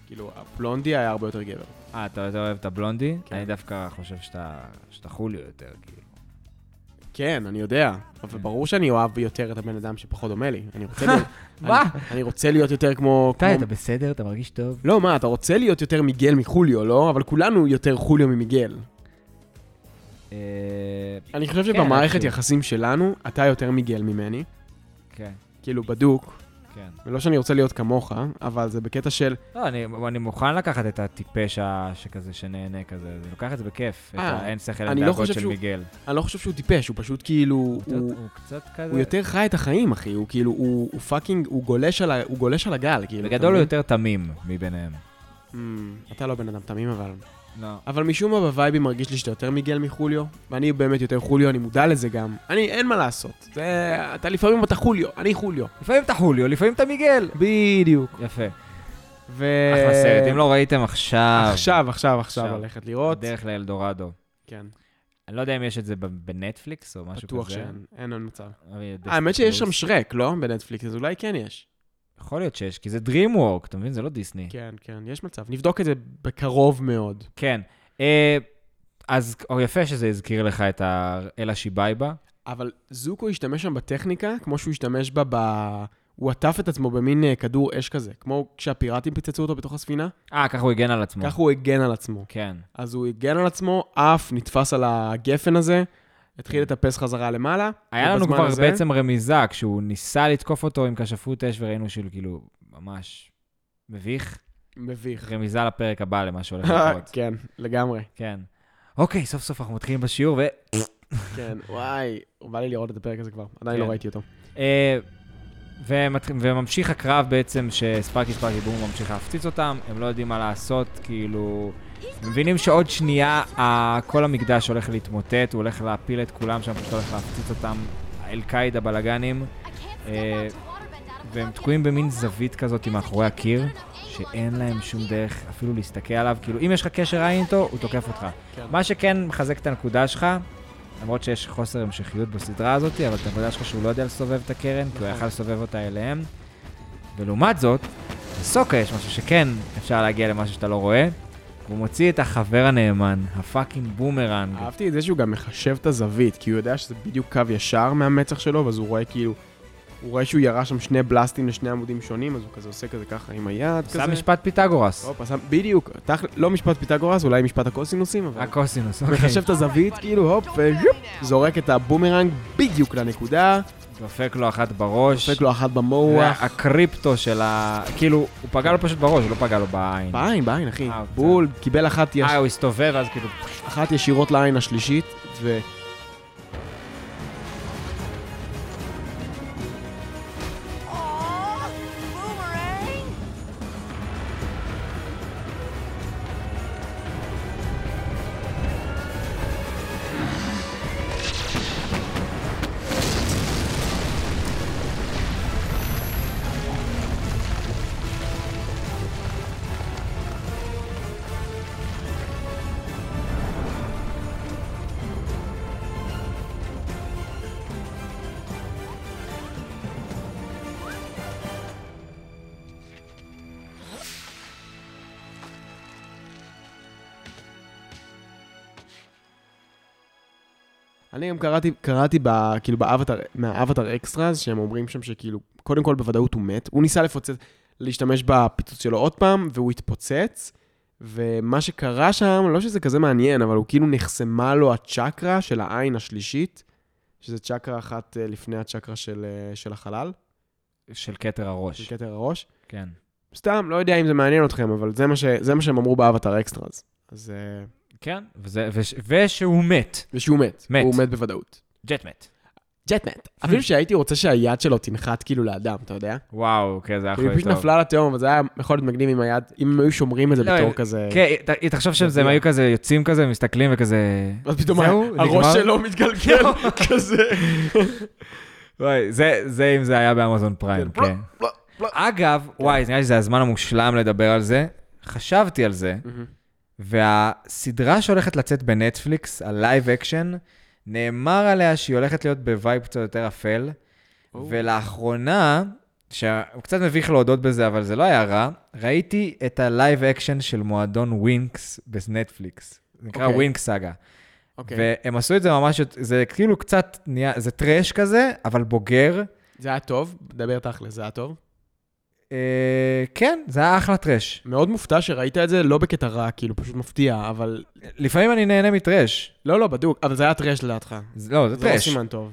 Speaker 1: כאילו, הפלונדי היה הרבה יותר גבר.
Speaker 2: אה, אתה יותר אוהב את הבלונדי?
Speaker 1: כן.
Speaker 2: אני דווקא חושב שאתה שאתה חוליו יותר, כאילו.
Speaker 1: כן, אני יודע,
Speaker 2: אה.
Speaker 1: אבל ברור שאני אוהב יותר את הבן אדם שפחות דומה לי. אני רוצה להיות...
Speaker 2: מה?
Speaker 1: אני- אני רוצה להיות יותר כמו...
Speaker 2: איתי,
Speaker 1: כמו-
Speaker 2: אתה בסדר? אתה מרגיש טוב?
Speaker 1: לא, מה, אתה רוצה להיות יותר מיגל מחוליו, לא? אבל כולנו יותר חוליו ממיגל.
Speaker 2: אה,
Speaker 1: אני חושב
Speaker 2: כן,
Speaker 1: שבמערכת
Speaker 2: איכשהו.
Speaker 1: יחסים שלנו, אתה יותר מיגל ממני,
Speaker 2: כן,
Speaker 1: כאילו, בדוק.
Speaker 2: כן.
Speaker 1: ולא שאני רוצה להיות כמוך, אבל זה בקטע של...
Speaker 2: לא, אני, אני מוכן לקחת את הטיפש ה- שכזה, שנהנה כזה, אני לוקח את זה בכיף, את
Speaker 1: אה,
Speaker 2: האין שכל
Speaker 1: אני
Speaker 2: אין
Speaker 1: לא
Speaker 2: דאגות
Speaker 1: חושב
Speaker 2: של
Speaker 1: שהוא-
Speaker 2: מיגל.
Speaker 1: אני לא חושב שהוא טיפש, הוא פשוט כאילו... הוא-
Speaker 2: הוא קצת כזה...
Speaker 1: הוא יותר חי את החיים, אחי, הוא כאילו, הוא הוא פאקינג, הוא גולש על ה- הוא גולש על הגל, כאילו. אתה
Speaker 2: בגדול הוא
Speaker 1: מבין?
Speaker 2: יותר תמים מביניהם.
Speaker 1: Mm, אתה לא בן אדם תמים, אבל...
Speaker 2: לא.
Speaker 1: אבל משום מה בווייבי מרגיש לי שאתה יותר מיגל מחוליו, ואני באמת יותר חוליו, אני מודע לזה גם. אני, אין מה לעשות. זה... אתה לפעמים אתה חוליו, אני חוליו.
Speaker 2: לפעמים אתה חוליו, לפעמים אתה מיגל.
Speaker 1: בדיוק.
Speaker 2: יפה.
Speaker 1: ו...
Speaker 2: אחלה סרט, אם לא ראיתם עכשיו,
Speaker 1: עכשיו, עכשיו,
Speaker 2: עכשיו.
Speaker 1: עכשיו ללכת לראות.
Speaker 2: דרך לאלדורדו.
Speaker 1: כן,
Speaker 2: אני לא יודע אם יש את זה ב- בנטפליקס או משהו כזה.
Speaker 1: בטוח שאין, אין עוד מצב.
Speaker 2: אה, דיסני
Speaker 1: האמת שיש שם
Speaker 2: פלוס.
Speaker 1: שרק, לא? בנטפליקס, אז אולי כן יש.
Speaker 2: יכול להיות שיש, כי זה DreamWork, אתה מבין? זה לא דיסני.
Speaker 1: כן, כן, יש מצב. נבדוק את זה בקרוב מאוד.
Speaker 2: כן. אה, אז או יפה שזה הזכיר לך את ה- אלה שיבייבה.
Speaker 1: אבל זוקו השתמש שם בטכניקה, כמו שהוא השתמש בה ב... הוא עטף את עצמו במין אה, כדור אש כזה, כמו כשהפיראטים פוצצו אותו בתוך הספינה,
Speaker 2: אה, ככה הוא הגן על עצמו.
Speaker 1: כך הוא הגן על עצמו.
Speaker 2: כן.
Speaker 1: אז הוא הגן על עצמו, עף, נתפס על הגפן הזה, התחיל לטפס חזרה למעלה.
Speaker 2: היה לנו
Speaker 1: ובזמן
Speaker 2: כבר
Speaker 1: הזה-
Speaker 2: בעצם רמיזה, כשהוא ניסה לתקוף אותו עם כשפות אש, וראינו שהוא כאילו ממש מביך.
Speaker 1: מביך.
Speaker 2: רמיזה לפרק הבא למה שהולך לקרות.
Speaker 1: כן, לגמרי.
Speaker 2: כן. אוקיי, סוף סוף אנחנו מתחילים בשיעור, ו...
Speaker 1: כן, וואי, בא לי לראות את הפרק הזה כבר, עדיין
Speaker 2: כן.
Speaker 1: לא ראיתי אותו.
Speaker 2: אה, ומתח... וממשיך הקרב בעצם, שספרקי ספרקי בום ממשיך להפציץ אותם, הם לא יודעים מה לעשות, כאילו... הם מבינים שעוד שנייה ה... כל המקדש הולך להתמוטט, הוא הולך להפיל את כולם שם, פשוט הולך להפציץ אותם, אל-קאידה בלאגנים.
Speaker 4: אה,
Speaker 2: והם תקועים במין זווית כזאת מאחורי הקיר, שאין להם שום דרך אפילו להסתכל עליו. כאילו, אם יש לך קשר עין איתו, הוא תוקף אותך.
Speaker 1: כן.
Speaker 2: מה שכן מחזק את הנקודה שלך, למרות שיש חוסר המשכיות בסדרה הזאת, אבל את הנקודה שלך שהוא לא יודע לסובב את הקרן, כי הוא
Speaker 1: נכון.
Speaker 2: יכל לסובב אותה אליהם. ולעומת זאת, בסוקה יש משהו שכן אפשר להגיע למשהו שאתה לא רואה. הוא מוציא את החבר הנאמן, הפאקינג בומרנג.
Speaker 1: כן. אהבתי את זה שהוא גם מחשב את הזווית, כי הוא יודע שזה בדיוק קו ישר מהמצח שלו, ואז הוא רואה כאילו... הוא רואה שהוא ירה שם שני בלסטים לשני עמודים שונים, אז הוא כזה עושה כזה ככה עם היד, כזה.
Speaker 2: עשה משפט פיתגורס.
Speaker 1: הופ, עשה בדיוק, תכ... לא משפט פיתגורס, אולי משפט הקוסינוסים, אבל...
Speaker 2: הקוסינוס,
Speaker 1: הוא
Speaker 2: אוקיי.
Speaker 1: מחשב את הזווית, כאילו, הופ, ויופ, זורק את הבומרנג בדיוק לנקודה,
Speaker 2: דופק לו אחת בראש.
Speaker 1: דופק לו אחת במוח.
Speaker 2: הקריפטו של ה... כאילו, הוא פגע לו פשוט בראש, הוא לא פגע לו בעין.
Speaker 1: בעין, בעין, אחי.
Speaker 2: אה, בסדר.
Speaker 1: בול, קיבל אחת יש-
Speaker 2: אה, הוא הסתובב, אז כאילו...
Speaker 1: אחת ישירות לעין השלישית, ו...
Speaker 4: Aw, boomerang!
Speaker 1: אני גם קראתי, קראתי ב, כאילו באבטר, מהאבטר אקסטרז, שהם אומרים שם שכאילו, קודם כל בוודאות הוא מת. הוא ניסה לפוצץ, להשתמש בפיצוץ שלו עוד פעם, והוא התפוצץ. ומה שקרה שם, לא שזה כזה מעניין, אבל הוא כאילו נחסמה לו הצ'קרה של העין השלישית, שזה צ'קרה אחת אה, לפני הצ'קרה של, אה, של החלל,
Speaker 2: של כתר הראש.
Speaker 1: של כתר הראש.
Speaker 2: כן.
Speaker 1: סתם, לא יודע אם זה מעניין אתכם, אבל זה מה, ש, זה מה שהם אמרו באבטר אקסטרז. אז... אה,
Speaker 2: כן, וזה- וש- ושהוא מת.
Speaker 1: ושהוא מת.
Speaker 2: מת.
Speaker 1: הוא מת בוודאות.
Speaker 2: ג'ט מת.
Speaker 1: ג'טמט. אפילו שהייתי רוצה שהיד שלו תנחת כאילו לאדם, אתה יודע?
Speaker 2: וואו, כן, זה היה
Speaker 1: היא
Speaker 2: יכול
Speaker 1: כאילו, פשוט
Speaker 2: להיות טוב.
Speaker 1: נפלה לתהום, אבל זה היה יכול להיות מגניב אם היה, אם הם היו שומרים את זה
Speaker 2: לא,
Speaker 1: בתור
Speaker 2: אה,
Speaker 1: כזה...
Speaker 2: כן, ת- תחשוב שהם היו כזה יוצאים כזה, מסתכלים וכזה...
Speaker 1: ואז פתאום
Speaker 2: זהו,
Speaker 1: ה- הראש
Speaker 2: נגמר?
Speaker 1: שלו מתגלגל כזה.
Speaker 2: וואי, זה, זה אם זה היה באמזון פריים,
Speaker 1: כן,
Speaker 2: כן. אגב, וואי, נראה לי שזה הזמן המושלם לדבר על זה. חשבתי על זה, והסדרה שהולכת לצאת בנטפליקס, הלייב אקשן, נאמר עליה שהיא הולכת להיות בווייב קצת יותר אפל, ולאחרונה, שהוא קצת מביך להודות בזה, אבל זה לא היה רע, ראיתי את הלייב אקשן של מועדון ווינקס בנטפליקס. זה נקרא
Speaker 1: אוקיי.
Speaker 2: ווינקס סאגה.
Speaker 1: אוקיי.
Speaker 2: והם עשו את זה ממש, זה כאילו קצת נהיה, זה טראש כזה, אבל בוגר.
Speaker 1: זה היה טוב, דבר תכל'ס, זה היה טוב.
Speaker 2: אה, כן, זה היה אחלה טראש.
Speaker 1: מאוד מופתע שראית את זה, לא בקטע רע, כאילו, פשוט מפתיע, אבל...
Speaker 2: לפעמים אני נהנה מטראש.
Speaker 1: לא, לא, בדוק, אבל זה היה טרש לדעתך.
Speaker 2: זה- לא, זה
Speaker 1: זה לא
Speaker 2: טראש.
Speaker 1: סימן טוב.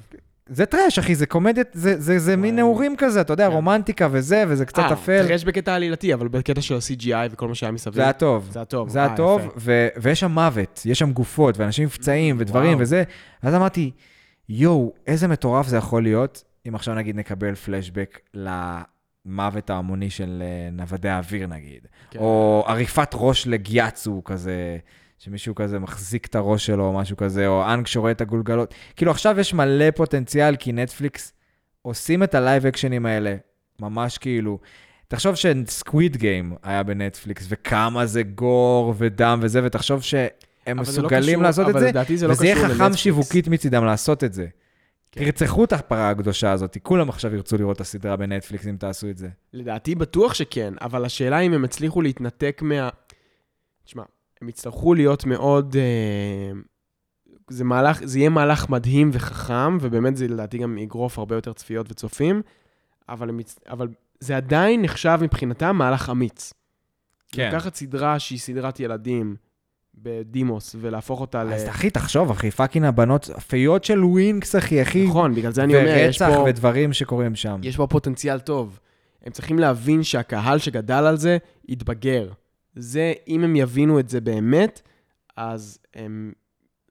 Speaker 2: זה טראש, אחי, זה קומדיית, זה- זה זה
Speaker 1: וואי.
Speaker 2: מין נעורים כזה, אתה יודע,
Speaker 1: כן.
Speaker 2: רומנטיקה וזה, וזה קצת אפל.
Speaker 1: אה, טרש בקטע עלילתי, אבל בקטע של ה-CGI וכל מה שהיה מסביב.
Speaker 2: זה היה טוב.
Speaker 1: זה היה טוב.
Speaker 2: זה
Speaker 1: אה,
Speaker 2: היה
Speaker 1: יפה.
Speaker 2: טוב, ו- ויש שם מוות, יש שם גופות, ואנשים נפצעים, ודברים,
Speaker 1: וואו.
Speaker 2: וזה. אז אמרתי, יואו, איזה מטורף זה יכול להיות, אם עכשיו נגיד נקבל פלשבק למוות ההמוני של אה, נוודי האוויר, נגיד.
Speaker 1: כן.
Speaker 2: או עריפת ראש לגיאצו כזה, שמישהו כזה מחזיק את הראש שלו או משהו כזה, או אנג שרואה את הגולגלות. כאילו עכשיו יש מלא פוטנציאל, כי נטפליקס עושים את הלייב אקשנים האלה, ממש כאילו. תחשוב שסקוויד גיים היה בנטפליקס, וכמה זה גור ודם וזה, ותחשוב שהם
Speaker 1: אבל זה לא
Speaker 2: מסוגלים
Speaker 1: קשור-
Speaker 2: לעשות את
Speaker 1: אבל
Speaker 2: זה,
Speaker 1: לדעתי זה לא
Speaker 2: וזה יהיה
Speaker 1: קשור
Speaker 2: חכם
Speaker 1: לנטפליקס.
Speaker 2: שיווקית מצידם לעשות את זה.
Speaker 1: כן.
Speaker 2: תרצחו את הפרה הקדושה הזאת, כולם עכשיו ירצו לראות את הסדרה בנטפליקס אם תעשו את זה.
Speaker 1: לדעתי בטוח שכן, אבל השאלה אם הם הצליחו להתנתק מה... תשמע, הם יצטרכו להיות מאוד... אה, זה, מהלך, זה יהיה מהלך מדהים וחכם, ובאמת זה לדעתי גם יגרוף הרבה יותר צפיות וצופים, אבל, הם, יצ- אבל זה עדיין נחשב מבחינתם מהלך אמיץ.
Speaker 2: כן.
Speaker 1: לקחת סדרה שהיא סדרת ילדים בדימוס, ולהפוך אותה ל...
Speaker 2: אז אחי, תחשוב, אחי, פאקינג הבנות הפיות של ווינקס, אחי, אחי.
Speaker 1: נכון, בגלל זה אני אומר, יש
Speaker 2: ורצח
Speaker 1: פה...
Speaker 2: ודברים שקורים שם.
Speaker 1: יש פה פוטנציאל טוב. הם צריכים להבין שהקהל שגדל על זה, יתבגר. זה, אם הם יבינו את זה באמת, אז הם...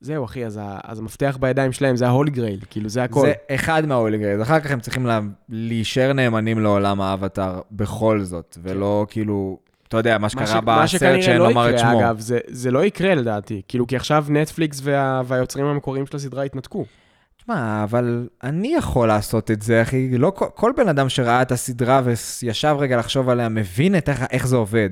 Speaker 1: זהו, אחי, אז, ה... אז המפתח בידיים שלהם, זה ההולי גרייל, כאילו, זה הכל.
Speaker 2: זה אחד מההוליגרייז. אחר כך הם צריכים לה- להישאר נאמנים לעולם האבטאר בכל זאת, ולא כאילו, אתה יודע, מה
Speaker 1: כן. מה ש-
Speaker 2: שקרה
Speaker 1: מה שכנראה
Speaker 2: בסרט שאין
Speaker 1: לא
Speaker 2: לומר את
Speaker 1: יקרה,
Speaker 2: שמו.
Speaker 1: אגב, זה, זה לא יקרה לדעתי. כאילו, כי עכשיו נטפליקס וה... והיוצרים המקוריים של הסדרה התנתקו.
Speaker 2: תשמע, אבל אני יכול לעשות את זה, אחי. לא כל, כל בן אדם שראה את הסדרה וישב רגע לחשוב עליה, מבין את איך, איך זה עובד.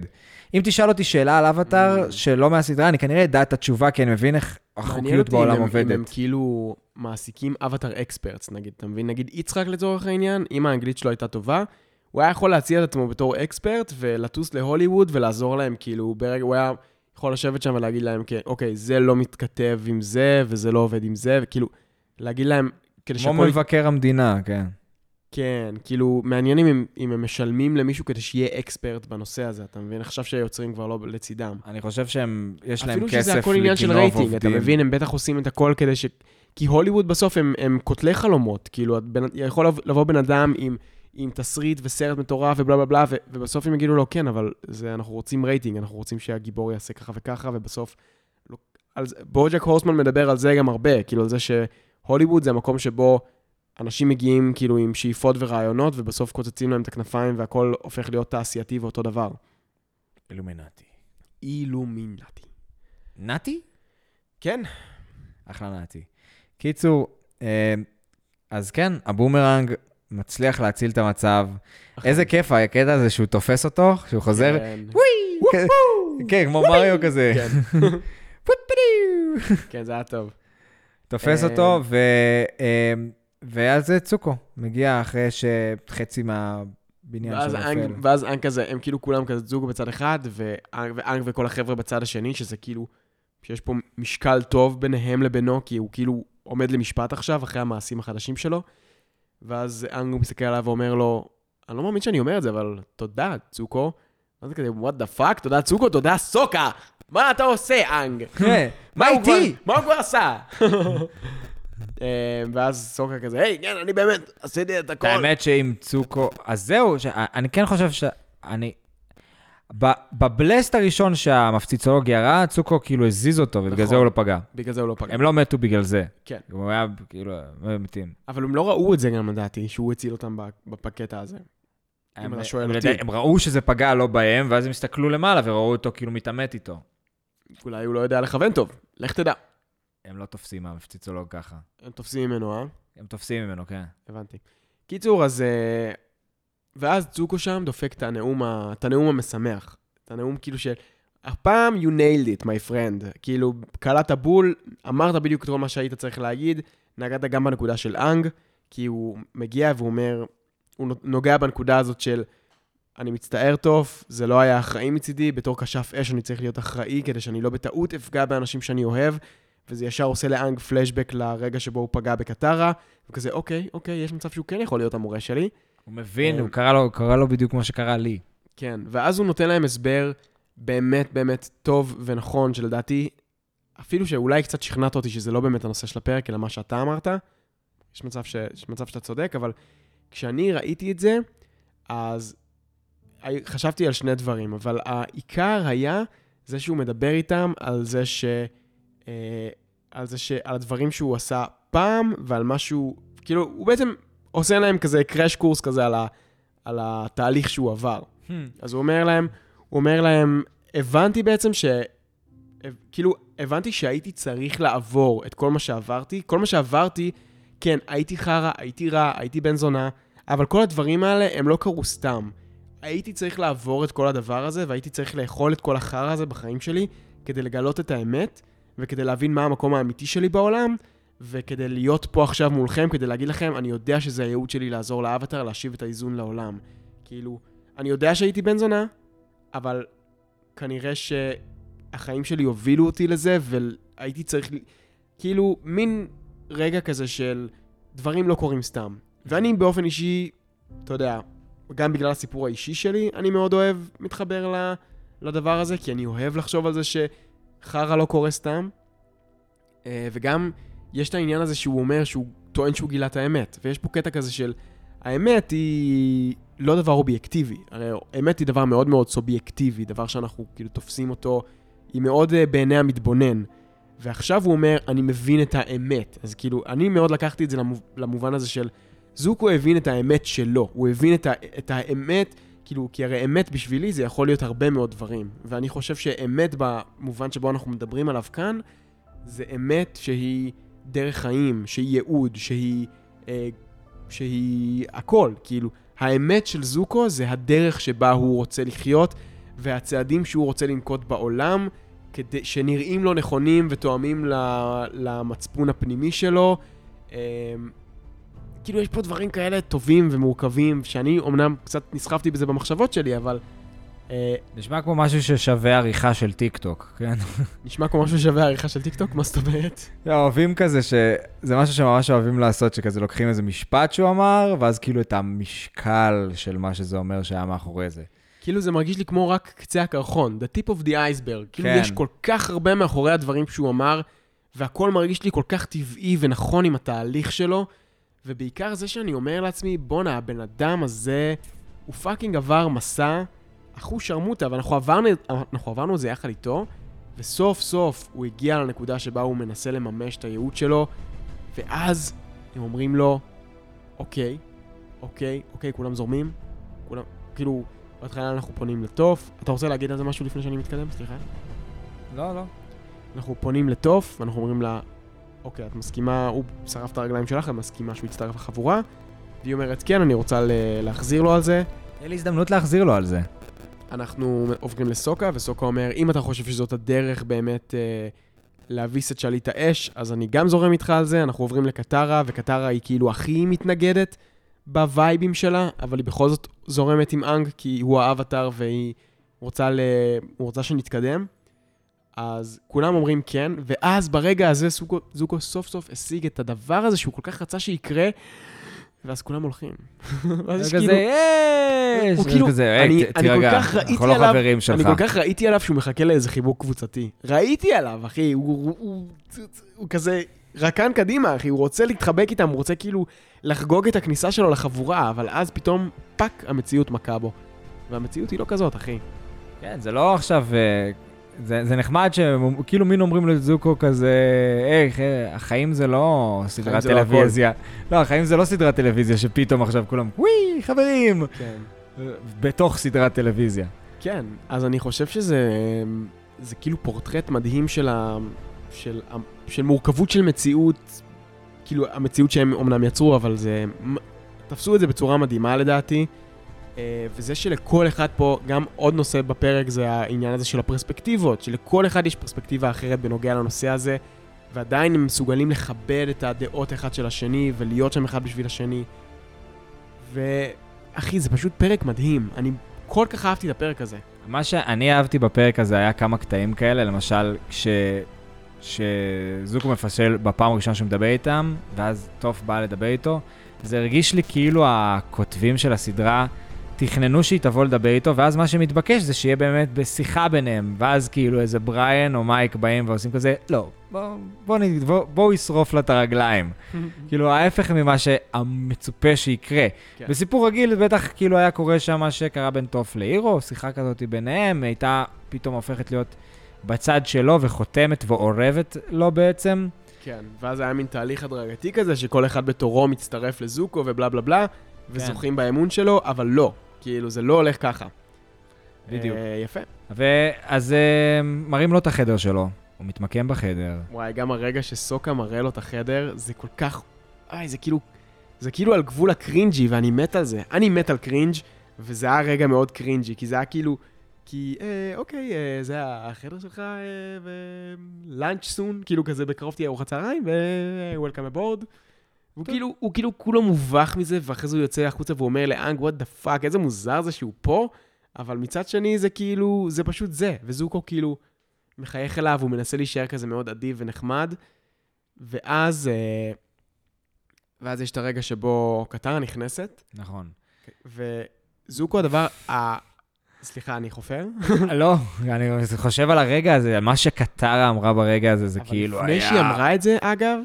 Speaker 2: אם תשאל אותי שאלה על אבטאר
Speaker 1: Mm.
Speaker 2: שלא מהסדרה, אני כנראה אדע את התשובה, כי אני מבין איך
Speaker 1: מעניין
Speaker 2: החוקיות
Speaker 1: אותי אם
Speaker 2: בעולם
Speaker 1: הם- אם
Speaker 2: עובדת.
Speaker 1: הם כאילו מעסיקים אבטר אקספרטס, נגיד, אתה מבין? נגיד יצחק לצורך העניין, אם האנגלית שלו הייתה טובה, הוא היה יכול להציע את עצמו בתור אקספרט ולטוס להוליווד ולעזור להם, כאילו, ברגע, הוא היה יכול לשבת שם ולהגיד להם, כן, אוקיי, זה לא מתכתב עם זה, וזה לא עובד עם זה, וכאילו, להגיד להם, כדי
Speaker 2: כמו
Speaker 1: שהכל...
Speaker 2: מבקר המדינה, כן.
Speaker 1: כן, כאילו, מעניין אם הם- אם הם משלמים למישהו כדי שיהיה אקספרט בנושא הזה, אתה מבין? עכשיו שהיוצרים כבר לא לצידם.
Speaker 2: אני חושב שהם, יש להם
Speaker 1: אפילו
Speaker 2: כסף
Speaker 1: שזה הכל עניין של
Speaker 2: לגנוב
Speaker 1: רייטינג, אתה
Speaker 2: עובדים.
Speaker 1: מבין? הם בטח עושים את הכל כדי ש... כי הוליווד בסוף הם, הם קוטלי חלומות, כאילו, את בן- יכול לב- לבוא בן אדם עם, עם תסריט וסרט מטורף ובלה בלה בלה, ו- ובסוף הם יגידו לו, כן, אבל זה, אנחנו רוצים רייטינג, אנחנו רוצים שהגיבור יעשה ככה וככה, ובסוף... לא, על זה- בוג'ק הורסמן מדבר על זה גם הרבה, כאילו, על זה שהוליווד זה המקום שבו אנשים מגיעים כאילו עם שאיפות ורעיונות, ובסוף קוצצים להם את הכנפיים, והכל הופך להיות תעשייתי ואותו דבר.
Speaker 2: אילומינטי.
Speaker 1: אילומינטי.
Speaker 2: נתי?
Speaker 1: כן,
Speaker 2: אחלה נעתי. קיצור, אה, אז כן, הבומרנג מצליח להציל את המצב. איזה כיף הקטע הזה שהוא תופס אותו, שהוא חוזר,
Speaker 1: כן.
Speaker 2: כן, כן, כמו מריו כזה,
Speaker 1: כן.
Speaker 2: פופדיו.
Speaker 1: כן, זה היה טוב.
Speaker 2: תופס
Speaker 1: אה,
Speaker 2: אותו, ו... אה, ואז זה צוקו מגיע אחרי שחצי מהבניין
Speaker 1: ואז
Speaker 2: שלו
Speaker 1: אנג,
Speaker 2: נופל.
Speaker 1: ואז אנג כזה, הם כאילו כולם כזה זוג בצד אחד, ואנג, ואנג וכל החבר'ה בצד השני, שזה כאילו, שיש פה משקל טוב ביניהם לבינו, כי הוא כאילו עומד למשפט עכשיו, אחרי המעשים החדשים שלו. ואז אנג מסתכל עליו ואומר לו, אני לא מאמין שאני אומר את זה, אבל תודה, צוקו. ואז זה כזה, what the fuck, תודה צוקו, תודה סוקה! מה אתה עושה, אנג?
Speaker 2: אה, מה
Speaker 1: הוא כבר-
Speaker 2: איתי?
Speaker 1: מה הוא כבר עשה? אה, ואז סוקה כזה, היי, כן, אני באמת עשיתי את הכל.
Speaker 4: האמת
Speaker 2: שעם צוקו... אז זהו, ש... אני כן חושב ש... אני... ב- בבלסט הראשון שהמפציצולוג ירה, צוקו כאילו הזיז אותו, ובגלל
Speaker 1: נכון.
Speaker 2: זה הוא לא פגע.
Speaker 1: בגלל זה הוא לא פגע.
Speaker 2: הם לא מתו בגלל זה.
Speaker 1: כן.
Speaker 2: הוא היה כאילו, הם היו מתים.
Speaker 1: אבל הם לא ראו את זה גם, לדעתי, שהוא הציל אותם בקטע הזה.
Speaker 2: הם-
Speaker 1: אתה שואל
Speaker 2: הם
Speaker 1: אותי.
Speaker 2: לדעתי- הם ראו שזה פגע לא בהם, ואז הם הסתכלו למעלה וראו אותו כאילו מתעמת איתו.
Speaker 1: אולי הוא לא יודע לכוון טוב, לך תדע.
Speaker 2: הם לא תופסים מהמפציצולוג ככה.
Speaker 1: הם תופסים ממנו, אה?
Speaker 2: הם תופסים ממנו, כן.
Speaker 1: הבנתי. קיצור, אז... אה, ואז צוקו שם דופק את הנאום, ה... את הנאום המשמח. את הנאום כאילו של... הפעם you nailed it, my friend. כאילו, קלעת בול, אמרת בדיוק את כל מה שהיית צריך להגיד, נגעת גם בנקודה של אנג, כי הוא מגיע והוא אומר, הוא נוגע בנקודה הזאת של, אני מצטער טוב, זה לא היה אחראי מצידי, בתור כשף אש אני צריך להיות אחראי כדי שאני לא בטעות אפגע באנשים שאני אוהב, וזה ישר עושה לאנג פלשבק לרגע שבו הוא פגע בקטרה, וכזה, אוקיי, אוקיי, יש מצב שהוא כן יכול להיות המורה שלי.
Speaker 2: הוא מבין,
Speaker 1: הם-
Speaker 2: הוא קרא לו- קרא לו בדיוק כמו שקרה לי.
Speaker 1: כן, ואז הוא נותן להם הסבר באמת באמת טוב ונכון, שלדעתי, אפילו שאולי קצת שכנעת אותי שזה לא באמת הנושא של הפרק, אלא מה שאתה אמרת, יש מצב, ש... יש מצב שאתה צודק, אבל כשאני ראיתי את זה, אז הי- חשבתי על שני דברים, אבל העיקר היה זה שהוא מדבר איתם על זה ש... אה, על זה ש... על הדברים שהוא עשה פעם, ועל מה שהוא... כאילו, הוא בעצם עושה להם כזה קראש קורס כזה על, ה... על התהליך שהוא עבר. אז הוא אומר להם, הוא אומר להם, הבנתי בעצם ש... כאילו, הבנתי שהייתי צריך לעבור את כל מה שעברתי. כל מה שעברתי, כן, הייתי חרא, הייתי רע, הייתי בן זונה, אבל כל הדברים האלה הם לא קרו סתם. הייתי צריך לעבור את כל הדבר הזה, והייתי צריך לאכול את כל החרא הזה בחיים שלי, כדי לגלות את האמת, וכדי להבין מה המקום האמיתי שלי בעולם, וכדי להיות פה עכשיו מולכם, כדי להגיד לכם, אני יודע שזה הייעוד שלי לעזור לאבטר להשיב את האיזון לעולם. כאילו, אני יודע שהייתי בן זונה, אבל כנראה שהחיים שלי הובילו אותי לזה, והייתי צריך... ל- כאילו, מין רגע כזה של דברים לא קורים סתם. ואני באופן אישי, אתה יודע, גם בגלל הסיפור האישי שלי, אני מאוד אוהב, מתחבר ל, לדבר הזה, כי אני אוהב לחשוב על זה שחרא לא קורה סתם. אה, וגם, יש את העניין הזה שהוא אומר שהוא טוען שהוא גילה את האמת. ויש פה קטע כזה של, האמת היא לא דבר אובייקטיבי. הרי האמת היא דבר מאוד מאוד סובייקטיבי, דבר שאנחנו כאילו תופסים אותו, היא מאוד אה, בעיני המתבונן. ועכשיו הוא אומר, אני מבין את האמת. אז כאילו, אני מאוד לקחתי את זה למו, למובן הזה של, זוקו הבין את האמת שלו. הוא הבין את, ה, את האמת, כאילו, כי הרי אמת בשבילי זה יכול להיות הרבה מאוד דברים. ואני חושב שאמת במובן שבו אנחנו מדברים עליו כאן, זה אמת שהיא דרך חיים, שהיא ייעוד, שהיא... אה, שהיא הכל, כאילו, האמת של זוקו זה הדרך שבה הוא רוצה לחיות, והצעדים שהוא רוצה לנקוט בעולם, כדי, שנראים לו נכונים ותואמים ל, למצפון הפנימי שלו. אה, כאילו, יש פה דברים כאלה טובים ומורכבים, שאני אמנם קצת נסחפתי בזה במחשבות שלי, אבל... אה,
Speaker 2: נשמע כמו משהו ששווה עריכה של טיק טוק, כן?
Speaker 1: נשמע כמו משהו שווה עריכה של טיקטוק, מה זאת אומרת?
Speaker 5: אוהבים כזה, שזה משהו שממש אוהבים לעשות, שכזה לוקחים איזה משפט שהוא אמר, ואז כאילו את המשקל של מה שזה אומר שהיה מאחורי זה.
Speaker 1: כאילו זה מרגיש לי כמו רק קצה הקרחון, the tip of the iceberg. כאילו
Speaker 5: כן.
Speaker 1: יש כל כך הרבה מאחורי הדברים שהוא אמר, והכל מרגיש לי כל כך טבעי ונכון עם התהליך שלו, ובעיקר זה שאני אומר לעצמי, בואנה, הבן אדם הזה, הוא פאקינג עבר מסע, אחוש שרמוטה, ואנחנו עברנו, אנחנו עברנו את זה יחד איתו, וסוף סוף הוא הגיע לנקודה שבה הוא מנסה לממש את הייעוד שלו, ואז הם אומרים לו, אוקיי, אוקיי, אוקיי, כולם זורמים? כולם, כאילו, בהתחלה אנחנו פונים לתוף. אתה רוצה להגיד על זה משהו לפני שאני מתקדם? סליחה.
Speaker 5: לא, לא.
Speaker 1: אנחנו פונים לתוף, ואנחנו אומרים לה, אוקיי, את מסכימה, הוא שרף את הרגליים שלך, את מסכימה שהוא יצטרף לחבורה? והיא אומרת, כן, אני רוצה ל- להחזיר לו על זה.
Speaker 5: תן לי הזדמנות להחזיר לו על זה.
Speaker 1: אנחנו עוברים לסוקה, וסוקה אומר, אם אתה חושב שזאת הדרך באמת אה, להביס את שליט האש, אז אני גם זורם איתך על זה. אנחנו עוברים לקטרה, וקטרה היא כאילו הכי מתנגדת בווייבים שלה, אבל היא בכל זאת זורמת עם אנג, כי הוא האבטאר והיא רוצה, ל... הוא רוצה שנתקדם. אז כולם אומרים כן, ואז ברגע הזה זוקו, זוקו סוף סוף השיג את הדבר הזה שהוא כל כך רצה שיקרה, ואז כולם הולכים. ואז יש כאילו-
Speaker 2: כזה, יש!
Speaker 1: הוא כאילו-
Speaker 2: אה, כזה, "היי,
Speaker 1: אני-
Speaker 2: ת-
Speaker 1: אני כל
Speaker 2: תירגע,
Speaker 1: כך ראיתי
Speaker 2: אנחנו לא
Speaker 1: עליו-
Speaker 2: חברים
Speaker 1: אני
Speaker 2: שלך.
Speaker 1: כל כך ראיתי עליו שהוא מחכה לאיזה חיבוק קבוצתי. ראיתי עליו, אחי, הוא, הוא, הוא, הוא כזה רקן קדימה, אחי, הוא רוצה להתחבק איתם, הוא רוצה כאילו לחגוג את הכניסה שלו לחבורה, אבל אז פתאום, פאק, המציאות מכה בו. והמציאות היא לא כזאת, אחי.
Speaker 2: כן, זה לא עכשיו... אה, זה, זה נחמד שהם כאילו מין אומרים לזוקו כזה, היי, ח- החיים זה לא סדרת
Speaker 1: זה לא הכל."
Speaker 2: טלוויזיה. לא, החיים זה לא סדרת טלוויזיה שפתאום עכשיו כולם, וואי, חברים,
Speaker 1: כן.
Speaker 2: בתוך סדרת טלוויזיה.
Speaker 1: כן, אז אני חושב שזה זה כאילו פורטרט מדהים של, ה, של, ה, של מורכבות של מציאות, כאילו המציאות שהם אומנם יצרו, אבל זה... מ- תפסו את זה בצורה מדהימה לדעתי, אה, וזה שלכל אחד פה, גם עוד נושא בפרק זה העניין הזה של הפרספקטיבות, שלכל אחד יש פרספקטיבה אחרת בנוגע לנושא הזה, ועדיין הם מסוגלים לכבד את הדעות אחד של השני ולהיות שם אחד בשביל השני. ואחי, זה פשוט פרק מדהים. אני כל כך אהבתי את הפרק הזה.
Speaker 2: מה שאני אהבתי בפרק הזה היה כמה קטעים כאלה, למשל, כש... שזוקו מפשל בפעם הראשונה שהוא מדבר איתם, ואז טוף בא לדבר איתו, זה הרגיש לי כאילו הכותבים של הסדרה תכננו שהיא תבוא לדבר איתו, ואז מה שמתבקש זה שיהיה באמת בשיחה ביניהם, ואז כאילו איזה בריאן או מייק באים ועושים כזה, לא, בואו בוא, נ- בוא, בוא ישרוף לה את הרגליים. כאילו ההפך ממה שהמצופה שיקרה.
Speaker 1: כן.
Speaker 2: כן. בסיפור רגיל בטח כאילו היה קורה שם מה שקרה בין טוף לאירו, שיחה כזאת ביניהם, הייתה פתאום הופכת להיות בצד שלו וחותמת ואורבת לו בעצם.
Speaker 1: כן, ואז היה מין תהליך הדרגתי כזה, שכל אחד בתורו מצטרף לזוקו ובלה בלה בלה, וזוכים באמון שלו, אבל לא. כאילו, זה לא הולך ככה.
Speaker 2: בדיוק.
Speaker 1: אה, יפה.
Speaker 2: ואז אה, מראים לו את החדר שלו, הוא מתמקם בחדר.
Speaker 1: וואי, גם הרגע שסוקה מראה לו את החדר, זה כל כך... איי, זה כאילו... זה כאילו על גבול הקרינג'י, ואני מת על זה. אני מת על קרינג', וזה היה רגע מאוד קרינג'י, כי זה היה כאילו... כי, אה, אוקיי, אה, זה החדר שלך, אה, ו... lunch soon, כאילו כזה בקרוב תהיה ארוחת צהריים, ו... אה, Welcome aboard. הוא כאילו, הוא כאילו כולו מובך מזה, ואחרי זה הוא יוצא החוצה והוא אומר לאנג, what the fuck, איזה מוזר זה שהוא פה, אבל מצד שני זה כאילו, זה פשוט זה, וזוקו כאילו מחייך אליו, הוא מנסה להישאר כזה מאוד אדיב ונחמד, ואז, אה, ואז יש את הרגע שבו קטרה נכנסת,
Speaker 2: נכון.
Speaker 1: וזוקו הדבר ה... סליחה, אני חופר?
Speaker 2: לא, אני חושב על הרגע הזה, על מה שקטרה אמרה ברגע הזה, זה
Speaker 1: אבל
Speaker 2: כאילו
Speaker 1: לפני
Speaker 2: היה...
Speaker 1: שהיא אמרה את זה, אגב,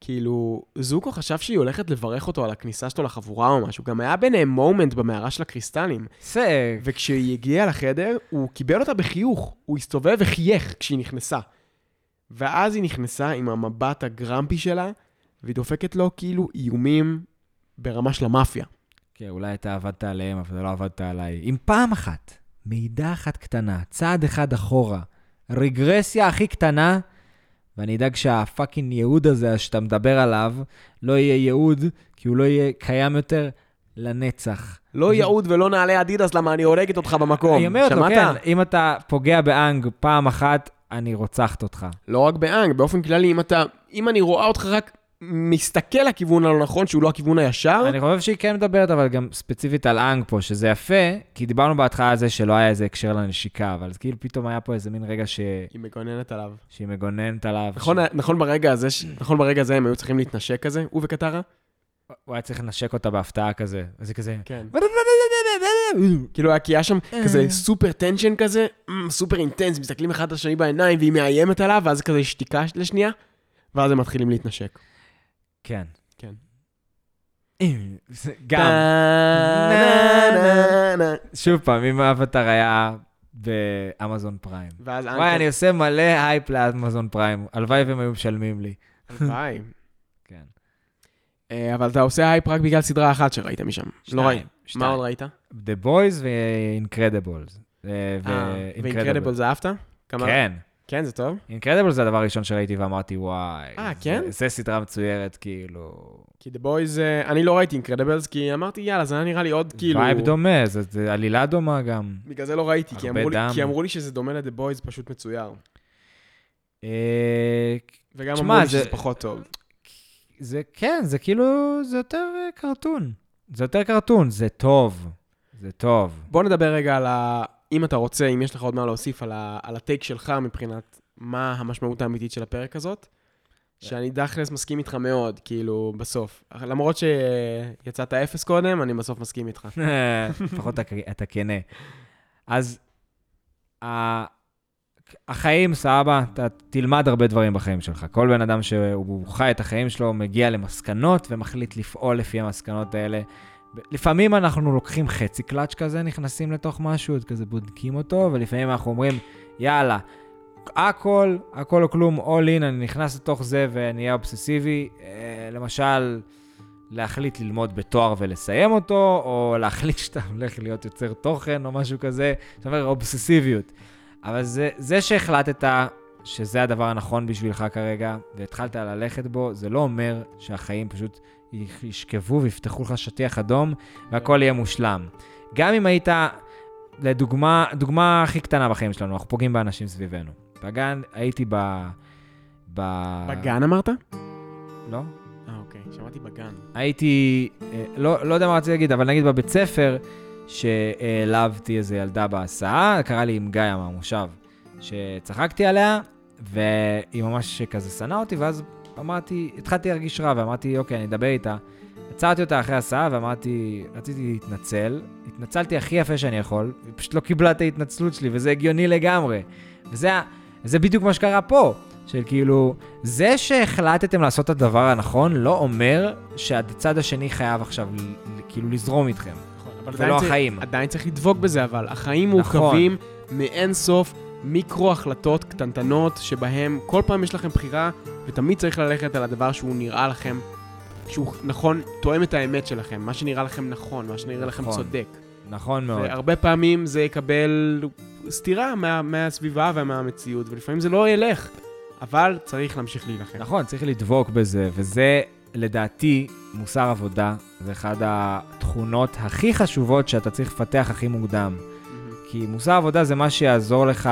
Speaker 1: כאילו, זוקו חשב שהיא הולכת לברך אותו על הכניסה שלו לחבורה או משהו. גם היה ביניהם מומנט במערה של הקריסטלים.
Speaker 2: זה...
Speaker 1: וכשהיא הגיעה לחדר, הוא קיבל אותה בחיוך. הוא הסתובב וחייך כשהיא נכנסה. ואז היא נכנסה עם המבט הגרמפי שלה, והיא דופקת לו כאילו איומים ברמה של המאפיה.
Speaker 2: כן, אולי אתה עבדת עליהם, אבל לא עבדת עליי. אם פעם אחת, מעידה אחת קטנה, צעד אחד אחורה, רגרסיה הכי קטנה, ואני אדאג שהפאקינג ייעוד הזה שאתה מדבר עליו לא יהיה ייעוד, כי הוא לא יהיה קיים יותר לנצח.
Speaker 1: לא יעוד ולא נעלי אדידס, למה אני הורגת אותך במקום.
Speaker 2: אוקיי. אני אומרת לו,
Speaker 1: שמעת?
Speaker 2: כן, אם אתה פוגע באנג פעם אחת, אני רוצחת אותך.
Speaker 1: לא רק באנג, באופן כללי, אם אתה... אם אני רואה אותך רק מסתכל לכיוון הלא נכון, שהוא לא הכיוון הישר,
Speaker 2: אני חושב שהיא כן מדברת, אבל גם ספציפית על אנג פה, שזה יפה, כי דיברנו בהתחלה על זה שלא היה איזה הקשר לנשיקה, אבל זה כאילו פתאום היה פה איזה מין רגע ש...
Speaker 1: היא מגוננת עליו.
Speaker 2: שהיא מגוננת עליו.
Speaker 1: נכון,
Speaker 2: ש...
Speaker 1: נכון ברגע הזה, ש- נכון ברגע הזה הם היו צריכים להתנשק כזה, הוא וקטרה? אה-
Speaker 2: הוא היה צריך לנשק אותה בהפתעה כזה. אז היא כזה...
Speaker 1: כן. כאילו היה- כי היה שם כזה סופר טנשן כזה, אמ, סופר אינטנס, מסתכלים אחד על השני בעיניים והיא מאיימת עליו, ואז כזה יש שתיקה לשנייה, ואז הם מתחילים להתנשק.
Speaker 2: כן.
Speaker 1: כן. אה-
Speaker 2: זה
Speaker 1: טה,
Speaker 2: גם,
Speaker 1: נה, נה, נה.
Speaker 2: שוב פעם, אם האבטר היה באמזון פריים.
Speaker 1: ואז אנג...
Speaker 2: וואי, אני עושה מלא הייפ לאמזון פריים. הלוואי והם היו משלמים לי.
Speaker 1: הלוואי.
Speaker 2: כן.
Speaker 1: אה, אבל אתה עושה הייפ רק בגלל סדרה אחת שראית משם. לא
Speaker 2: שניים,
Speaker 1: ראי. מה
Speaker 2: שתיים.
Speaker 1: עוד ראית?
Speaker 2: The Boys ו-Incredibles. אה,
Speaker 1: אה, ואינקרדיבלס אהבת? כמה-
Speaker 2: כן.
Speaker 1: כן, זה טוב.
Speaker 2: אינקרדיבל זה הדבר הראשון שראיתי ואמרתי, וואי.
Speaker 1: אה,
Speaker 2: זה-
Speaker 1: כן?
Speaker 2: זה סדרה מצוירת, כאילו...
Speaker 1: כי The Boys, אה, אני לא ראיתי אינקרדיבלס, כי אמרתי, יאללה, זה היה נראה לי עוד כאילו...
Speaker 2: וייב דומה, זה- זה עלילה דומה גם.
Speaker 1: בגלל זה לא ראיתי, כי
Speaker 2: הרבה
Speaker 1: אמרו, לי,
Speaker 2: דם.
Speaker 1: כי אמרו לי שזה דומה ל-The Boys פשוט מצויר.
Speaker 2: אה,
Speaker 1: וגם
Speaker 2: תשמע,
Speaker 1: אמרו לי
Speaker 2: זה-
Speaker 1: שזה פחות טוב.
Speaker 2: זה כן, זה כאילו, זה יותר אה, קרטון. זה יותר קרטון, זה טוב. זה טוב.
Speaker 1: בוא נדבר רגע על ה... אם אתה רוצה, אם יש לך עוד מה להוסיף על, ה... על הטייק שלך מבחינת מה המשמעות האמיתית של הפרק הזאת, שאני דאחלס מסכים איתך מאוד, כאילו, בסוף. אך- למרות שיצאת אפס קודם, אני בסוף מסכים איתך.
Speaker 2: לפחות אתה- אתה כנה. אז ה- החיים, סבבה, אתה תלמד הרבה דברים בחיים שלך. כל בן אדם שהוא חי את החיים שלו מגיע למסקנות ומחליט לפעול לפי המסקנות האלה. ב- לפעמים אנחנו לוקחים חצי קלאץ' כזה, נכנסים לתוך משהו, כזה בודקים אותו, ולפעמים אנחנו אומרים, יאללה, הכל, הכל או כלום, all in, אני נכנס לתוך זה ואני אהיה אובססיבי. אה, למשל, להחליט ללמוד בתואר ולסיים אותו, או להחליט שאתה הולך להיות יוצר תוכן או משהו כזה, זאת אומרת, אובססיביות. אבל זה, זה שהחלטת שזה הדבר הנכון בשבילך כרגע, והתחלת ללכת בו, זה לא אומר שהחיים פשוט ישכבו ויפתחו לך שטיח אדום, והכל יהיה מושלם. גם אם היית, לדוגמה, דוגמה הכי קטנה בחיים שלנו, אנחנו פוגעים באנשים סביבנו. בגן, הייתי ב... ב...
Speaker 1: בגן אמרת?
Speaker 2: לא?
Speaker 1: אה, אוקיי, שמעתי בגן.
Speaker 2: הייתי, אה, לא, לא יודע מה רציתי להגיד, אבל נגיד בבית ספר, שהעלבתי איזה ילדה בהסעה, קרה לי עם גיא מהמושב, שצחקתי עליה, והיא ממש כזה שנאה אותי, ואז אמרתי, התחלתי להרגיש רע, ואמרתי, אוקיי, אני אדבר איתה. עצרתי אותה אחרי הסעה ואמרתי, רציתי להתנצל, התנצלתי הכי יפה שאני יכול, היא פשוט לא קיבלה את ההתנצלות שלי, וזה הגיוני לגמרי. וזה ה- זה בדיוק מה שקרה פה, של כאילו, זה שהחלטתם לעשות את הדבר הנכון, לא אומר שהצד השני חייב עכשיו ל- ל- כאילו לזרום איתכם.
Speaker 1: נכון, אבל
Speaker 2: זה
Speaker 1: עדיין
Speaker 2: לא
Speaker 1: צריך-
Speaker 2: החיים.
Speaker 1: עדיין צריך לדבוק בזה, אבל החיים
Speaker 2: נכון.
Speaker 1: מורכבים מאין סוף מיקרו החלטות קטנטנות, שבהם כל פעם יש לכם בחירה, ותמיד צריך ללכת על הדבר שהוא נראה לכם, שהוא נכון, תואם את האמת שלכם, מה שנראה לכם נכון, מה שנראה לכם
Speaker 2: נכון.
Speaker 1: צודק.
Speaker 2: נכון מאוד.
Speaker 1: והרבה פעמים זה יקבל סתירה מה, מהסביבה ומהמציאות, ולפעמים זה לא ילך, אבל צריך להמשיך להילחם.
Speaker 2: נכון, צריך לדבוק בזה, וזה לדעתי מוסר עבודה, זה אחד התכונות הכי חשובות שאתה צריך לפתח הכי מוקדם.
Speaker 1: מהמם.
Speaker 2: כי מוסר עבודה זה מה שיעזור לך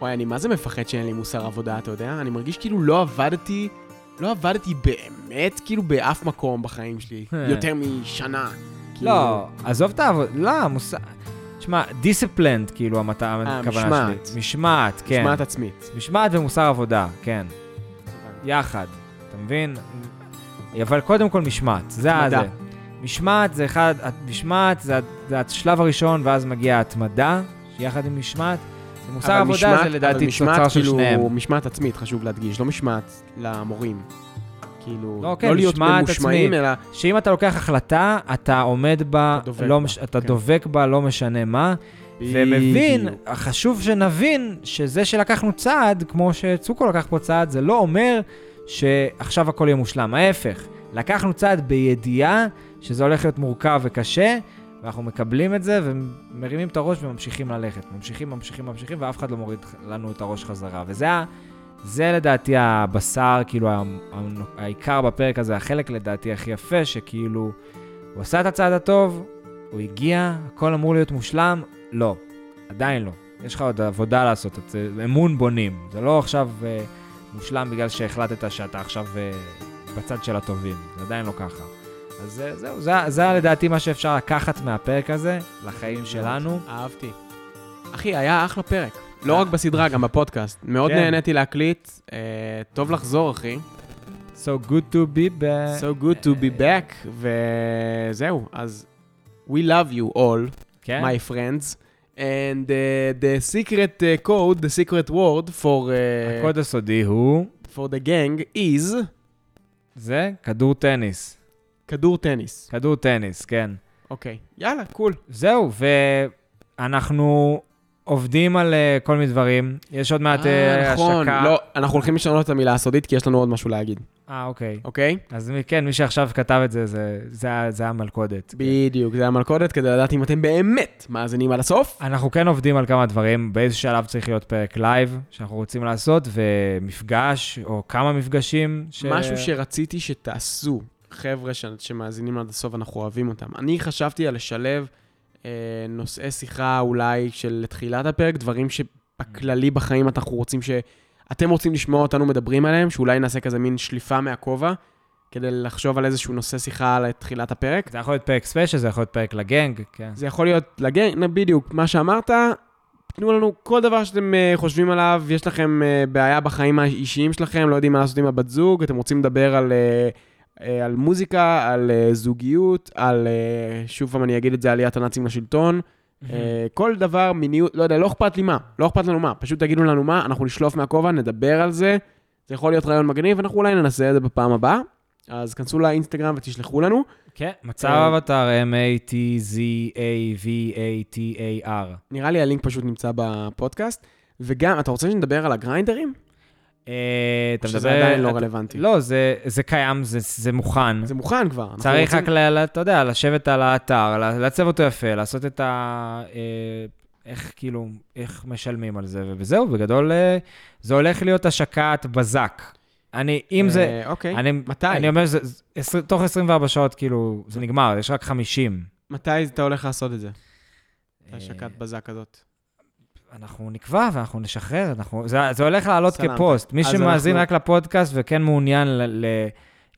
Speaker 1: וואי, אני מה זה מפחד שאין לי מוסר עבודה, אתה יודע? אני מרגיש כאילו לא עבדתי, לא עבדתי באמת, כאילו באף מקום בחיים שלי,
Speaker 2: אה.
Speaker 1: יותר משנה. כאילו,
Speaker 2: לא, עזוב את העבודה, לא, מושג... תשמע, דיסציפלנד, כאילו, המט... הכוונה
Speaker 1: אה, משמעת.
Speaker 2: שלי. משמעת, כן.
Speaker 1: משמעת עצמית.
Speaker 2: משמעת ומוסר עבודה, כן. יחד, אתה מבין? אבל קודם כל משמעת, זה ה-
Speaker 1: התמדה.
Speaker 2: זה. משמעת זה אחד, משמעת זה, ה- זה השלב הראשון, ואז מגיעה ההתמדה, יחד עם משמעת. זה מוסר
Speaker 1: אבל
Speaker 2: עבודה
Speaker 1: משמעת-
Speaker 2: זה
Speaker 1: אבל
Speaker 2: לדעתי
Speaker 1: משמעת
Speaker 2: תוצר של
Speaker 1: כאילו,
Speaker 2: שניהם.
Speaker 1: משמעת עצמית, חשוב להדגיש, לא משמעת למורים. כאילו,
Speaker 2: לא, כן,
Speaker 1: לא להיות
Speaker 2: משמעת
Speaker 1: ממושמעים,
Speaker 2: עצמית.
Speaker 1: אלא...
Speaker 2: שאם אתה לוקח החלטה, אתה עומד בה,
Speaker 1: אתה דבק
Speaker 2: לא,
Speaker 1: בה,
Speaker 2: מש- אתה
Speaker 1: כן.
Speaker 2: דובק בה, לא משנה מה. ומבין,
Speaker 1: בדיוק.
Speaker 2: חשוב שנבין שזה שלקחנו צעד, כמו שצוקו לקח פה צעד, זה לא אומר שעכשיו הכל יהיה מושלם. ההפך, לקחנו צעד בידיעה שזה הולך להיות מורכב וקשה, ואנחנו מקבלים את זה ומרימים את הראש וממשיכים ללכת. ממשיכים, ממשיכים, ממשיכים, ואף אחד לא מוריד לנו את הראש חזרה. וזה ה... זה לדעתי הבשר, כאילו, ה- ה- העיקר בפרק הזה, החלק לדעתי הכי יפה, שכאילו, הוא עשה את הצעד הטוב, הוא הגיע, הכל אמור להיות מושלם, לא, עדיין לא. יש לך עוד עבודה לעשות, את זה אמון בונים. זה לא עכשיו אה, מושלם בגלל שהחלטת שאתה עכשיו אה, בצד של הטובים, זה עדיין לא ככה. אז אה, זהו, זה, זה היה לדעתי מה שאפשר לקחת מהפרק הזה לחיים שלנו.
Speaker 1: אהבתי. אחי, היה אחלה פרק. לא רק בסדרה, גם בפודקאסט. מאוד
Speaker 2: אה. כן.
Speaker 1: נהניתי להקליט. אה, טוב לחזור, אחי.
Speaker 2: So good to be back.
Speaker 1: So good to be back, וזהו. אז we love you all,
Speaker 2: כן?
Speaker 1: my friends. And uh, the secret uh, code, the secret word for, uh,
Speaker 2: הקוד הסודי הוא...
Speaker 1: for the gang is
Speaker 2: זה כדור טניס.
Speaker 1: כדור טניס.
Speaker 2: כדור טניס, כן.
Speaker 1: אוקיי. יאללה, קול.
Speaker 2: זהו, ואנחנו עובדים על אה, כל מיני דברים. יש עוד מעט אה,
Speaker 1: אה,
Speaker 2: השקה.
Speaker 1: נכון. לא, אנחנו הולכים לשנות את המילה הסודית, כי יש לנו עוד משהו להגיד,
Speaker 2: אה, אוקיי.
Speaker 1: אוקיי?
Speaker 2: אז מי- כן, מי שעכשיו כתב את זה, זה- זה ה- זה המלכודת.
Speaker 1: בדיוק, זה המלכודת, כדי לדעת אם אתם באמת מאזינים עד הסוף.
Speaker 2: אנחנו כן עובדים על כמה דברים, באיזה שלב צריך להיות פרק לייב שאנחנו רוצים לעשות, ומפגש, או כמה מפגשים. ש-
Speaker 1: משהו שרציתי שתעשו, חבר'ה ש... שמאזינים עד הסוף, אנחנו אוהבים אותם. אני חשבתי על לשלב אה, נושאי שיחה אולי של תחילת הפרק, דברים שבכללי בחיים אנחנו רוצים ש... אתם רוצים לשמוע אותנו מדברים עליהם, שאולי נעשה כזה מין שליפה מהכובע, כדי לחשוב על איזשהו נושא שיחה לתחילת הפרק.
Speaker 2: זה יכול להיות פרק ספיישל, זה יכול להיות פרק לגנג, כן.
Speaker 1: זה יכול להיות לגן, בדיוק, מה שאמרת, תנו לנו כל דבר שאתם אה, חושבים עליו, יש לכם אה, בעיה בחיים האישיים שלכם, לא יודעים מה לעשות עם הבת זוג, אתם רוצים לדבר על, אה, אה, על מוזיקה, על אה, זוגיות, על, אה, שוב פעם אני אגיד את זה, עליית הנאצים לשלטון. אה, כל דבר, מיניות, לא יודע, לא אכפת לי מה, לא אכפת לנו מה, פשוט תגידו לנו מה, אנחנו נשלוף מהכובע, נדבר על זה, זה יכול להיות רעיון מגניב, אנחנו אולי ננסה את זה בפעם הבאה, אז כנסו לאינסטגרם ותשלחו לנו.
Speaker 2: כן, מצב
Speaker 1: אה,
Speaker 2: אבטאר, M-A-T-Z-A-V-A-T-A-R.
Speaker 1: נראה לי הלינק פשוט נמצא בפודקאסט. וגם, אתה רוצה שנדבר על הגריינדרים?
Speaker 2: אה, אתה מדבר...
Speaker 1: שזה עדיין לא
Speaker 2: אתה-
Speaker 1: רלוונטי.
Speaker 2: לא, זה, זה קיים, זה, זה מוכן.
Speaker 1: זה מוכן כבר. אנחנו
Speaker 2: צריך
Speaker 1: רוצים-
Speaker 2: רק, ל, ל- אתה יודע, לשבת על האתר, ל- לעצב אותו יפה, לעשות את ה... אה, איך כאילו, איך משלמים על זה, וזהו, בגדול, אה, זה הולך להיות השקת בזק. אני, אם זה...
Speaker 1: אה, אוקיי.
Speaker 2: אני,
Speaker 1: מתי?
Speaker 2: אני אומר, זה, זה, עשר- תוך 24 שעות, כאילו, זה נגמר, יש רק 50.
Speaker 1: מתי אתה הולך לעשות את זה? את
Speaker 2: אה,
Speaker 1: השקת בזק הזאת.
Speaker 2: אנחנו נקבע ואנחנו נשחרר, אנחנו... זה, זה הולך לעלות
Speaker 1: סלמת.
Speaker 2: כפוסט. מי
Speaker 1: אז
Speaker 2: שמאזין
Speaker 1: אנחנו-
Speaker 2: רק לפודקאסט וכן מעוניין ל, ל,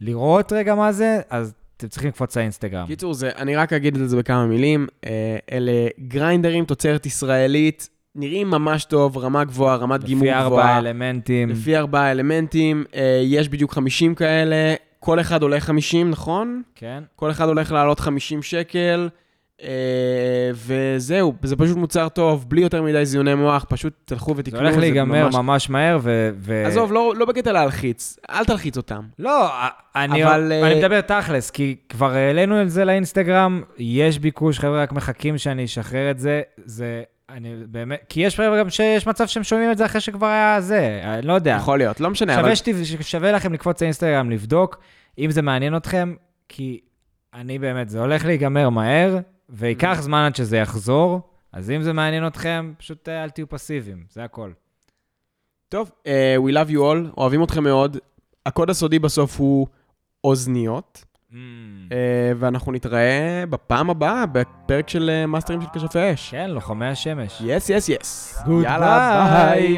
Speaker 2: לראות רגע מה זה, אז אתם צריכים לקפוץ לאינסטגרם.
Speaker 1: קיצור, זה- אני רק אגיד את זה בכמה מילים. אה, אלה גריינדרים, תוצרת ישראלית, נראים ממש טוב, רמה גבוהה, רמת גימור
Speaker 2: לפי ארבעה
Speaker 1: גבוהה.
Speaker 2: אלמנטים.
Speaker 1: לפי ארבעה אלמנטים. אה, יש בדיוק 50 כאלה, כל אחד עולה 50, נכון?
Speaker 2: כן.
Speaker 1: כל אחד הולך לעלות 50 שקל, אה, וזהו, זה פשוט מוצר טוב, בלי יותר מדי זיוני מוח, פשוט תלכו ותקנו.
Speaker 2: זה הולך להיגמר
Speaker 1: ממש-
Speaker 2: ממש מהר, ו... ו-
Speaker 1: עזוב, לא, לא בקטע להלחיץ, אל תלחיץ אותם.
Speaker 2: לא, אני,
Speaker 1: אבל,
Speaker 2: אני
Speaker 1: אה,
Speaker 2: מדבר תכלס, כי כבר העלינו את זה לאינסטגרם, יש ביקוש, חבר'ה, רק מחכים שאני אשחרר את זה. זה, אני באמת, כי יש חבר'ה גם שיש מצב שהם שומעים את זה אחרי שכבר היה זה, אני לא יודע.
Speaker 1: יכול להיות, לא משנה, אבל
Speaker 2: שווה, שת, שווה לכם לקפוץ לאינסטגרם, לבדוק, אם זה מעניין אתכם, כי אני באמת, זה הולך להיגמר מהר, וייקח זמן עד שזה יחזור, אז אם זה מעניין אתכם, פשוט אה, אל תהיו פסיביים, זה הכל.
Speaker 1: טוב, אה, we love you all, אוהבים אתכם מאוד. הקוד הסודי בסוף הוא אוזניות, אה, ואנחנו נתראה בפעם הבאה בפרק של אה, מאסטרים של כשפי אש.
Speaker 2: כן, לוחמי השמש.
Speaker 1: יס, יס, יס.
Speaker 2: Goodbye.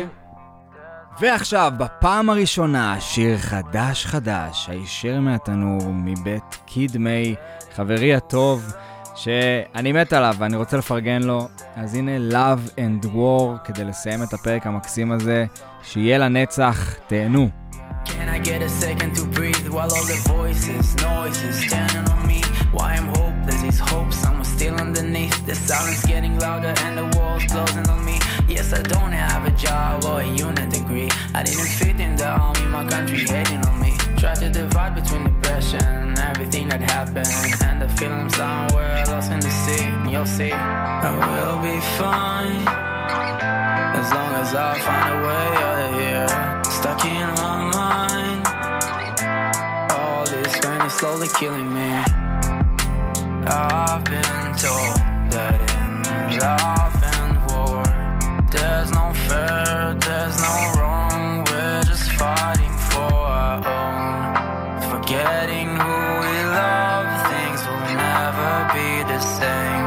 Speaker 6: ועכשיו, בפעם הראשונה, שיר חדש חדש, הישר מהתנור מבית קידמי, חברי הטוב, שאני מת עליו ואני רוצה לפרגן לו. אז הנה Love and War, כדי לסיים את הפרק המקסים הזה, שיהיה לנצח, תהנו.
Speaker 7: Can I get a second to breathe while all the voices, noises turning on me? Why I'm hopeless, it's hope someone's still underneath. The silence getting louder and the walls closing on me. Yes, I don't have a job or a unit degree. I didn't fit in the army, my country hating on me. Try to divide between depression and everything that happened. And I feel I'm somewhere lost in the sea, in your sea. And we'll be fine. As long as I find a way out of here, stuck in my mind. All this pain is slowly killing me. I've been told that in love and war, there's no fair, there's no wrong. We're just Forgetting who we love, things will never be the same.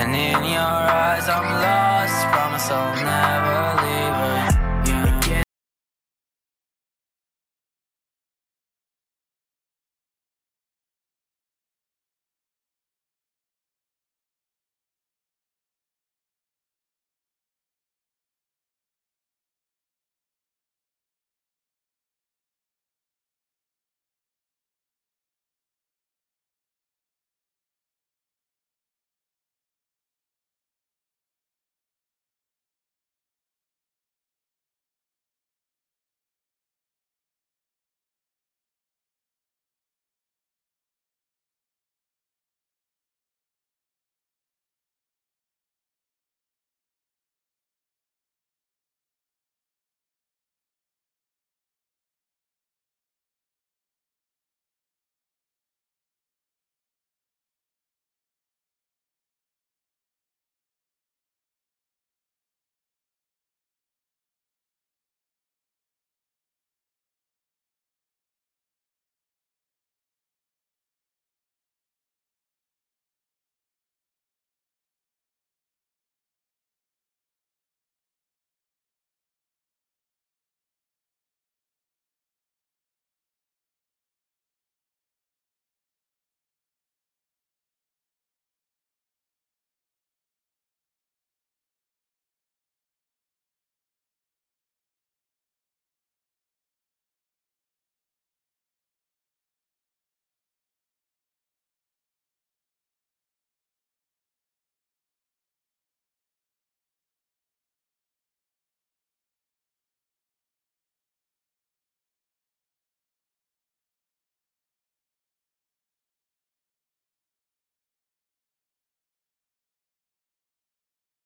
Speaker 7: And in your eyes, I'm lost. Promise I'll never